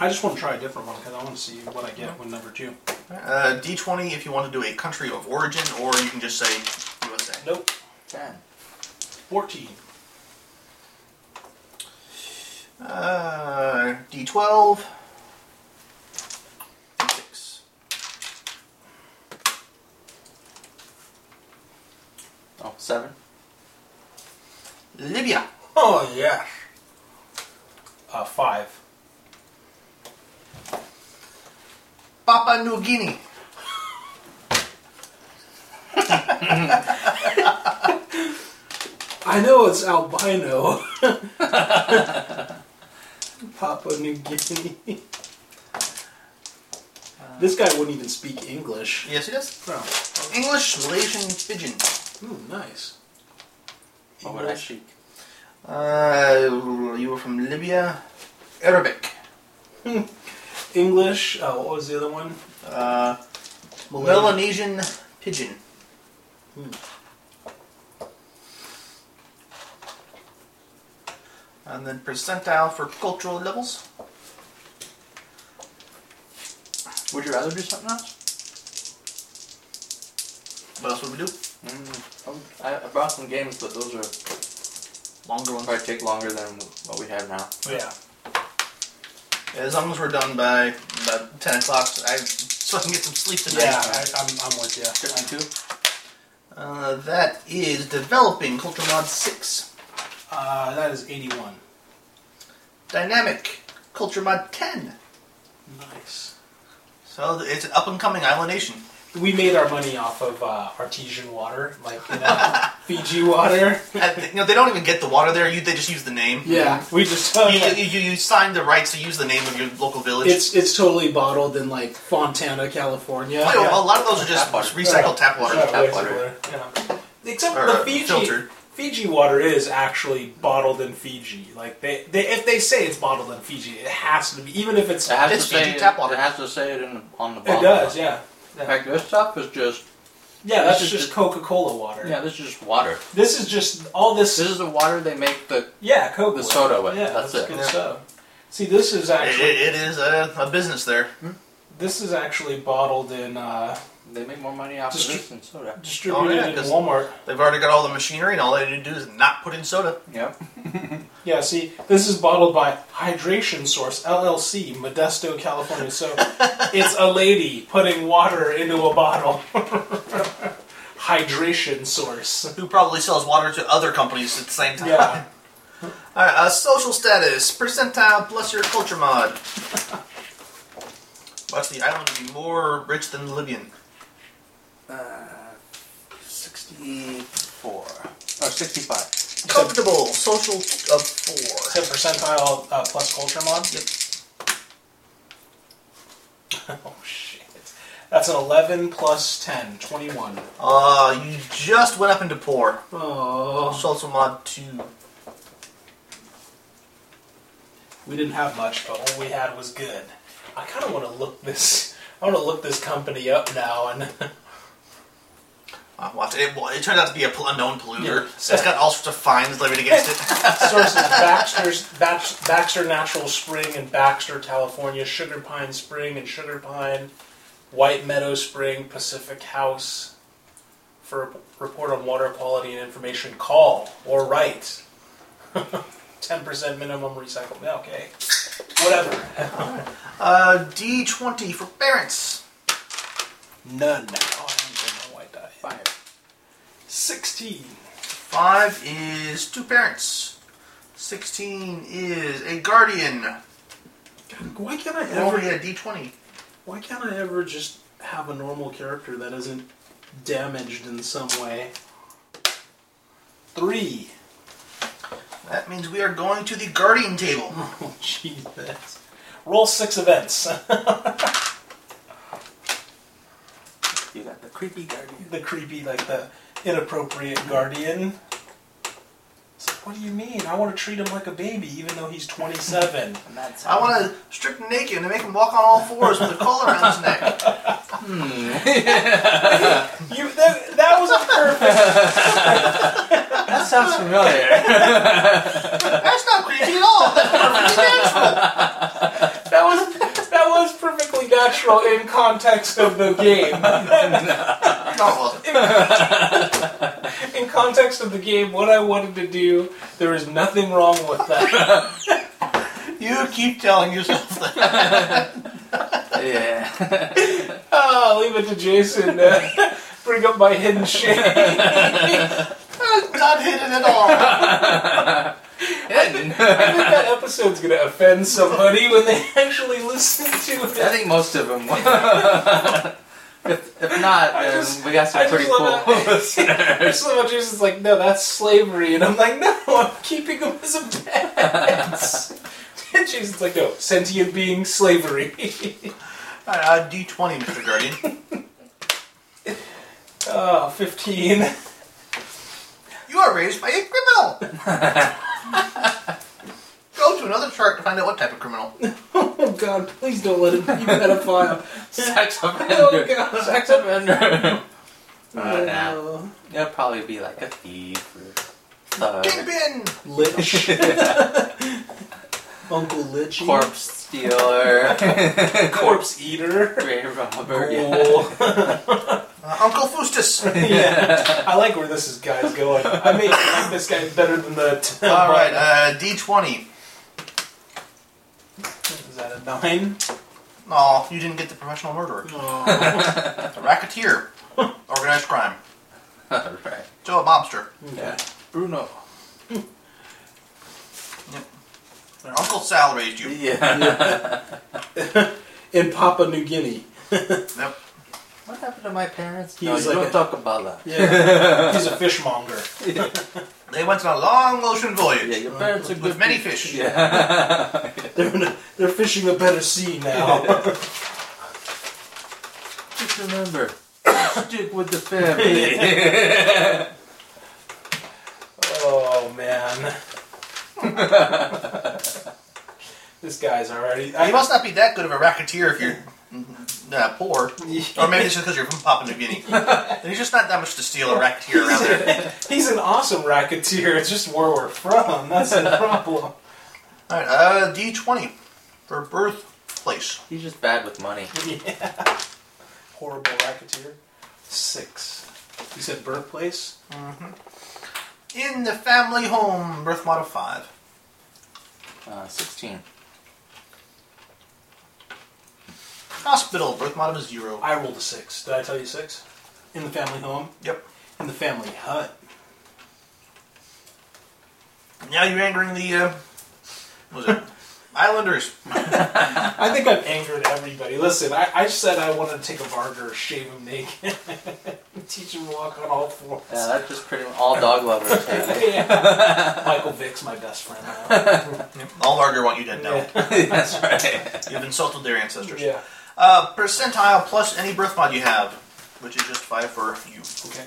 [SPEAKER 1] I just want to try a different one because I want to see what I get with number two.
[SPEAKER 2] Uh, D20 if you want to do a country of origin, or you can just say USA.
[SPEAKER 1] Nope.
[SPEAKER 4] Ten.
[SPEAKER 1] 14.
[SPEAKER 2] Uh, D12. Six.
[SPEAKER 4] Oh, seven.
[SPEAKER 2] Libya.
[SPEAKER 1] Oh, yeah. Uh, five.
[SPEAKER 2] Papua New Guinea.
[SPEAKER 1] I know it's albino. Papua New Guinea. this guy wouldn't even speak English.
[SPEAKER 2] Yes, it is.
[SPEAKER 1] Uh. Oh,
[SPEAKER 2] English, Malaysian, Pigeon.
[SPEAKER 1] ooh, nice.
[SPEAKER 4] What would I
[SPEAKER 1] English.
[SPEAKER 4] shoot?
[SPEAKER 2] Uh, you were from Libya. Arabic.
[SPEAKER 1] English. Uh, what was the other one?
[SPEAKER 2] Uh,
[SPEAKER 1] Malay-
[SPEAKER 2] Melanesian pigeon.
[SPEAKER 1] Hmm.
[SPEAKER 2] And then percentile for cultural levels.
[SPEAKER 4] Would you rather do something else?
[SPEAKER 2] What else would we do?
[SPEAKER 4] Mm, um, I, I brought some games, but those are
[SPEAKER 2] Longer ones.
[SPEAKER 4] probably take longer than what we have now.
[SPEAKER 1] Yeah.
[SPEAKER 2] As long as we're done by about 10 o'clock, so I, so I can get some sleep tonight.
[SPEAKER 1] Yeah, I, I'm, I'm with you.
[SPEAKER 4] Fifty-two.
[SPEAKER 2] Uh, that is developing cultural mod 6.
[SPEAKER 1] Uh, that is 81.
[SPEAKER 2] Dynamic culture mod 10.
[SPEAKER 1] Nice.
[SPEAKER 2] So th- it's an up and coming island nation.
[SPEAKER 1] We made our money off of uh, artesian water, like you know, Fiji water.
[SPEAKER 2] Uh, th- you know, they don't even get the water there, you, they just use the name.
[SPEAKER 1] Oh, Yeah, we just uh,
[SPEAKER 2] You, you, you, you sign the rights to use the name of your local village.
[SPEAKER 1] it's it's totally bottled in like Fontana, California.
[SPEAKER 2] Well, A lot of those are just
[SPEAKER 4] Tap water.
[SPEAKER 2] recycled tap water.
[SPEAKER 4] tap water.
[SPEAKER 1] Yeah. Except
[SPEAKER 2] Or,
[SPEAKER 1] the
[SPEAKER 2] uh,
[SPEAKER 1] Fiji
[SPEAKER 2] filtered.
[SPEAKER 1] Fiji water is actually bottled in Fiji. Like they, they if they say it's bottled in Fiji, it has to be even if it's
[SPEAKER 4] It has
[SPEAKER 2] It's
[SPEAKER 4] to say
[SPEAKER 2] Fiji
[SPEAKER 4] it,
[SPEAKER 2] tap water.
[SPEAKER 4] it has to say it in, on the bottle.
[SPEAKER 1] it does, yeah.
[SPEAKER 4] In fact, this stuff is just
[SPEAKER 1] Yeah, that's
[SPEAKER 4] This is
[SPEAKER 1] just
[SPEAKER 4] just-
[SPEAKER 1] Coca-Cola water.
[SPEAKER 4] yeah, this is just water.
[SPEAKER 1] This is just all this,
[SPEAKER 4] This is the water they make the
[SPEAKER 1] yeah, Coke
[SPEAKER 4] the
[SPEAKER 1] with.
[SPEAKER 4] soda with.
[SPEAKER 1] Yeah,
[SPEAKER 4] That's it.
[SPEAKER 1] good
[SPEAKER 2] Yeah.
[SPEAKER 1] stuff. See, this is
[SPEAKER 2] It,
[SPEAKER 1] actually
[SPEAKER 2] it, it is a, a business there.
[SPEAKER 1] this is actually bottled in uh,
[SPEAKER 4] They make more money off of
[SPEAKER 1] Distri-
[SPEAKER 4] this than soda.
[SPEAKER 1] distributed
[SPEAKER 2] Oh, yeah,
[SPEAKER 1] in
[SPEAKER 2] 'cause-
[SPEAKER 1] Walmart.
[SPEAKER 2] They've already got all the machinery, and all they need to do is not put in soda.
[SPEAKER 4] Yep.
[SPEAKER 1] Yeah, see, this is bottled by Hydration Source LLC, Modesto, California. So it's a lady putting water into a bottle. Hydration Source.
[SPEAKER 2] Who probably sells water to other companies at the same time.
[SPEAKER 1] Yeah.
[SPEAKER 2] All right, uh, social status, percentile plus your culture mod. Watch the island be more rich than Libyan.
[SPEAKER 4] Uh, sixty-four or Oh, sixty-five.
[SPEAKER 2] Comfortable, social of four.
[SPEAKER 1] So percentile uh, plus culture mod. oh shit. That's an 11 plus 10, 21.
[SPEAKER 2] Uh, you just went up into poor.
[SPEAKER 1] Oh.
[SPEAKER 2] Social mod two.
[SPEAKER 1] We didn't have much, but what we had was good. I kind of want to look this. I want to look this company up now and.
[SPEAKER 2] Uh, watch it. Well, it turned out to be a pol- unknown polluter.
[SPEAKER 1] Yeah.
[SPEAKER 2] It's got all sorts of fines levied against it.
[SPEAKER 1] Sources Baxter's Bax, Baxter Natural Spring in Baxter, California, Sugar Pine Spring and Sugar Pine, White Meadow Spring, Pacific House. For a report on water quality and information, call or write. 10% minimum recycle. Yeah, Okay. Whatever.
[SPEAKER 2] Uh, D twenty for parents.
[SPEAKER 1] None. Oh, I didn't bring my white dye. 16.
[SPEAKER 2] Five is two parents. Sixteen is a guardian.
[SPEAKER 1] Why can't I
[SPEAKER 2] Roll
[SPEAKER 1] ever
[SPEAKER 2] me a D twenty.
[SPEAKER 1] Why can't I ever just have a normal character that isn't damaged in some way? Three.
[SPEAKER 2] That means we are going to the guardian table.
[SPEAKER 1] Oh, Jesus. Roll six events.
[SPEAKER 4] You got the creepy guardian.
[SPEAKER 1] the creepy, like the inappropriate guardian. It's like, what do you mean? I want to treat him like a baby, even though he's 27.
[SPEAKER 4] And that's
[SPEAKER 2] I want to strip him naked and make him walk on all fours with a collar around his neck.
[SPEAKER 4] Hmm.
[SPEAKER 1] you, that, that was perfect.
[SPEAKER 4] that sounds familiar.
[SPEAKER 2] That's not creepy at all. That's perfectly natural.
[SPEAKER 1] That was that was perfectly natural in context of the game.
[SPEAKER 2] No, it wasn't.
[SPEAKER 1] in context of the game, what I wanted to do, there is nothing wrong with that.
[SPEAKER 2] You keep telling yourself that.
[SPEAKER 4] yeah.
[SPEAKER 1] Ah, leave it to Jason. to bring up my hidden shame.
[SPEAKER 2] That's not hidden at all.
[SPEAKER 4] I
[SPEAKER 1] I think that episode's gonna offend somebody when they actually listen to it.
[SPEAKER 4] think most of them. will. if, if not,
[SPEAKER 1] I
[SPEAKER 4] then
[SPEAKER 1] just-
[SPEAKER 4] we got some
[SPEAKER 1] I just
[SPEAKER 4] pretty cool
[SPEAKER 1] wanna-
[SPEAKER 4] listeners.
[SPEAKER 1] There's so much Jason's like, no, that's slavery, and I'm like, no, I'm keeping them as a pet. And Jason's like, no, sentient being slavery.
[SPEAKER 2] All right, uh, D20, Mr. Guardian.
[SPEAKER 1] Ah, 15.
[SPEAKER 2] You are raised by a criminal. Go to another chart to find out what type of criminal.
[SPEAKER 1] Oh god, please don't let him be a pedophile.
[SPEAKER 4] Sex
[SPEAKER 1] Oh
[SPEAKER 4] offender.
[SPEAKER 1] god.
[SPEAKER 4] Sex offender. Uh, nah.
[SPEAKER 1] No.
[SPEAKER 4] It'll probably be like a thief or thug,
[SPEAKER 2] Kingpin!
[SPEAKER 1] Lich. Uncle Lich.
[SPEAKER 4] corpse stealer,
[SPEAKER 1] Corpse eater.
[SPEAKER 4] grave robber. Yeah.
[SPEAKER 1] Cool.
[SPEAKER 2] Uh, Uncle Fustus.
[SPEAKER 1] yeah. I like where this is guy's going. I may like this guy better than the.
[SPEAKER 2] All right, uh, D20.
[SPEAKER 1] Is that a nine?
[SPEAKER 2] No, you didn't get the professional murderer.
[SPEAKER 1] Oh.
[SPEAKER 2] The racketeer. Organized crime.
[SPEAKER 4] Alright.
[SPEAKER 2] So a mobster.
[SPEAKER 4] Yeah. Bruno.
[SPEAKER 2] Uncle Sal raised you.
[SPEAKER 4] Yeah.
[SPEAKER 1] In Papua New Guinea.
[SPEAKER 2] Yep.
[SPEAKER 4] What happened to my parents?
[SPEAKER 1] He
[SPEAKER 4] no,
[SPEAKER 1] was
[SPEAKER 4] you
[SPEAKER 1] like
[SPEAKER 4] don't
[SPEAKER 1] a-
[SPEAKER 4] talk about that.
[SPEAKER 1] Yeah. He's a fishmonger.
[SPEAKER 2] They went on a long ocean voyage.
[SPEAKER 4] Yeah, your parents are good.
[SPEAKER 2] With many fish.
[SPEAKER 4] Yeah.
[SPEAKER 1] They're, in a- they're fishing a better sea now.
[SPEAKER 4] Just remember, stick with the family.
[SPEAKER 1] Oh man, this guy's already. I,
[SPEAKER 2] You must not be that good of a racketeer if you're uh, poor. Or maybe it's just because you're from Papua New Guinea. There's just not that much to steal a racketeer around there.
[SPEAKER 1] he's an awesome racketeer. It's just where we're from. That's the problem.
[SPEAKER 2] All right, uh, D20 for birthplace.
[SPEAKER 4] He's just bad with money.
[SPEAKER 1] Yeah. Horrible racketeer. Six. You said birthplace?
[SPEAKER 2] In the family home, birth mod of 5.
[SPEAKER 4] Uh, 16.
[SPEAKER 2] Hospital, birth mod of 0.
[SPEAKER 1] I rolled a six. Did I tell you six? In the family home?
[SPEAKER 2] Yep.
[SPEAKER 1] In the family hut.
[SPEAKER 2] Now you're angering the, uh, what was it? Islanders.
[SPEAKER 1] I think I've angered everybody. Listen, I, I said I wanted to take a varger, shave him naked, and teach him to walk on all fours.
[SPEAKER 4] Yeah, that's just pretty much all dog lovers. man.
[SPEAKER 1] Yeah. Michael Vick's my best friend now.
[SPEAKER 2] All Larger want you dead now.
[SPEAKER 4] that's right.
[SPEAKER 2] You've insulted their ancestors.
[SPEAKER 1] yeah.
[SPEAKER 2] Uh, percentile plus any birth mod you have, which is just 5 for you.
[SPEAKER 1] Okay.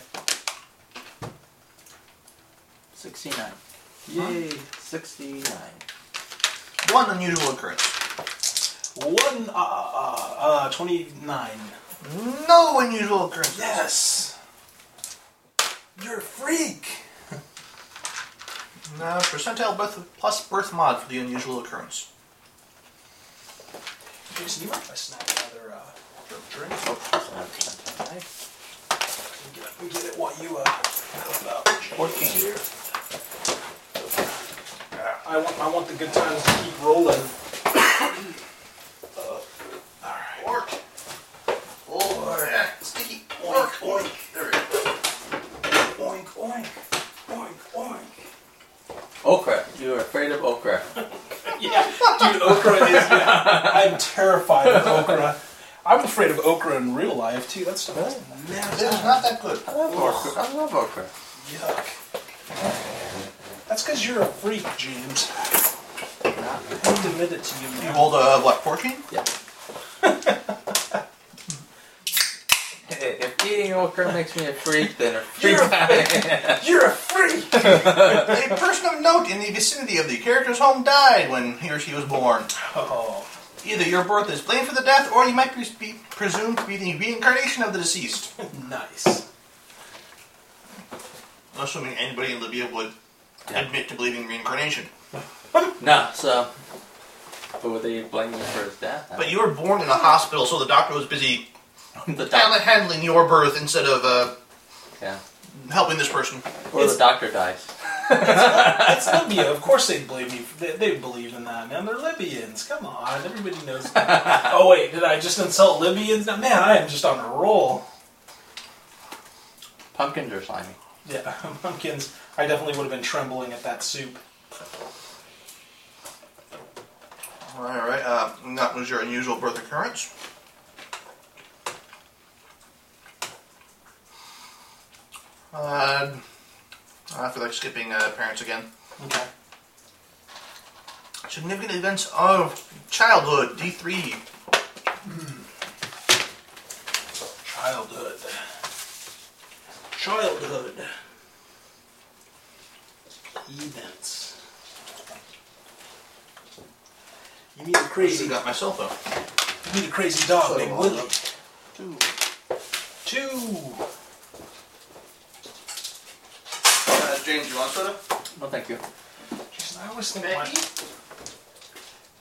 [SPEAKER 4] 69. Yay. 69.
[SPEAKER 2] One unusual occurrence.
[SPEAKER 1] One, uh, uh, uh, 29.
[SPEAKER 2] No unusual occurrences.
[SPEAKER 1] Yes! You're a freak!
[SPEAKER 2] No, percentile birth plus birth mod for the unusual occurrence.
[SPEAKER 1] Jason, you mind if I snap another uh, drink?
[SPEAKER 4] Oh,
[SPEAKER 1] Let me get, let me get it while you uh, help out.
[SPEAKER 4] 14.
[SPEAKER 1] Here. Uh, I want, I want the good times to keep rolling.
[SPEAKER 2] Orc. Orc. Sticky. Orc. Orc. There it is.
[SPEAKER 1] Oink, oink, oink,
[SPEAKER 4] Okra. You are afraid of okra.
[SPEAKER 1] oink. Yeah, dude, okra is. I'm terrified of okra. I'm afraid of okra in real life too. That's that's
[SPEAKER 2] It's
[SPEAKER 1] nasty.
[SPEAKER 2] not that good.
[SPEAKER 4] I love okra. I love okra.
[SPEAKER 1] Yuck. That's because you're a freak, James. I have to admit it to you.
[SPEAKER 2] You
[SPEAKER 1] man.
[SPEAKER 2] rolled a, what, 14?
[SPEAKER 4] Yeah. if eating okra makes me a freak, then a freak
[SPEAKER 1] You're-
[SPEAKER 4] I
[SPEAKER 1] You're a freak.
[SPEAKER 2] a person of note in the vicinity of the character's home died when he or she was born.
[SPEAKER 1] Oh.
[SPEAKER 2] Either your birth is blamed for the death, or you might pres- be presumed to be the reincarnation of the deceased.
[SPEAKER 1] Nice.
[SPEAKER 2] Assuming anybody in Libya would
[SPEAKER 4] Yeah.
[SPEAKER 2] admit to believing in reincarnation.
[SPEAKER 4] am. No, so. But would they blame me for his death?
[SPEAKER 2] But you were born in a hospital, so the doctor was busy
[SPEAKER 4] the doc-
[SPEAKER 2] handling your birth instead of uh,
[SPEAKER 4] yeah.
[SPEAKER 2] helping this person.
[SPEAKER 4] Or the doctor dies.
[SPEAKER 1] It's Libya. Of course they believe me. They, they believe in that, man. They're Libyans. Come on, everybody knows. that. oh wait, did I just insult Libyans? Now, Man, I am just on a roll.
[SPEAKER 4] Pumpkins are slimy.
[SPEAKER 1] Yeah, pumpkins. I definitely would have been trembling at that soup.
[SPEAKER 2] All right, all right. Uh, and that was your unusual birth occurrence. Uh, I feel like skipping uh, parents again.
[SPEAKER 1] Okay.
[SPEAKER 2] Significant events of childhood, D3.
[SPEAKER 1] Childhood. Childhood. Events. You meet a
[SPEAKER 2] Crazy.
[SPEAKER 1] crazy.
[SPEAKER 2] got my cell phone.
[SPEAKER 1] You meet a crazy dog named Willie.
[SPEAKER 2] Two.
[SPEAKER 1] Two.
[SPEAKER 2] Uh, James, you want soda?
[SPEAKER 4] No, thank you.
[SPEAKER 1] Jason, I always think my,
[SPEAKER 3] Becky?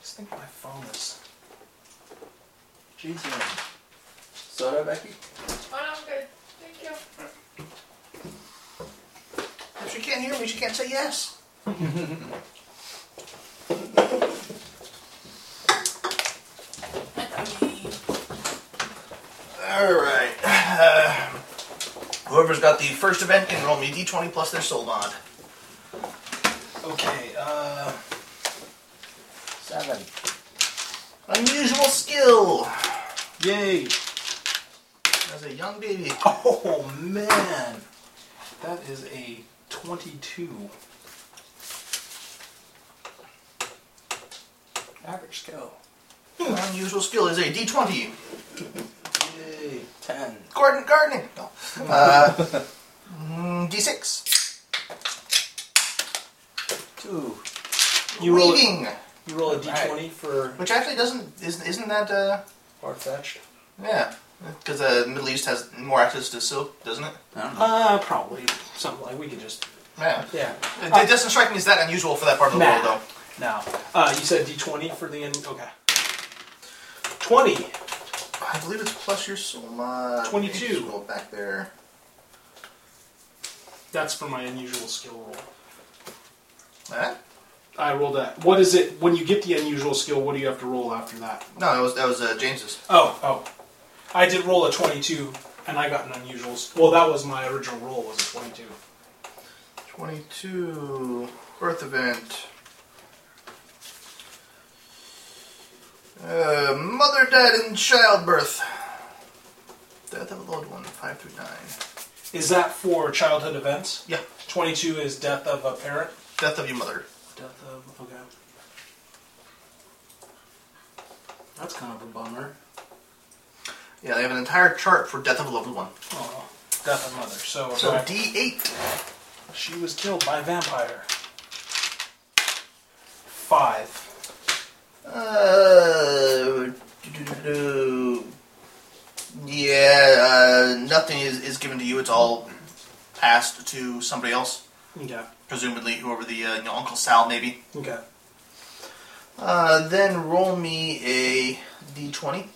[SPEAKER 1] just think my phone is.
[SPEAKER 4] Jeez, you know. Soda, Becky?
[SPEAKER 3] Oh, no, I'm good. Thank you.
[SPEAKER 2] If she can't hear me, she can't say yes. All right. Uh, whoever's got the first event can roll me d20 plus their soul mod.
[SPEAKER 1] Okay, uh,
[SPEAKER 4] Seven.
[SPEAKER 2] Unusual skill.
[SPEAKER 1] yay!
[SPEAKER 2] As a young baby.
[SPEAKER 1] Oh man, that is a twenty-two. Average skill.
[SPEAKER 2] Unusual skill is a d20.
[SPEAKER 1] Yay!
[SPEAKER 4] Ten.
[SPEAKER 2] Gordon gardening. No. Uh, mm, d6.
[SPEAKER 4] Ooh.
[SPEAKER 1] You roll, a-
[SPEAKER 2] Reading,
[SPEAKER 1] you roll a d20
[SPEAKER 2] Alright.
[SPEAKER 1] for
[SPEAKER 2] which actually doesn't isn't, isn't that uh
[SPEAKER 1] far fetched.
[SPEAKER 2] yeah because the Middle East has more access to silk, doesn't it?
[SPEAKER 4] I don't know.
[SPEAKER 1] Uh, probably something like we could just
[SPEAKER 2] Yeah,
[SPEAKER 1] yeah.
[SPEAKER 2] it, it doesn't strike me as that unusual for that part of the
[SPEAKER 1] Uh, Nah.
[SPEAKER 2] world though.
[SPEAKER 1] Now, uh, you said d20 for the end. Okay. 20.
[SPEAKER 2] I believe it's plus your soul mod.
[SPEAKER 1] 22.
[SPEAKER 2] Scroll back there.
[SPEAKER 1] That's for my unusual skill roll.
[SPEAKER 2] Eh?
[SPEAKER 1] I rolled that. What is it when you get the unusual skill? What do you have to roll after that?
[SPEAKER 2] No, that was that was uh, James's.
[SPEAKER 1] Oh, oh. I did roll a 22 and I got an unusual. s- Well, that was my original roll was a 22.
[SPEAKER 2] Twenty-two birth event. Uh, mother died in childbirth. Death of a loved one, five through nine.
[SPEAKER 1] Is that for childhood events?
[SPEAKER 2] Yeah.
[SPEAKER 1] 22 is death of a parent.
[SPEAKER 2] Death of your mother.
[SPEAKER 1] Death of okay. That's kind of a bummer.
[SPEAKER 2] Yeah, they have an entire chart for death of a loved one.
[SPEAKER 1] Oh, death of mother. So,
[SPEAKER 2] So
[SPEAKER 1] right.
[SPEAKER 2] D eight.
[SPEAKER 1] she was killed by a vampire. Five.
[SPEAKER 2] Uh, doo-doo-doo-doo. yeah, uh, nothing is, is given to you. It's all passed to somebody else,
[SPEAKER 1] Okay.
[SPEAKER 2] presumably whoever the uh, you know, Uncle Sal maybe.
[SPEAKER 1] Okay.
[SPEAKER 2] Uh, then roll me a d20.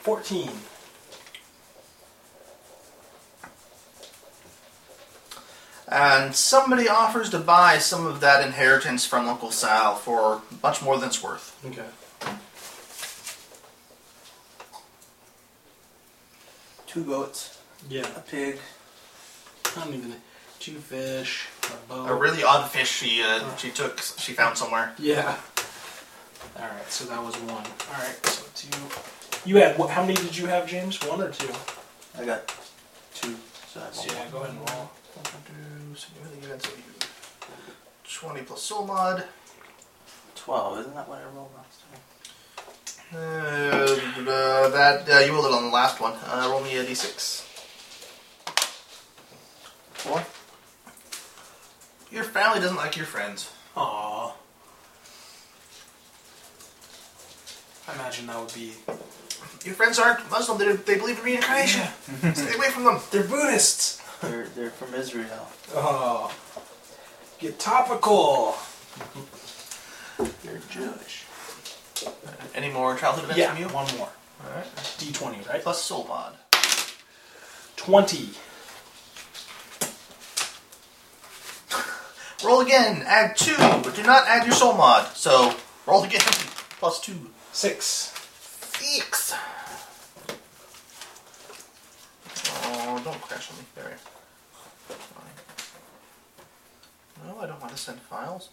[SPEAKER 1] 14.
[SPEAKER 2] And somebody offers to buy some of that inheritance from Uncle Sal for much more than it's worth.
[SPEAKER 1] Okay.
[SPEAKER 4] Two goats,
[SPEAKER 1] Yeah.
[SPEAKER 4] a pig.
[SPEAKER 1] I don't even. Two fish. A boat.
[SPEAKER 2] A really odd fish she uh, she took she found somewhere.
[SPEAKER 1] Yeah. All right, so that was one. All right, so two. You had what, how many did you have, James? One or two?
[SPEAKER 4] I got two. So I have one.
[SPEAKER 1] go ahead and roll.
[SPEAKER 2] Significant events of you. Twenty plus soul mod.
[SPEAKER 4] Twelve. Isn't that what I rolled last time?
[SPEAKER 2] Uh, uh, that uh, you rolled it on the last one. Uh, roll me a d6.
[SPEAKER 4] Four.
[SPEAKER 2] Your family doesn't like your friends.
[SPEAKER 1] Aww. I imagine that would be.
[SPEAKER 2] Your friends aren't Muslim. They, they believe in reincarnation. Stay away from them.
[SPEAKER 1] They're Buddhists!
[SPEAKER 4] They're they're from Israel.
[SPEAKER 1] Oh. Get topical!
[SPEAKER 4] They're Jewish.
[SPEAKER 2] Any more childhood events from you?
[SPEAKER 1] one more.
[SPEAKER 2] All right.
[SPEAKER 1] D20, right?
[SPEAKER 2] Plus soul mod.
[SPEAKER 1] 20.
[SPEAKER 2] Roll again. Add two, but do not add your soul mod. So roll again. Plus two.
[SPEAKER 1] 6.
[SPEAKER 2] Six. Oh, don't crash on me. There we are. Fine. No, I don't want to send files.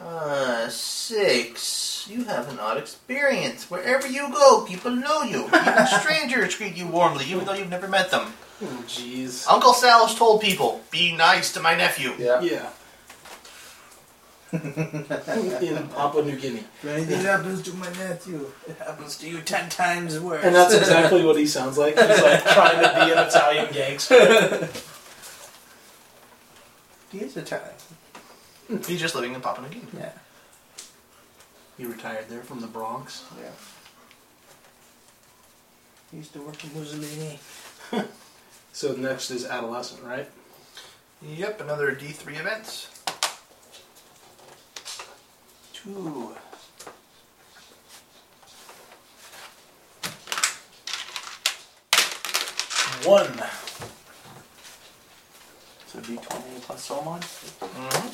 [SPEAKER 2] Uh, six. You have an odd experience. Wherever you go, people know you. Even strangers greet you warmly, even though you've never met them.
[SPEAKER 1] Oh, jeez.
[SPEAKER 2] Uncle Sal has told people, be nice to my nephew.
[SPEAKER 4] Yeah.
[SPEAKER 1] Yeah. In Papua New Guinea.
[SPEAKER 4] If anything happens to my nephew, it happens to you ten times worse.
[SPEAKER 1] And that's exactly what he sounds like. He's like trying to be an Italian gangster.
[SPEAKER 4] he is Italian.
[SPEAKER 2] He's just living in Papua New Guinea.
[SPEAKER 4] Yeah.
[SPEAKER 1] He retired there from the Bronx.
[SPEAKER 4] Yeah. He used to work in Mussolini.
[SPEAKER 1] So next is adolescent, right?
[SPEAKER 2] Yep, another D3 event.
[SPEAKER 4] Two.
[SPEAKER 1] One.
[SPEAKER 4] So D twenty plus soul mod.
[SPEAKER 2] hmm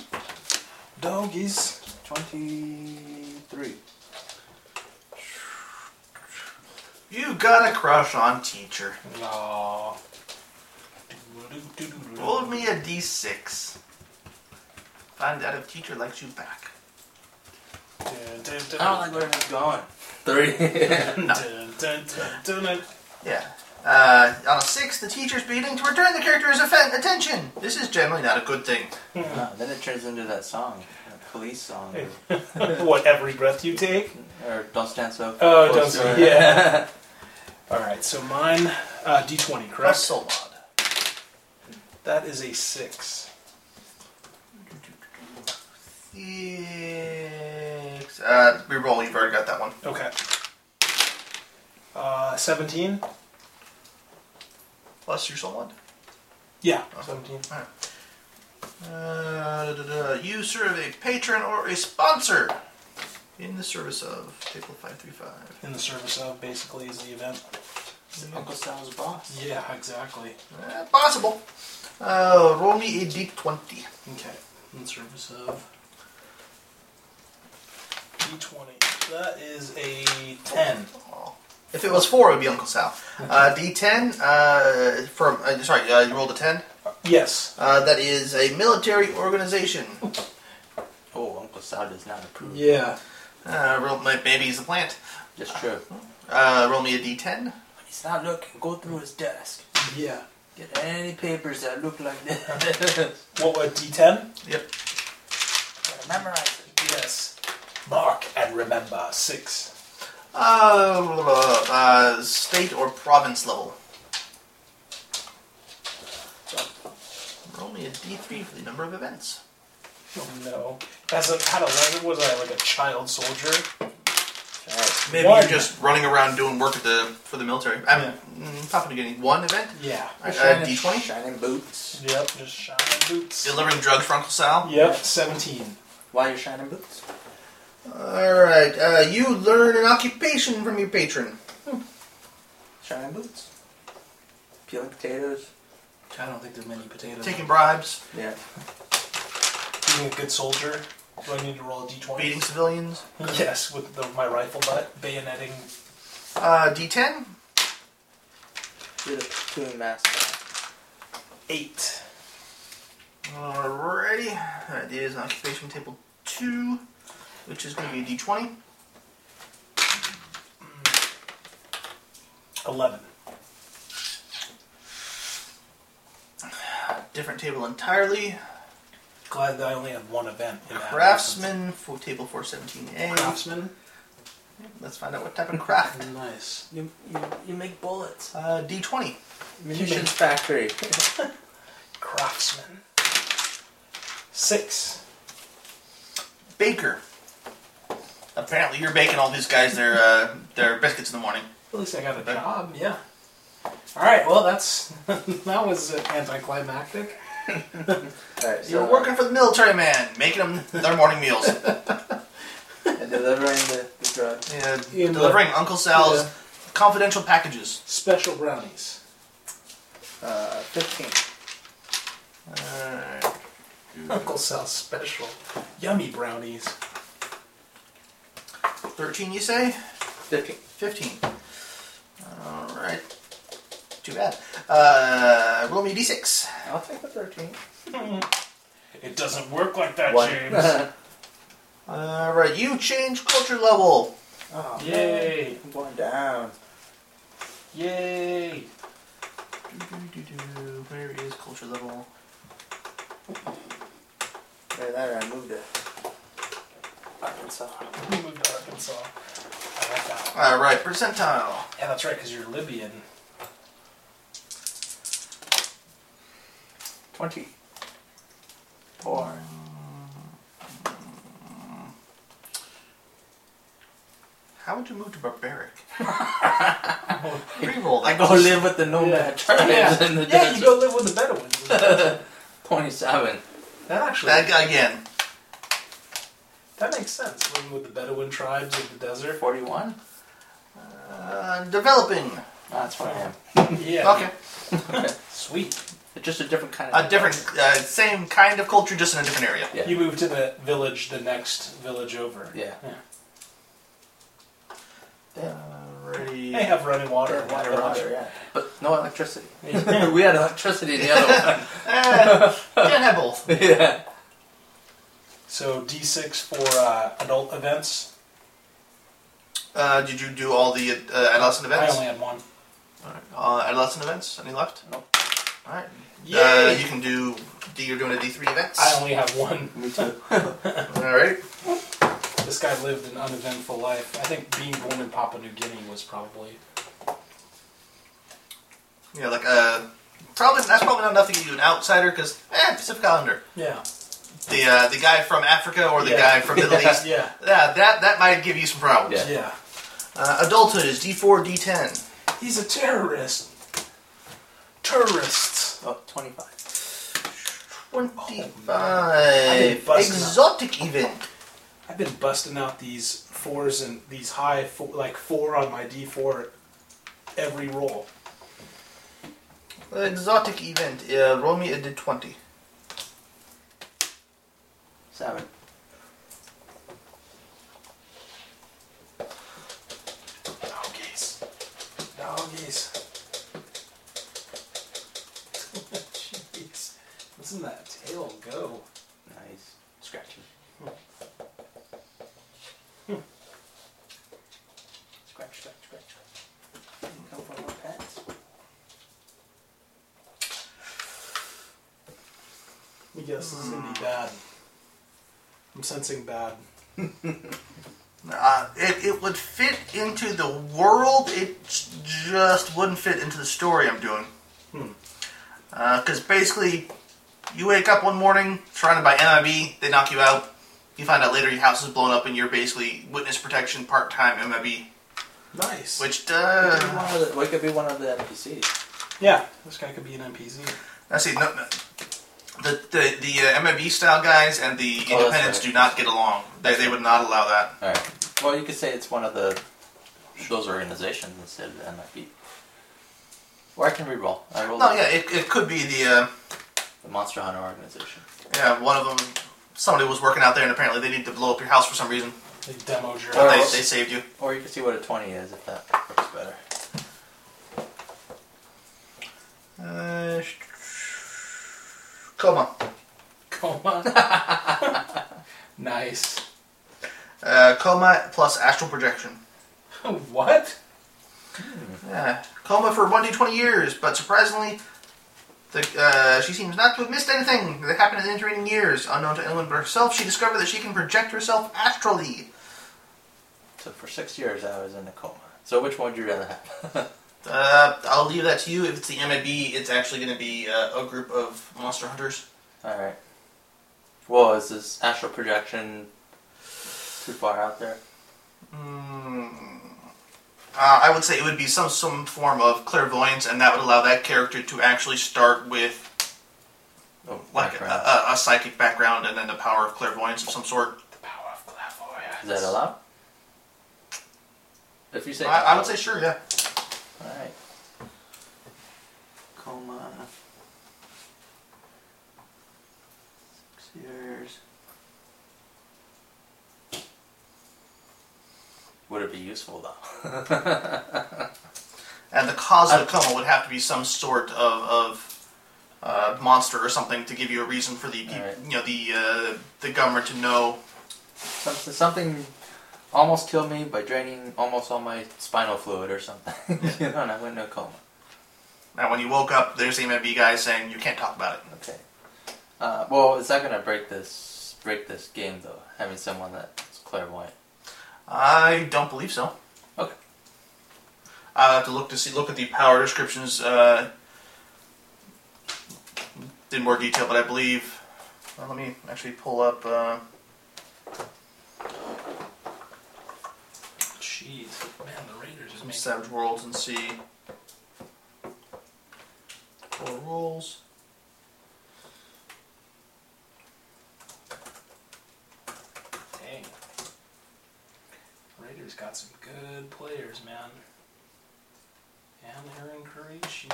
[SPEAKER 1] Doggies.
[SPEAKER 4] Twenty three.
[SPEAKER 2] You got a crush on teacher.
[SPEAKER 1] Aww.
[SPEAKER 2] Roll me a d6. Find out if teacher likes you back.
[SPEAKER 4] I don't like where it's going. Three.
[SPEAKER 2] Yeah. Uh, on a six, the teacher's beating to return the character's affen- attention. This is generally not a good thing.
[SPEAKER 4] no, Uh, then it turns into that song, that police song,
[SPEAKER 1] what every breath you take.
[SPEAKER 4] or Don't Stand So.
[SPEAKER 1] Oh,
[SPEAKER 4] Close
[SPEAKER 1] Don't Stand-
[SPEAKER 4] to Her.
[SPEAKER 1] yeah. All right, so mine uh, D20,
[SPEAKER 2] Press
[SPEAKER 1] correct?
[SPEAKER 2] soul mod.
[SPEAKER 1] That is a six.
[SPEAKER 2] Six. Uh, reroll. You've already got that one.
[SPEAKER 1] Okay. Uh, 17?
[SPEAKER 2] Plus your soul one.
[SPEAKER 1] Yeah. 17.
[SPEAKER 2] Uh, da, da, da. You serve a patron or a sponsor in the service of Tickle Five Three Five.
[SPEAKER 1] In the service of, basically, is the event.
[SPEAKER 4] Uncle Sal's boss.
[SPEAKER 1] Yeah, exactly.
[SPEAKER 2] Possible. Uh, roll me a d twenty.
[SPEAKER 1] Okay. In service of. D20. That is a 10.
[SPEAKER 2] If it was four, it would be Uncle Sal. Uh, D10 uh, from uh, sorry, uh, you rolled a ten.
[SPEAKER 1] Yes.
[SPEAKER 2] Uh, that is a military organization.
[SPEAKER 4] Oh, Uncle Sal does not approve.
[SPEAKER 1] Yeah.
[SPEAKER 2] Uh, roll my maybe he's a plant.
[SPEAKER 4] That's true.
[SPEAKER 2] Uh, roll me a D10.
[SPEAKER 4] When he's not looking, go through his desk.
[SPEAKER 1] Yeah.
[SPEAKER 4] Get any papers that look like this.
[SPEAKER 1] What, what, D10?
[SPEAKER 2] Yep.
[SPEAKER 4] Gotta memorize it.
[SPEAKER 1] Yes. Mark and remember. Six.
[SPEAKER 2] Uh, blah, blah, blah. uh, state or province level. Roll me a D3 for the number of events.
[SPEAKER 1] Oh no. As a, at 11, was I like a child soldier?
[SPEAKER 2] Maybe
[SPEAKER 1] One.
[SPEAKER 2] you're just running around doing work at the for the military. I'm mm, not going to get any one event.
[SPEAKER 1] Yeah.
[SPEAKER 2] Uh,
[SPEAKER 4] Shining-
[SPEAKER 2] D20.
[SPEAKER 4] Shining boots.
[SPEAKER 1] Yep, just shining boots.
[SPEAKER 2] Delivering drugs for Uncle Sal.
[SPEAKER 1] Yep, 17.
[SPEAKER 4] Why are you shining boots?
[SPEAKER 2] All right. Uh, you learn an occupation from your patron.
[SPEAKER 4] Shining boots. Peeling potatoes.
[SPEAKER 1] I don't think there are many potatoes.
[SPEAKER 2] Taking bribes,
[SPEAKER 4] Yeah.
[SPEAKER 1] Being a good soldier. Do I need to roll a d20?
[SPEAKER 2] beating civilians.
[SPEAKER 1] Yes, with the, my rifle butt. Bayoneting.
[SPEAKER 2] Uh, D10.
[SPEAKER 4] You're the platoon master.
[SPEAKER 1] Eight.
[SPEAKER 2] Alrighty. That is occupation table two, which is going to be a D20.
[SPEAKER 1] 11.
[SPEAKER 2] different table entirely.
[SPEAKER 1] Glad that I only had one event. in that
[SPEAKER 2] Craftsman for table 417A.
[SPEAKER 1] instance. Craftsman?
[SPEAKER 2] Let's find out what type of craft.
[SPEAKER 1] Nice.
[SPEAKER 4] You, you, you make bullets.
[SPEAKER 2] Uh, D20.
[SPEAKER 4] Munitions factory.
[SPEAKER 1] Craftsman. Six.
[SPEAKER 2] Baker. Apparently, you're baking all these guys their uh, their biscuits in the morning.
[SPEAKER 1] At least I got a job, yeah. Alright, well, that's. that was anticlimactic.
[SPEAKER 4] Alright, so
[SPEAKER 2] You're working for the military man, making them their morning meals.
[SPEAKER 4] uh, and delivering the, the drug.
[SPEAKER 2] Yeah,
[SPEAKER 1] In the-
[SPEAKER 2] delivering Uncle Sal's
[SPEAKER 1] Yeah.
[SPEAKER 2] confidential packages.
[SPEAKER 1] Special brownies.
[SPEAKER 4] Uh, 15.
[SPEAKER 2] Alright.
[SPEAKER 1] Uncle Sal's special. Yummy brownies.
[SPEAKER 2] 13, you say?
[SPEAKER 4] 15.
[SPEAKER 2] 15. Alright. Too bad. Uh, roll me a D6.
[SPEAKER 4] I'll take the 13.
[SPEAKER 1] It doesn't work like that,
[SPEAKER 4] One.
[SPEAKER 1] James.
[SPEAKER 2] Alright, you change culture level.
[SPEAKER 4] oh, man.
[SPEAKER 1] Yay!
[SPEAKER 4] I'm going down.
[SPEAKER 1] Yay!
[SPEAKER 2] Do-do-do-do. Where is culture level?
[SPEAKER 4] Right there, I moved to Arkansas.
[SPEAKER 1] We moved to Arkansas. I like that.
[SPEAKER 2] All right, percentile.
[SPEAKER 1] Yeah, that's right, because you're Libyan.
[SPEAKER 4] 20. Four.
[SPEAKER 2] How would you move to barbaric? Reroll.
[SPEAKER 4] I
[SPEAKER 2] that.
[SPEAKER 4] go live with the nomad tribes
[SPEAKER 1] yeah.
[SPEAKER 4] in the
[SPEAKER 1] yeah you
[SPEAKER 4] desert.
[SPEAKER 1] go live with the Bedouins.
[SPEAKER 4] 27.
[SPEAKER 1] that actually,
[SPEAKER 2] That guy again.
[SPEAKER 1] that makes sense. Living with the Bedouin tribes of the desert.
[SPEAKER 4] 41?
[SPEAKER 2] Uh, developing.
[SPEAKER 4] That's what I am.
[SPEAKER 1] Yeah.
[SPEAKER 2] Okay.
[SPEAKER 1] Sweet.
[SPEAKER 4] It's just a different kind of.
[SPEAKER 2] A different, uh, same kind of culture, just in a different area.
[SPEAKER 4] Yeah.
[SPEAKER 1] You move to the village, the next village over.
[SPEAKER 4] Yeah.
[SPEAKER 2] Alrighty.
[SPEAKER 1] They have running water. in that
[SPEAKER 4] Water,
[SPEAKER 1] village.
[SPEAKER 4] water, yeah. But no electricity.
[SPEAKER 1] Yeah.
[SPEAKER 4] we had electricity in the other
[SPEAKER 2] Eh, can't have both.
[SPEAKER 4] one. yeah.
[SPEAKER 1] So D6 for uh, adult events.
[SPEAKER 2] Uh, did you do all the uh, adolescent
[SPEAKER 1] I
[SPEAKER 2] events?
[SPEAKER 1] only had one.
[SPEAKER 2] Alright, Uh, adolescent events? Any left?
[SPEAKER 4] Nope.
[SPEAKER 2] All right.
[SPEAKER 1] Yay!
[SPEAKER 2] Uh, you can do. D, you're doing a D3 events.
[SPEAKER 1] I only have one.
[SPEAKER 4] Me too.
[SPEAKER 2] All right.
[SPEAKER 1] This guy lived an uneventful life. I think being born in Papua New Guinea was probably
[SPEAKER 2] Yeah, like uh, Probably that's probably not enough to give you an outsider because eh, Pacific Islander.
[SPEAKER 1] Yeah.
[SPEAKER 2] The uh, the guy from Africa or the
[SPEAKER 1] Yeah.
[SPEAKER 2] guy from Middle East.
[SPEAKER 1] Yeah.
[SPEAKER 2] Yeah, that that might give you some problems.
[SPEAKER 4] Yeah.
[SPEAKER 1] Yeah.
[SPEAKER 2] Uh, adulthood is D four D ten.
[SPEAKER 1] He's a terrorist. Terrorists.
[SPEAKER 4] Oh, 25.
[SPEAKER 1] I've
[SPEAKER 2] Twenty-five.
[SPEAKER 1] been busting
[SPEAKER 2] Exotic even.
[SPEAKER 1] I've been busting out these fours and these high four, like four on my D four every roll.
[SPEAKER 2] Exotic event. Uh, roll me a d20.
[SPEAKER 4] 7.
[SPEAKER 1] Doggies. Doggies. Jeez. Listen to that tail go.
[SPEAKER 4] Nice. Scratchy. Scratch, scratch, scratch, scratch. Come for more pets.
[SPEAKER 1] You guess this is gonna be bad. I'm sensing bad.
[SPEAKER 2] Uh, it, it would fit into the world, it j- just wouldn't fit into the story I'm doing.
[SPEAKER 4] Hmm.
[SPEAKER 2] Because basically, you wake up one morning surrounded by MIB, they knock you out. You find out later your house is blown up and you're basically witness protection part time MIB.
[SPEAKER 1] Nice.
[SPEAKER 2] Which,
[SPEAKER 4] Could be
[SPEAKER 2] uh.
[SPEAKER 4] one of the- What could be one of the NPCs?
[SPEAKER 1] Yeah, this guy could be an NPC.
[SPEAKER 2] I see, no, no, the, the, the uh, MIB style guys and the
[SPEAKER 4] Oh, that's
[SPEAKER 2] independents
[SPEAKER 4] right.
[SPEAKER 2] do not get along. They, they would not allow that.
[SPEAKER 4] Alright. Well, you could say it's one of the those organizations instead of MFB. Or I can reroll. I rolled
[SPEAKER 2] No,
[SPEAKER 4] it.
[SPEAKER 2] yeah, it, it could be the. Uh,
[SPEAKER 4] the Monster Hunter organization.
[SPEAKER 2] Yeah, one of them. Somebody was working out there, and apparently they needed to blow up your house for some reason.
[SPEAKER 1] They demoed your
[SPEAKER 4] All
[SPEAKER 2] But they,
[SPEAKER 4] right.
[SPEAKER 2] they saved you.
[SPEAKER 4] Or you can see what a 20 is if that works better.
[SPEAKER 2] Uh, sh- coma.
[SPEAKER 1] coma. nice.
[SPEAKER 2] Uh, coma plus astral projection.
[SPEAKER 1] what?
[SPEAKER 2] Yeah, coma for one to twenty years, but surprisingly, the, uh, she seems not to have missed anything that happened in the intervening years. Unknown to anyone but herself, she discovered that she can project herself astrally.
[SPEAKER 4] So for six years I was in a coma. So which one would you rather have?
[SPEAKER 2] Uh, I'll leave that to you. If it's the MIB, it's actually going to be uh, a group of monster hunters.
[SPEAKER 4] Alright. Well, is this astral projection too far out there?
[SPEAKER 2] Mm. Uh, I would say it would be some some form of clairvoyance, and that would allow that character to actually start with
[SPEAKER 4] Oh,
[SPEAKER 2] like uh, a,
[SPEAKER 4] background.
[SPEAKER 2] a, a psychic background and then the power of clairvoyance of some sort.
[SPEAKER 1] The power of clairvoyance.
[SPEAKER 4] Is that allowed? If you say
[SPEAKER 2] I, I would say sure, yeah.
[SPEAKER 4] Alright. Coma. Six years. Would it be useful though?
[SPEAKER 2] And the cause of the
[SPEAKER 4] I-
[SPEAKER 2] coma would have to be some sort of, of uh, monster or something to give you a reason for the peop-
[SPEAKER 4] Alright.
[SPEAKER 2] you know the uh, the government to know.
[SPEAKER 4] something, something almost killed me by draining almost all my spinal fluid or something. you know, and I went into a coma.
[SPEAKER 2] Now, when you woke up, there's the MIB guy saying you can't talk about it.
[SPEAKER 4] Okay. Uh, well, is that gonna break this break this game though? Having someone that's clairvoyant.
[SPEAKER 2] I don't believe so.
[SPEAKER 4] Okay.
[SPEAKER 2] I'll have to look to see look at the power descriptions uh, in more detail, but I believe. Well, let me actually pull up. Uh,
[SPEAKER 1] Jeez, man, the Raiders just make
[SPEAKER 2] Savage Worlds and see core rules.
[SPEAKER 1] dang. Raiders got some good players, man. And they're in Curry. Jeez.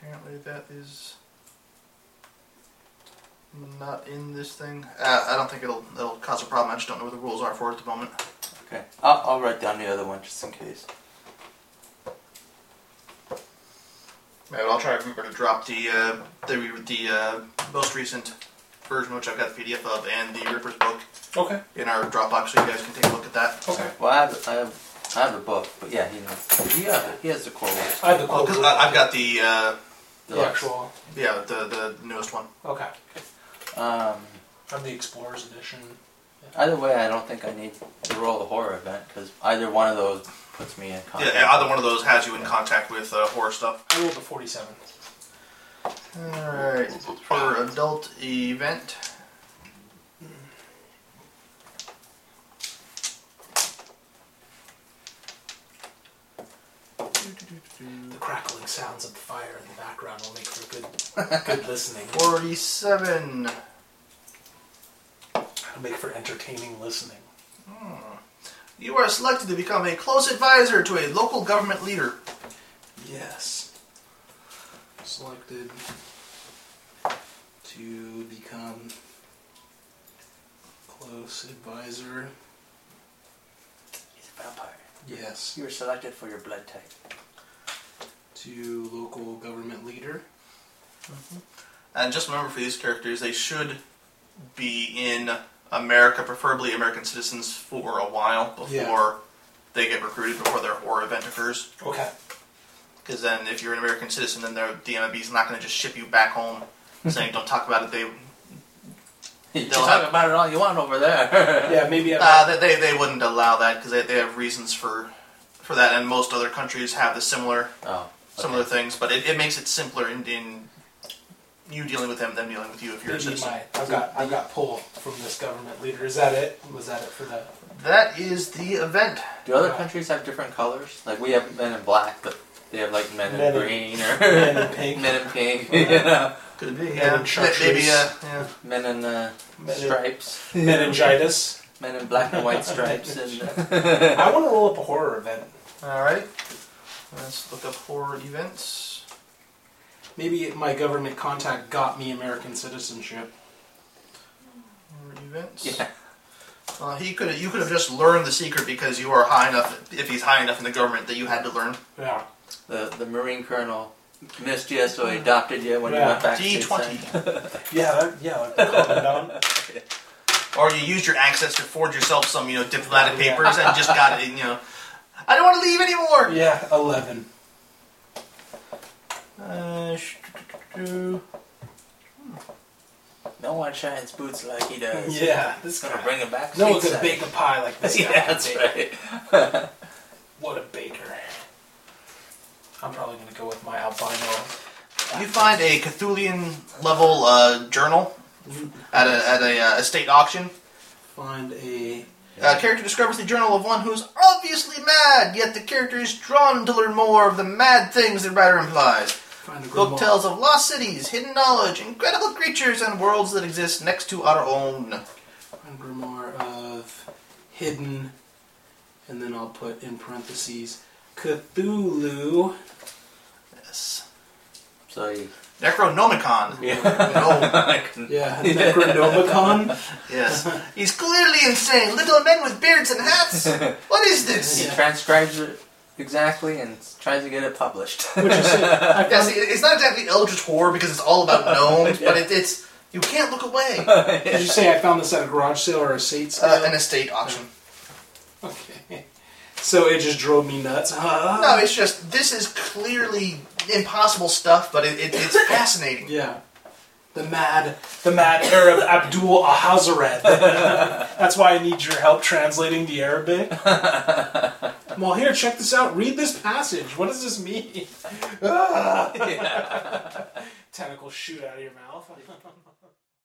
[SPEAKER 2] Apparently, that is not in this thing. Uh, I don't think it'll it'll cause a problem. I just don't know what the rules are for it at the moment.
[SPEAKER 4] Okay. I'll, I'll write down the other one just in case.
[SPEAKER 2] Maybe I'll try to remember to drop the uh, the the uh, most recent version, which I've got the PDF of, and the Ripper's book
[SPEAKER 1] Okay.
[SPEAKER 2] in our Dropbox, so you guys can take a look at that.
[SPEAKER 1] Okay.
[SPEAKER 4] Well, I have, I have, I have the book, but yeah, he knows. He has, he has the core ones.
[SPEAKER 1] I had the
[SPEAKER 2] Well,
[SPEAKER 1] Oh, cool.
[SPEAKER 2] Oh, 'cause I, I've got the uh,
[SPEAKER 4] The
[SPEAKER 1] the actual.
[SPEAKER 2] yeah the the newest one.
[SPEAKER 1] Okay.
[SPEAKER 4] Um,
[SPEAKER 1] I'm the Explorers edition.
[SPEAKER 4] either way, I don't think I need to roll the horror event because either one of those puts me in
[SPEAKER 2] Yeah,
[SPEAKER 4] contact.
[SPEAKER 2] yeah, either one of those has you in contact with uh, horror stuff.
[SPEAKER 1] I rolled a 47.
[SPEAKER 2] All right, for adult event.
[SPEAKER 1] The crackling sounds of the fire in the background will make for good, good listening.
[SPEAKER 2] Forty-seven.
[SPEAKER 1] It'll make for entertaining listening.
[SPEAKER 2] You are selected to become a close advisor to a local government leader.
[SPEAKER 1] Yes.
[SPEAKER 11] Selected to become close advisor.
[SPEAKER 4] He's a vampire.
[SPEAKER 11] Yes.
[SPEAKER 4] You were selected for your blood type.
[SPEAKER 11] To local government leader.
[SPEAKER 2] And just remember for these characters, they should be in America, preferably American citizens, for a while before they get recruited, before their horror event occurs.
[SPEAKER 1] Okay.
[SPEAKER 2] Because then, if you're an American citizen, then their DMB is not going to just ship you back home saying, don't talk about it. They,
[SPEAKER 4] You can
[SPEAKER 2] They'll
[SPEAKER 4] talk
[SPEAKER 2] have-
[SPEAKER 4] about it all you want over there.
[SPEAKER 1] Yeah, maybe I'm.
[SPEAKER 2] uh, they, they wouldn't allow that because they, they have reasons for, for that, and most other countries have the similar
[SPEAKER 4] Oh.
[SPEAKER 2] similar things, but it, it makes it simpler in, in you dealing with them, them dealing with you if you're a
[SPEAKER 1] maybe
[SPEAKER 2] citizen.
[SPEAKER 1] my, I've got I've got pull from this government leader. Is that it? Was that it for the?
[SPEAKER 2] That is the event.
[SPEAKER 4] Do other
[SPEAKER 1] Right.
[SPEAKER 4] countries have different colors? Like we have men in black, but they have like men in
[SPEAKER 1] Men in-
[SPEAKER 4] green or
[SPEAKER 1] men in pink.
[SPEAKER 4] men in pink, you know,
[SPEAKER 2] Could be,
[SPEAKER 1] yeah.
[SPEAKER 2] yeah. Maybe, uh, yeah.
[SPEAKER 4] men in uh,
[SPEAKER 1] Men in-
[SPEAKER 4] stripes,
[SPEAKER 1] Meningitis.
[SPEAKER 4] men in black and white stripes, and uh,
[SPEAKER 1] I want to roll up a horror event.
[SPEAKER 2] All right. Let's look up horror events.
[SPEAKER 11] Maybe my government contact got me American citizenship.
[SPEAKER 2] Horror events.
[SPEAKER 4] yeah.
[SPEAKER 2] Uh, he could. You could have just learned the secret because you are high enough. If he's high enough in the government, that you had to learn.
[SPEAKER 1] Yeah.
[SPEAKER 4] The the Marine Colonel missed you, so he adopted you when you
[SPEAKER 1] Yeah.
[SPEAKER 4] went back.
[SPEAKER 2] D twenty.
[SPEAKER 1] Yeah. That, yeah. Like calm down.
[SPEAKER 2] Or you used your access to forge yourself some, you know, diplomatic
[SPEAKER 1] Yeah.
[SPEAKER 2] papers and just got it. You know, I don't want to leave anymore.
[SPEAKER 1] Yeah. Eleven.
[SPEAKER 2] Uh, sh-
[SPEAKER 4] No one shines boots like he does.
[SPEAKER 1] Yeah. This
[SPEAKER 4] It's gonna
[SPEAKER 1] guy.
[SPEAKER 4] bring him back.
[SPEAKER 1] No one could
[SPEAKER 4] stateside.
[SPEAKER 1] bake a pie like this guy.
[SPEAKER 4] yeah, that's right.
[SPEAKER 1] What a baker. I'm probably gonna go with my albino.
[SPEAKER 2] You find a Cthulian level uh, journal at a at a uh, estate auction.
[SPEAKER 11] Find a
[SPEAKER 2] Uh, character discovers the journal of one who's obviously mad, yet the character is drawn to learn more of the mad things the writer implies.
[SPEAKER 11] find a
[SPEAKER 2] Book
[SPEAKER 11] grimoire.
[SPEAKER 2] tells of lost cities, hidden knowledge, incredible creatures, and worlds that exist next to our own.
[SPEAKER 11] Find a grimoire of hidden, and then I'll put in parentheses Cthulhu.
[SPEAKER 2] Yes.
[SPEAKER 4] So you,
[SPEAKER 2] Necronomicon. No.
[SPEAKER 11] Yeah, Necronomicon.
[SPEAKER 2] Yes. He's clearly insane. Little men with beards and hats. What is
[SPEAKER 4] he
[SPEAKER 2] this?
[SPEAKER 4] transcribes it exactly and tries to get it published.
[SPEAKER 11] Which is I
[SPEAKER 2] Yeah, see, it's not exactly eldritch horror because it's all about gnomes, but it, it's you can't look away.
[SPEAKER 11] Did you say I found this at a garage sale or a estate sale?
[SPEAKER 2] Uh, an estate auction. Uh,
[SPEAKER 11] okay. So it just drove me nuts. Huh?
[SPEAKER 2] No, it's just this is clearly impossible stuff, but it, it, it's fascinating.
[SPEAKER 11] yeah.
[SPEAKER 1] The mad, the mad Arab Abdul Ahazared. That's why I need your help translating the Arabic.
[SPEAKER 11] Well, here, check this out. Read this passage. What does this mean?
[SPEAKER 1] Ah! Tentacles shoot out of your mouth.